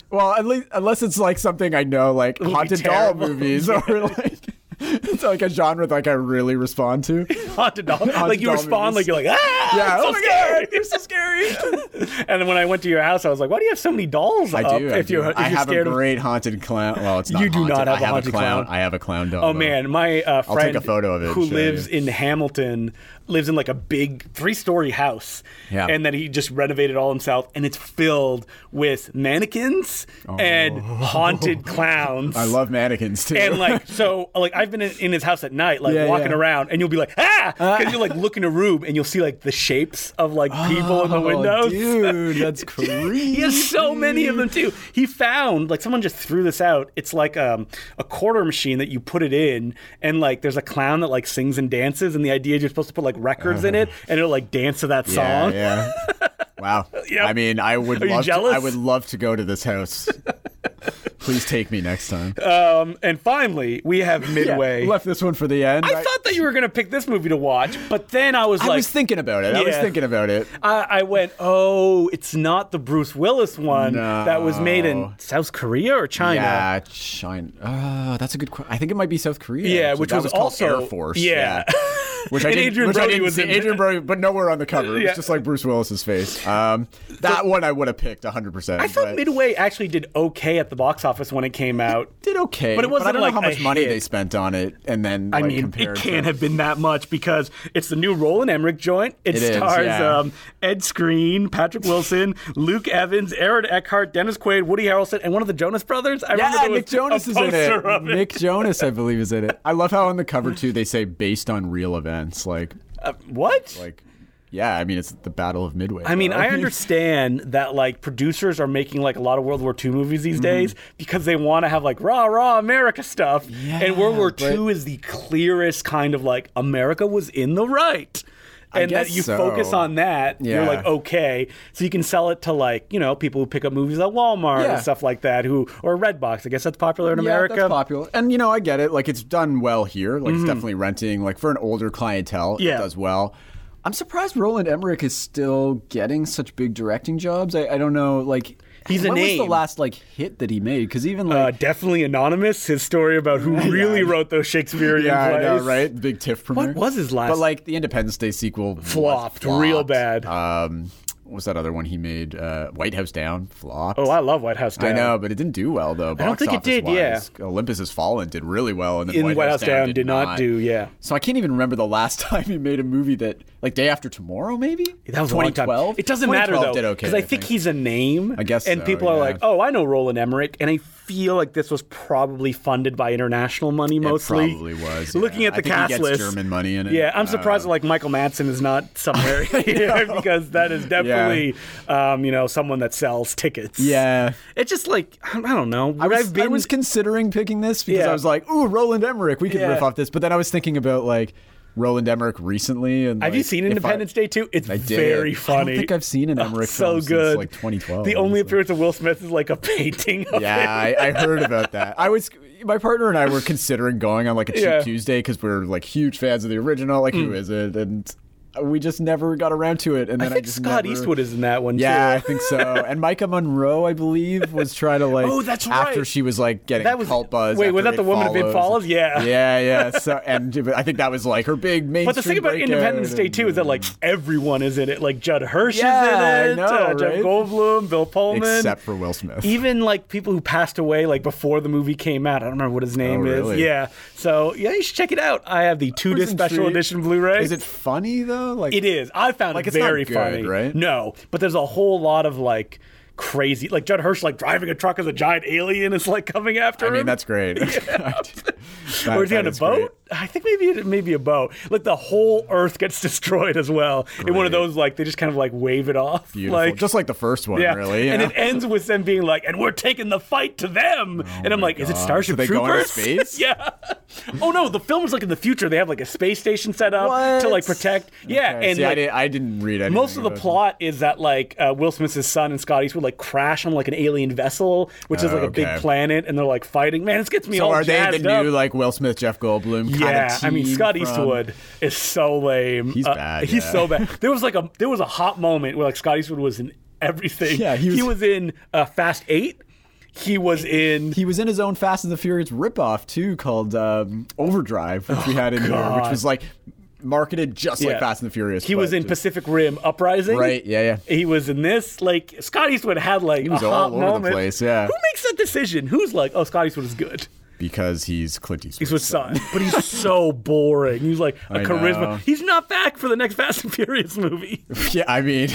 S3: well, at least unless it's like something I know, like
S2: be
S3: haunted doll
S2: terrible.
S3: movies, or like it's like a genre that like, I really respond to.
S2: haunted doll. like you
S3: doll
S2: respond, like
S3: movies.
S2: you're like, ah,
S3: Yeah,
S2: it's so
S3: oh my
S2: scary.
S3: God, you're so
S2: scary. and then when I went to your house, I was like, why do you have so many dolls
S3: I
S2: up?
S3: do. I,
S2: if
S3: do.
S2: you're, if
S3: I
S2: you're
S3: have a
S2: scared
S3: great haunted clown. Well, it's not
S2: You do
S3: haunted.
S2: not have
S3: I
S2: a haunted clown.
S3: I have a clown
S2: of.
S3: doll.
S2: Oh
S3: though.
S2: man, my uh,
S3: I'll take
S2: friend
S3: a photo of it and
S2: who
S3: show
S2: lives
S3: you.
S2: in Hamilton lives in like a big three-story house,
S3: Yeah.
S2: and then he just renovated all himself, and it's filled with mannequins and haunted clowns.
S3: Oh. I love mannequins too.
S2: and like so like i've been in, in his house at night like
S3: Yeah,
S2: walking
S3: yeah.
S2: around and you'll be like ah because you'll like look in a room and you'll see like the shapes of like people in the
S3: Oh,
S2: windows
S3: dude, that's creepy.
S2: he has so many of them too he found like someone just threw this out it's like um, a quarter machine that you put it in and like there's a clown that like sings and dances and the idea is you're supposed to put like records in it and it'll like dance to that
S3: Uh-huh. Yeah,
S2: song
S3: Yeah. Wow.
S2: Yep.
S3: I mean, I would
S2: Are you
S3: love to,
S2: jealous?
S3: I would love to go to this house. Please take me next time.
S2: um, and finally we have
S3: Yeah,
S2: midway
S3: left this one for the end.
S2: I thought that you were gonna pick this movie to watch, but then I was
S3: I
S2: like,
S3: was thinking about it. I was
S2: Yeah.
S3: thinking about it.
S2: I, I went, oh, it's not the Bruce Willis one that was made in
S3: No.
S2: South Korea or China.
S3: Yeah, China. Uh, that's a good question. I think it might be South Korea.
S2: Yeah,
S3: actually.
S2: which
S3: That
S2: was
S3: called
S2: also-
S3: Air Force.
S2: yeah.
S3: Which I
S2: And
S3: didn't,
S2: Adrian
S3: which I
S2: Brody
S3: didn't
S2: was
S3: see.
S2: in it.
S3: Adrian Brody, but nowhere on the cover. It
S2: Yeah.
S3: was just like Bruce Willis's face. Um, that one I would have picked 100. percent
S2: I thought Midway actually did okay at the box office when it came out.
S3: did okay,
S2: but it wasn't
S3: I don't
S2: like
S3: know how
S2: a
S3: much money
S2: hit.
S3: they spent on it, and then
S2: I
S3: like,
S2: mean, it
S3: compared to-
S2: can't have been that much because it's the new Roland Emmerich joint. It,
S3: It is,
S2: stars
S3: yeah.
S2: um, Ed Screen, Patrick Wilson, Luke Evans, Aaron Eckhart, Dennis Quaid, Woody Harrelson, and one of the Jonas brothers. I remember
S3: Yeah,
S2: there was
S3: Nick Jonas
S2: a
S3: is in
S2: poster
S3: it.
S2: of
S3: Nick Jonas, I believe, is in it. I love how on the cover too they say based on real events. Like,
S2: Uh, what?
S3: like, yeah. I mean, it's the Battle of Midway.
S2: I mean,
S3: bro.
S2: I understand that like producers are making like a lot of World War II movies
S3: Mm-hmm.
S2: these days because they want to have like rah rah America stuff, and World War
S3: Yeah,
S2: II is the clearest kind of like America was in the right. And that
S3: guess
S2: you
S3: so.
S2: focus on that, you're
S3: Yeah.
S2: like okay, so you can sell it to like you know people who pick up movies at Walmart
S3: Yeah.
S2: and stuff like that, who or Redbox. I guess that's popular in
S3: Yeah,
S2: America. Mm-hmm.
S3: That's popular. And you know, I get it. Like it's done well here. Like it's definitely renting. Like for an older clientele,
S2: Yeah.
S3: it does well. I'm surprised Roland Emmerich is still getting such big directing jobs. I, I don't know. Like
S2: He's a
S3: when was
S2: name.
S3: the last like hit that he made? Because even
S2: uh,
S3: like.
S2: definitely anonymous. His story about who really wrote those Shakespearean
S3: yeah, I
S2: plays.
S3: know, right? The big TIFF premiere.
S2: was his last-
S3: But like the Independence Day sequel
S2: Flopped real bad.
S3: Um, what was that other one he made? Uh, White House Down flopped.
S2: Oh, I love White House Down.
S3: I know, but it didn't do well though. Box
S2: don't think it did,
S3: office-wise. Olympus Has Fallen did really well, and then
S2: In
S3: White, House, Down,
S2: did not do- yeah.
S3: So I can't even remember the last time he made a movie that, like, Day After Tomorrow, maybe
S2: That was a long time.
S3: 2012?
S2: It doesn't matter
S3: 2012
S2: though,
S3: Did okay,
S2: because I think he's a name.
S3: I guess
S2: and
S3: so,
S2: people are
S3: yeah.
S2: like, "Oh, I know Roland Emmerich," and I feel like this was probably fundunded by international money mostly.
S3: probably was,
S2: Looking
S3: yeah.
S2: at the
S3: I think he
S2: cast
S3: gets
S2: list,
S3: German money in it.
S2: Yeah, I'm
S3: Uh,
S2: surprised that like Michael Madsen is not somewhere here because that is definitely, um, you know, someone that sells tickets.
S3: Yeah.
S2: it's just like I I don't know.
S3: I was,
S2: have been
S3: I was considering picking this because
S2: Yeah.
S3: I was like, "Ooh, Roland Emmerich, we could
S2: Yeah.
S3: riff off this." But then I was thinking about like Roland Emmerich recently, and
S2: Have you
S3: like,
S2: seen
S3: if I-
S2: Independence Day 2? It's
S3: I did.
S2: very
S3: I don't
S2: funny.
S3: think I've seen an
S2: Oh,
S3: Emmerich
S2: so
S3: film since,
S2: good.
S3: like, 2012,
S2: The only
S3: honestly.
S2: appearance of Will Smith is like a painting of
S3: Yeah,
S2: him.
S3: I, I heard about that. I was my partner and I were considering going on like a cheap
S2: Yeah. Mm.
S3: Tuesday because we're like huge fans of the original. Like, who is it? And we just never got around to it. And
S2: I
S3: then I,
S2: think
S3: just
S2: Scott
S3: never-
S2: Eastwood is in that one
S3: Yeah, I
S2: too.
S3: think so. And Micah Monroe, I believe, was trying to like.
S2: Oh, that's
S3: After
S2: right.
S3: she was like getting
S2: That was-
S3: cult buzz.
S2: wait,
S3: after
S2: was that
S3: It
S2: the woman of It Follows? Yeah.
S3: Yeah, yeah. So, and but I think that was like her big main.
S2: But the thing about Independence Day 2 is that like everyone is in it. Like Judd Hirsch
S3: Yeah, I
S2: is in it,
S3: know,
S2: uh, Jeff
S3: right?
S2: Goldblum, Bill Pullman.
S3: except for Will Smith.
S2: even like people who passed away like before the movie came out. I don't remember what his name is.
S3: Oh, really?
S2: Yeah. So yeah, you should check it out. I have the two
S3: I was
S2: disc special
S3: intrigued.
S2: edition Blu-ray.
S3: Is it funny though? Like
S2: It is. I found
S3: Like,
S2: it
S3: it's not
S2: very
S3: good,
S2: funny.
S3: right?
S2: No, but there's a whole lot of like crazy, like Judd Hirsch like driving a truck as a giant alien is like coming after
S3: I
S2: him.
S3: mean, that's great. That-
S2: Or is he
S3: that
S2: on a
S3: is great.
S2: boat? I think maybe it may be a boat. Like the whole Earth gets destroyed as well. In one of
S3: Great.
S2: those, like they just kind of like wave it off.
S3: Beautiful.
S2: Like
S3: just like the first one,
S2: yeah.
S3: really. you
S2: and
S3: know?
S2: it ends with them being like, "And we're taking the fight to them." and I'm
S3: Oh my
S2: like, "Is it
S3: God.
S2: Starship
S3: So they go into
S2: Troopers?"
S3: space?
S2: yeah. Oh no, the film is like in the future. They have like a space station set up to like
S3: What?
S2: protect. Yeah,
S3: Okay,
S2: and
S3: see, I,
S2: like,
S3: didn't, I didn't read anything.
S2: most of the
S3: about it.
S2: plot is that like uh, Will Smith's son and Scott Eastwood like crash on like an alien vessel, which is
S3: Oh,
S2: like a big
S3: okay.
S2: planet, and they're like fighting. Man, this gets me
S3: So
S2: all
S3: Oh, are they
S2: jazzed
S3: the
S2: up.
S3: new like Will Smith, Jeff Goldblum? Kind
S2: yeah,
S3: of
S2: I mean
S3: team
S2: Scott
S3: from-
S2: Eastwood is so lame. Uh,
S3: He's bad,
S2: He's
S3: yeah.
S2: so bad. There was like a there was a hot moment where like Scott Eastwood was in everything.
S3: Yeah, he was-
S2: in uh, Fast Eight. He was in
S3: He was in his own Fast and the Furious ripoff too, called um, Overdrive, which we had in here,
S2: God.
S3: which was like marketed just
S2: yeah.
S3: like Fast and the Furious.
S2: He was
S3: but
S2: in
S3: just-
S2: Pacific Rim Uprising.
S3: Right, yeah, yeah.
S2: He was in this. Like Scott Eastwood had like
S3: was
S2: a
S3: all
S2: hot
S3: over the
S2: moment.
S3: place, yeah.
S2: Who makes that decision? Who's like, oh, Scott Eastwood is good.
S3: because he's Clint Eastwood.
S2: Eastwood's son, but he's so boring. He's like a
S3: I
S2: charisma.
S3: know.
S2: He's not back for the next Fast and Furious movie.
S3: Yeah, I mean,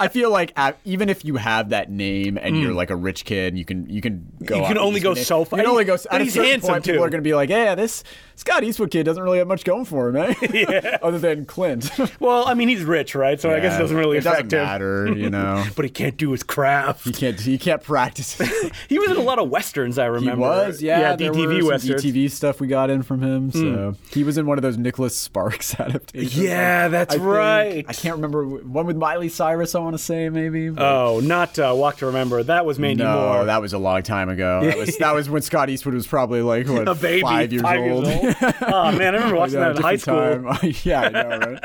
S3: I feel like uh, even if you have that name and you're like a rich kid, you can you can
S2: Hmm.
S3: go.
S2: You
S3: up
S2: can
S3: and
S2: only
S3: just
S2: go
S3: name-
S2: so far.
S3: You can only go.
S2: But
S3: At
S2: he's
S3: a certain
S2: handsome,
S3: point, people
S2: too.
S3: are going to be like, "Yeah, this Scott Eastwood kid doesn't really have much going for him, eh? Yeah. Other than Clint.
S2: Well, I mean, he's rich, right? So I guess it doesn't really
S3: it
S2: affect
S3: doesn't
S2: him.
S3: matter, you know.
S2: But he can't do his craft.
S3: He can't. He can't practice. He
S2: He was in a lot of westerns, I remember.
S3: was, yeah. there
S2: DTV
S3: were some
S2: westerns. Hmm.
S3: DTV stuff we got in from him. So he was in one of those Nicholas Sparks adaptations.
S2: Yeah, that's
S3: I think.
S2: right.
S3: I can't remember wh- one with Miley Cyrus. I want to say maybe. but-
S2: Oh, not uh, Walk to Remember. That was Mandy
S3: No,
S2: Moore.
S3: that was a long time ago. That was that was when Scott Eastwood was probably like what,
S2: a baby,
S3: five years old.
S2: oh man, I remember watching
S3: Yeah,
S2: that in high school,
S3: different time. yeah, I know, right?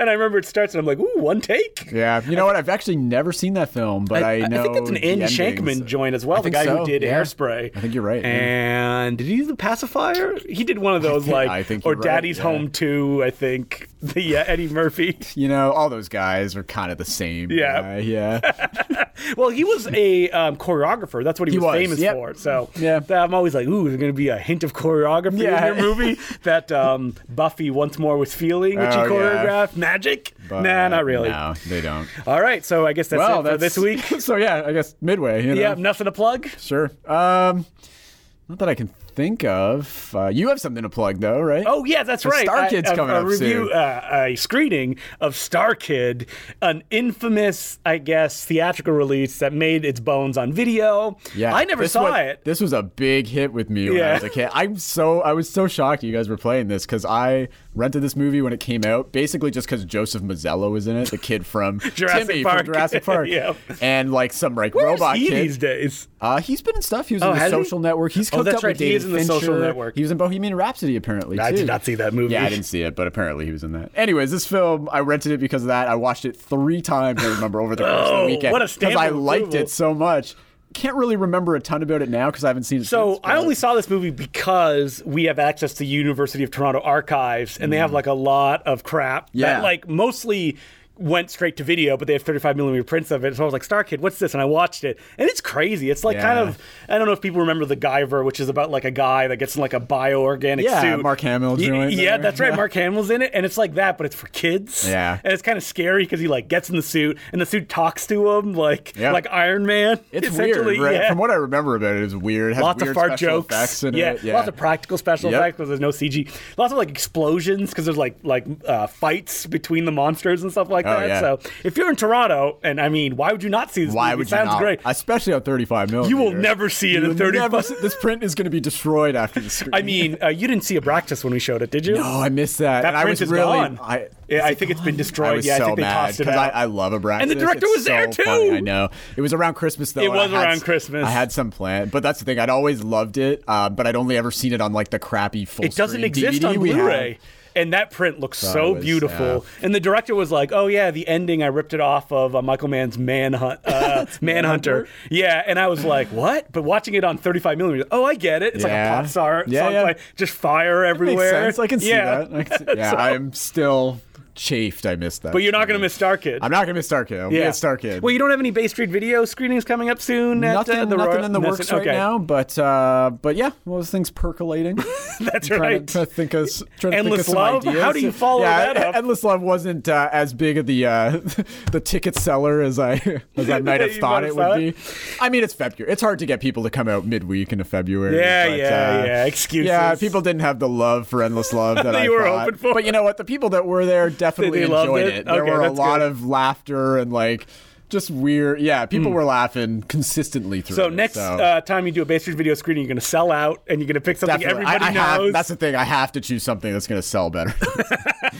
S2: and I remember it starts, and I'm like, "Ooh, one take."
S3: Yeah, you know what? I've actually never seen that film, but I, know.
S2: I think that's an
S3: the
S2: Andy
S3: endings.
S2: Shankman joint as well,
S3: I
S2: the
S3: think
S2: guy who
S3: so,
S2: did
S3: yeah.
S2: Hairspray.
S3: I think you're right, yeah.
S2: Mm-hmm. And did he do the pacifier? He did one of those
S3: think-
S2: like,
S3: I think
S2: or
S3: you're right,
S2: Daddy's
S3: yeah.
S2: Home Two, I think. The yeah, Eddie Murphy.
S3: You know, all those guys are kind of the same.
S2: Yeah.
S3: guy, yeah.
S2: Well, he was a um, choreographer. That's what he,
S3: He
S2: was,
S3: was,
S2: famous
S3: yep.
S2: for. So
S3: Yeah.
S2: that- I'm always like, ooh, there's going to be a hint of choreography
S3: Yeah.
S2: in your movie. that um, Buffy once more was feeling, which
S3: Oh,
S2: he
S3: yeah.
S2: choreographed. Magic? nah, not really.
S3: No, they don't.
S2: All right, so I guess that's
S3: well,
S2: it for
S3: that's
S2: this week.
S3: so yeah, I guess midway. You know?
S2: Yeah, nothing to plug.
S3: sure. Um, not that I can think of. Uh, you have something to plug though, right?
S2: Oh yeah, that's
S3: The
S2: right.
S3: Star
S2: I-
S3: Kid's
S2: a,
S3: coming
S2: a
S3: up
S2: review,
S3: soon.
S2: Uh, a screening of Star Kid, an infamous, I guess, theatrical release that made its bones on video.
S3: Yeah,
S2: I never
S3: this
S2: saw
S3: was-
S2: it.
S3: This was a big hit with me when
S2: Yeah.
S3: I was a kid. I'm so I was so shocked you guys were playing this because I rented this movie when it came out, basically just because Joseph Mazzello was in it, the kid from
S2: Jurassic
S3: Timmy
S2: Park.
S3: from Jurassic Park,
S2: Yeah.
S3: and like some like
S2: Where is
S3: robot
S2: he
S3: kid.
S2: these days?
S3: Uh, he's been in stuff. He was
S2: Oh,
S3: in the
S2: has he?
S3: Social Network. He's
S2: Oh,
S3: hooked
S2: that's
S3: up
S2: right.
S3: with
S2: He is
S3: David
S2: in The Social
S3: Fincher.
S2: Network.
S3: He was in Bohemian Rhapsody apparently.
S2: I did
S3: too.
S2: not see that movie.
S3: Yeah, I didn't see it, but apparently he was in that. Anyways, this film I rented it because of that. I watched it three times. I remember over the course of
S2: Oh,
S3: the weekend
S2: what a
S3: because I
S2: stamp of
S3: liked
S2: approval.
S3: it so much. Can't really remember a ton about it now because I haven't seen it.
S2: So
S3: since,
S2: I
S3: but-
S2: only saw this movie because we have access to University of Toronto archives, and they have like a lot of crap.
S3: Mm. Yeah.
S2: That, like mostly went straight to video, but they have 35 millimeter prints of it. So I was like, Star Kid, what's this? And I watched it, and it's crazy. It's like kind
S3: Yeah.
S2: of I don't know if people remember the Guyver, which is about like a guy that gets in like a bioorganic
S3: Yeah,
S2: suit.
S3: Mark Hamill's
S2: Y-
S3: doing it
S2: Yeah,
S3: there.
S2: that's right. Mark Hamill's in it, and it's like that, but it's for kids.
S3: Yeah.
S2: and it's kind of scary because he like gets in the suit, and the suit talks to him like
S3: Yeah.
S2: like Iron Man.
S3: It's
S2: essentially.
S3: weird, right?
S2: Yeah.
S3: From what I remember about it, it's weird. It has
S2: Lots
S3: weird
S2: of fart
S3: special
S2: jokes,
S3: effects in
S2: yeah.
S3: it. Yeah,
S2: Lots of practical special
S3: Yep.
S2: effects because there's no CG. Lots of like explosions because there's like like uh, fights between the monsters and stuff like
S3: Oh,
S2: that.
S3: yeah.
S2: So if you're in Toronto, and I mean, why would you not see this?
S3: Why
S2: movie?
S3: would
S2: it
S3: you
S2: sounds
S3: not?
S2: great.
S3: Especially on 35 millimeter.
S2: will never see it
S3: You
S2: in
S3: will
S2: 35.
S3: never see- This print is going to be destroyed after the screen.
S2: I mean, uh, you didn't see Abraxas when we showed it, did you?
S3: oh, I missed that.
S2: That
S3: and I
S2: print
S3: was
S2: is
S3: really,
S2: gone.
S3: I,
S2: Yeah, I think it's been destroyed.
S3: I was
S2: yeah, I
S3: so
S2: think they
S3: mad
S2: tossed it
S3: 'cause
S2: out.
S3: I, I love Abraxas.
S2: And the director
S3: It's
S2: was there,
S3: so funny,
S2: too.
S3: I know it was around Christmas though.
S2: It
S3: and
S2: was
S3: I had
S2: around
S3: s-
S2: Christmas.
S3: I had some plan, but that's the thing. I'd always loved it, uh, but I'd only ever seen it on like the crappy full.
S2: it doesn't
S3: screen
S2: exist
S3: DVD
S2: on
S3: we had.
S2: Blu-ray. And that print looks so,
S3: it was-
S2: beautiful. And the director was like, "Oh yeah, the ending. I ripped it off of uh, Michael Mann's Manhunt, uh, Manhunter." Yeah, and I was like, "What?" But watching it on 35 millimeter, oh, I get it. It's
S3: Yeah.
S2: like a pop star
S3: Yeah,
S2: song
S3: yeah.
S2: play, just fire
S3: Makes
S2: everywhere.
S3: sense. I can see
S2: yeah.
S3: that. I can see- yeah, I'm still chafed. I missed that.
S2: But you're not gonna miss Star Kid.
S3: I'm not gonna miss Star Kid. I'm yeah. gonna miss Star Kid.
S2: Well, you don't have any Bay Street video screenings coming up soon. at, uh,
S3: nothing,
S2: the
S3: nothing
S2: Royal-
S3: in the
S2: That's-
S3: works right
S2: okay.
S3: now. But uh, but yeah, well, those things percolating.
S2: That's
S3: trying
S2: right.
S3: To, trying to think of s- trying
S2: Endless
S3: to think of
S2: Love?
S3: Some ideas.
S2: How do you follow
S3: yeah,
S2: that up?
S3: Endless Love wasn't uh, as big of the uh, the ticket seller as I as I might have
S2: You
S3: thought
S2: might have
S3: it would
S2: thought
S3: be.
S2: it?
S3: I mean, it's February. It's hard to get people to come out midweek into February.
S2: Yeah,
S3: but,
S2: yeah,
S3: uh,
S2: yeah. Excuses.
S3: Yeah, people didn't have the love for Endless Love that, I
S2: you were
S3: thought.
S2: hoping for.
S3: But you know what? The people that were there definitely
S2: They- they loved
S3: enjoyed
S2: it?
S3: it. There
S2: Okay,
S3: were a
S2: that's
S3: lot
S2: good.
S3: of laughter and like just weird. Yeah, people were laughing consistently through.
S2: Hmm. So
S3: it,
S2: next
S3: so.
S2: Uh, time you do a Bay Street video screening, you're going to sell out, and you're going to pick something
S3: Definitely. I-
S2: everybody
S3: I have-
S2: knows.
S3: that's the thing. I have to choose something that's going to sell better.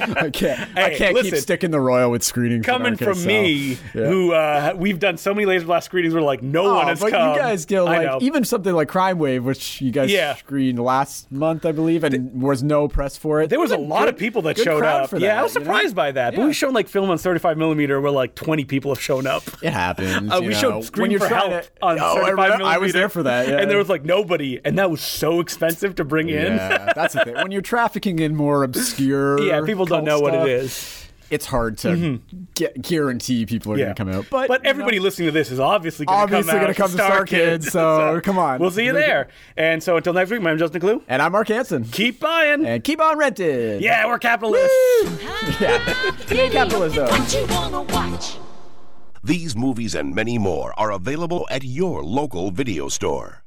S3: I can't. I
S2: Hey,
S3: can't
S2: listen.
S3: keep sticking the royal with screenings. that
S2: coming
S3: aren't gonna
S2: from
S3: sell.
S2: me,
S3: Yeah.
S2: who uh, we've done so many laser blast screenings, where like no
S3: Oh,
S2: one has
S3: but
S2: come.
S3: you guys go
S2: I
S3: like
S2: know.
S3: even something like Crime Wave, which you guys
S2: Yeah.
S3: screened last month, I believe, and was no press for it.
S2: there was a lot
S3: good-
S2: of people that
S3: good
S2: showed
S3: crowd
S2: up.
S3: for
S2: yeah,
S3: that,
S2: I was
S3: you know?
S2: surprised by that. But
S3: Yeah.
S2: we've shown like film on 35 millimeter, where like 20 people have shown up.
S3: It happens.
S2: Uh, we
S3: you know.
S2: showed
S3: When
S2: Scream
S3: you're
S2: for
S3: trying
S2: Help
S3: to-
S2: on
S3: Oh, I
S2: 35
S3: remember-
S2: millimeter.
S3: I was there for that. Yeah.
S2: And there was like nobody, and that was so expensive to bring in.
S3: Yeah, that's the thing. When you're trafficking in more obscure,
S2: Yeah, people don't
S3: cult
S2: know what it
S3: stuff,
S2: is.
S3: It's hard to gu- guarantee people are
S2: Mm-hmm. Yeah,
S3: going to come out.
S2: But,
S3: But you know,
S2: everybody listening to this is obviously going to come
S3: Obviously
S2: out
S3: gonna come to Star Kids, so come on.
S2: We'll see you
S3: Make it-
S2: there. And so until next week, my name's Justin Clue.
S3: and I'm Mark Hansen,
S2: Keep buying.
S3: and keep on renting.
S2: yeah, we're capitalists.
S3: yeah.
S4: Give me
S3: Capitalism.
S4: What you wanna watch?
S1: These movies and many more are available at your local video store.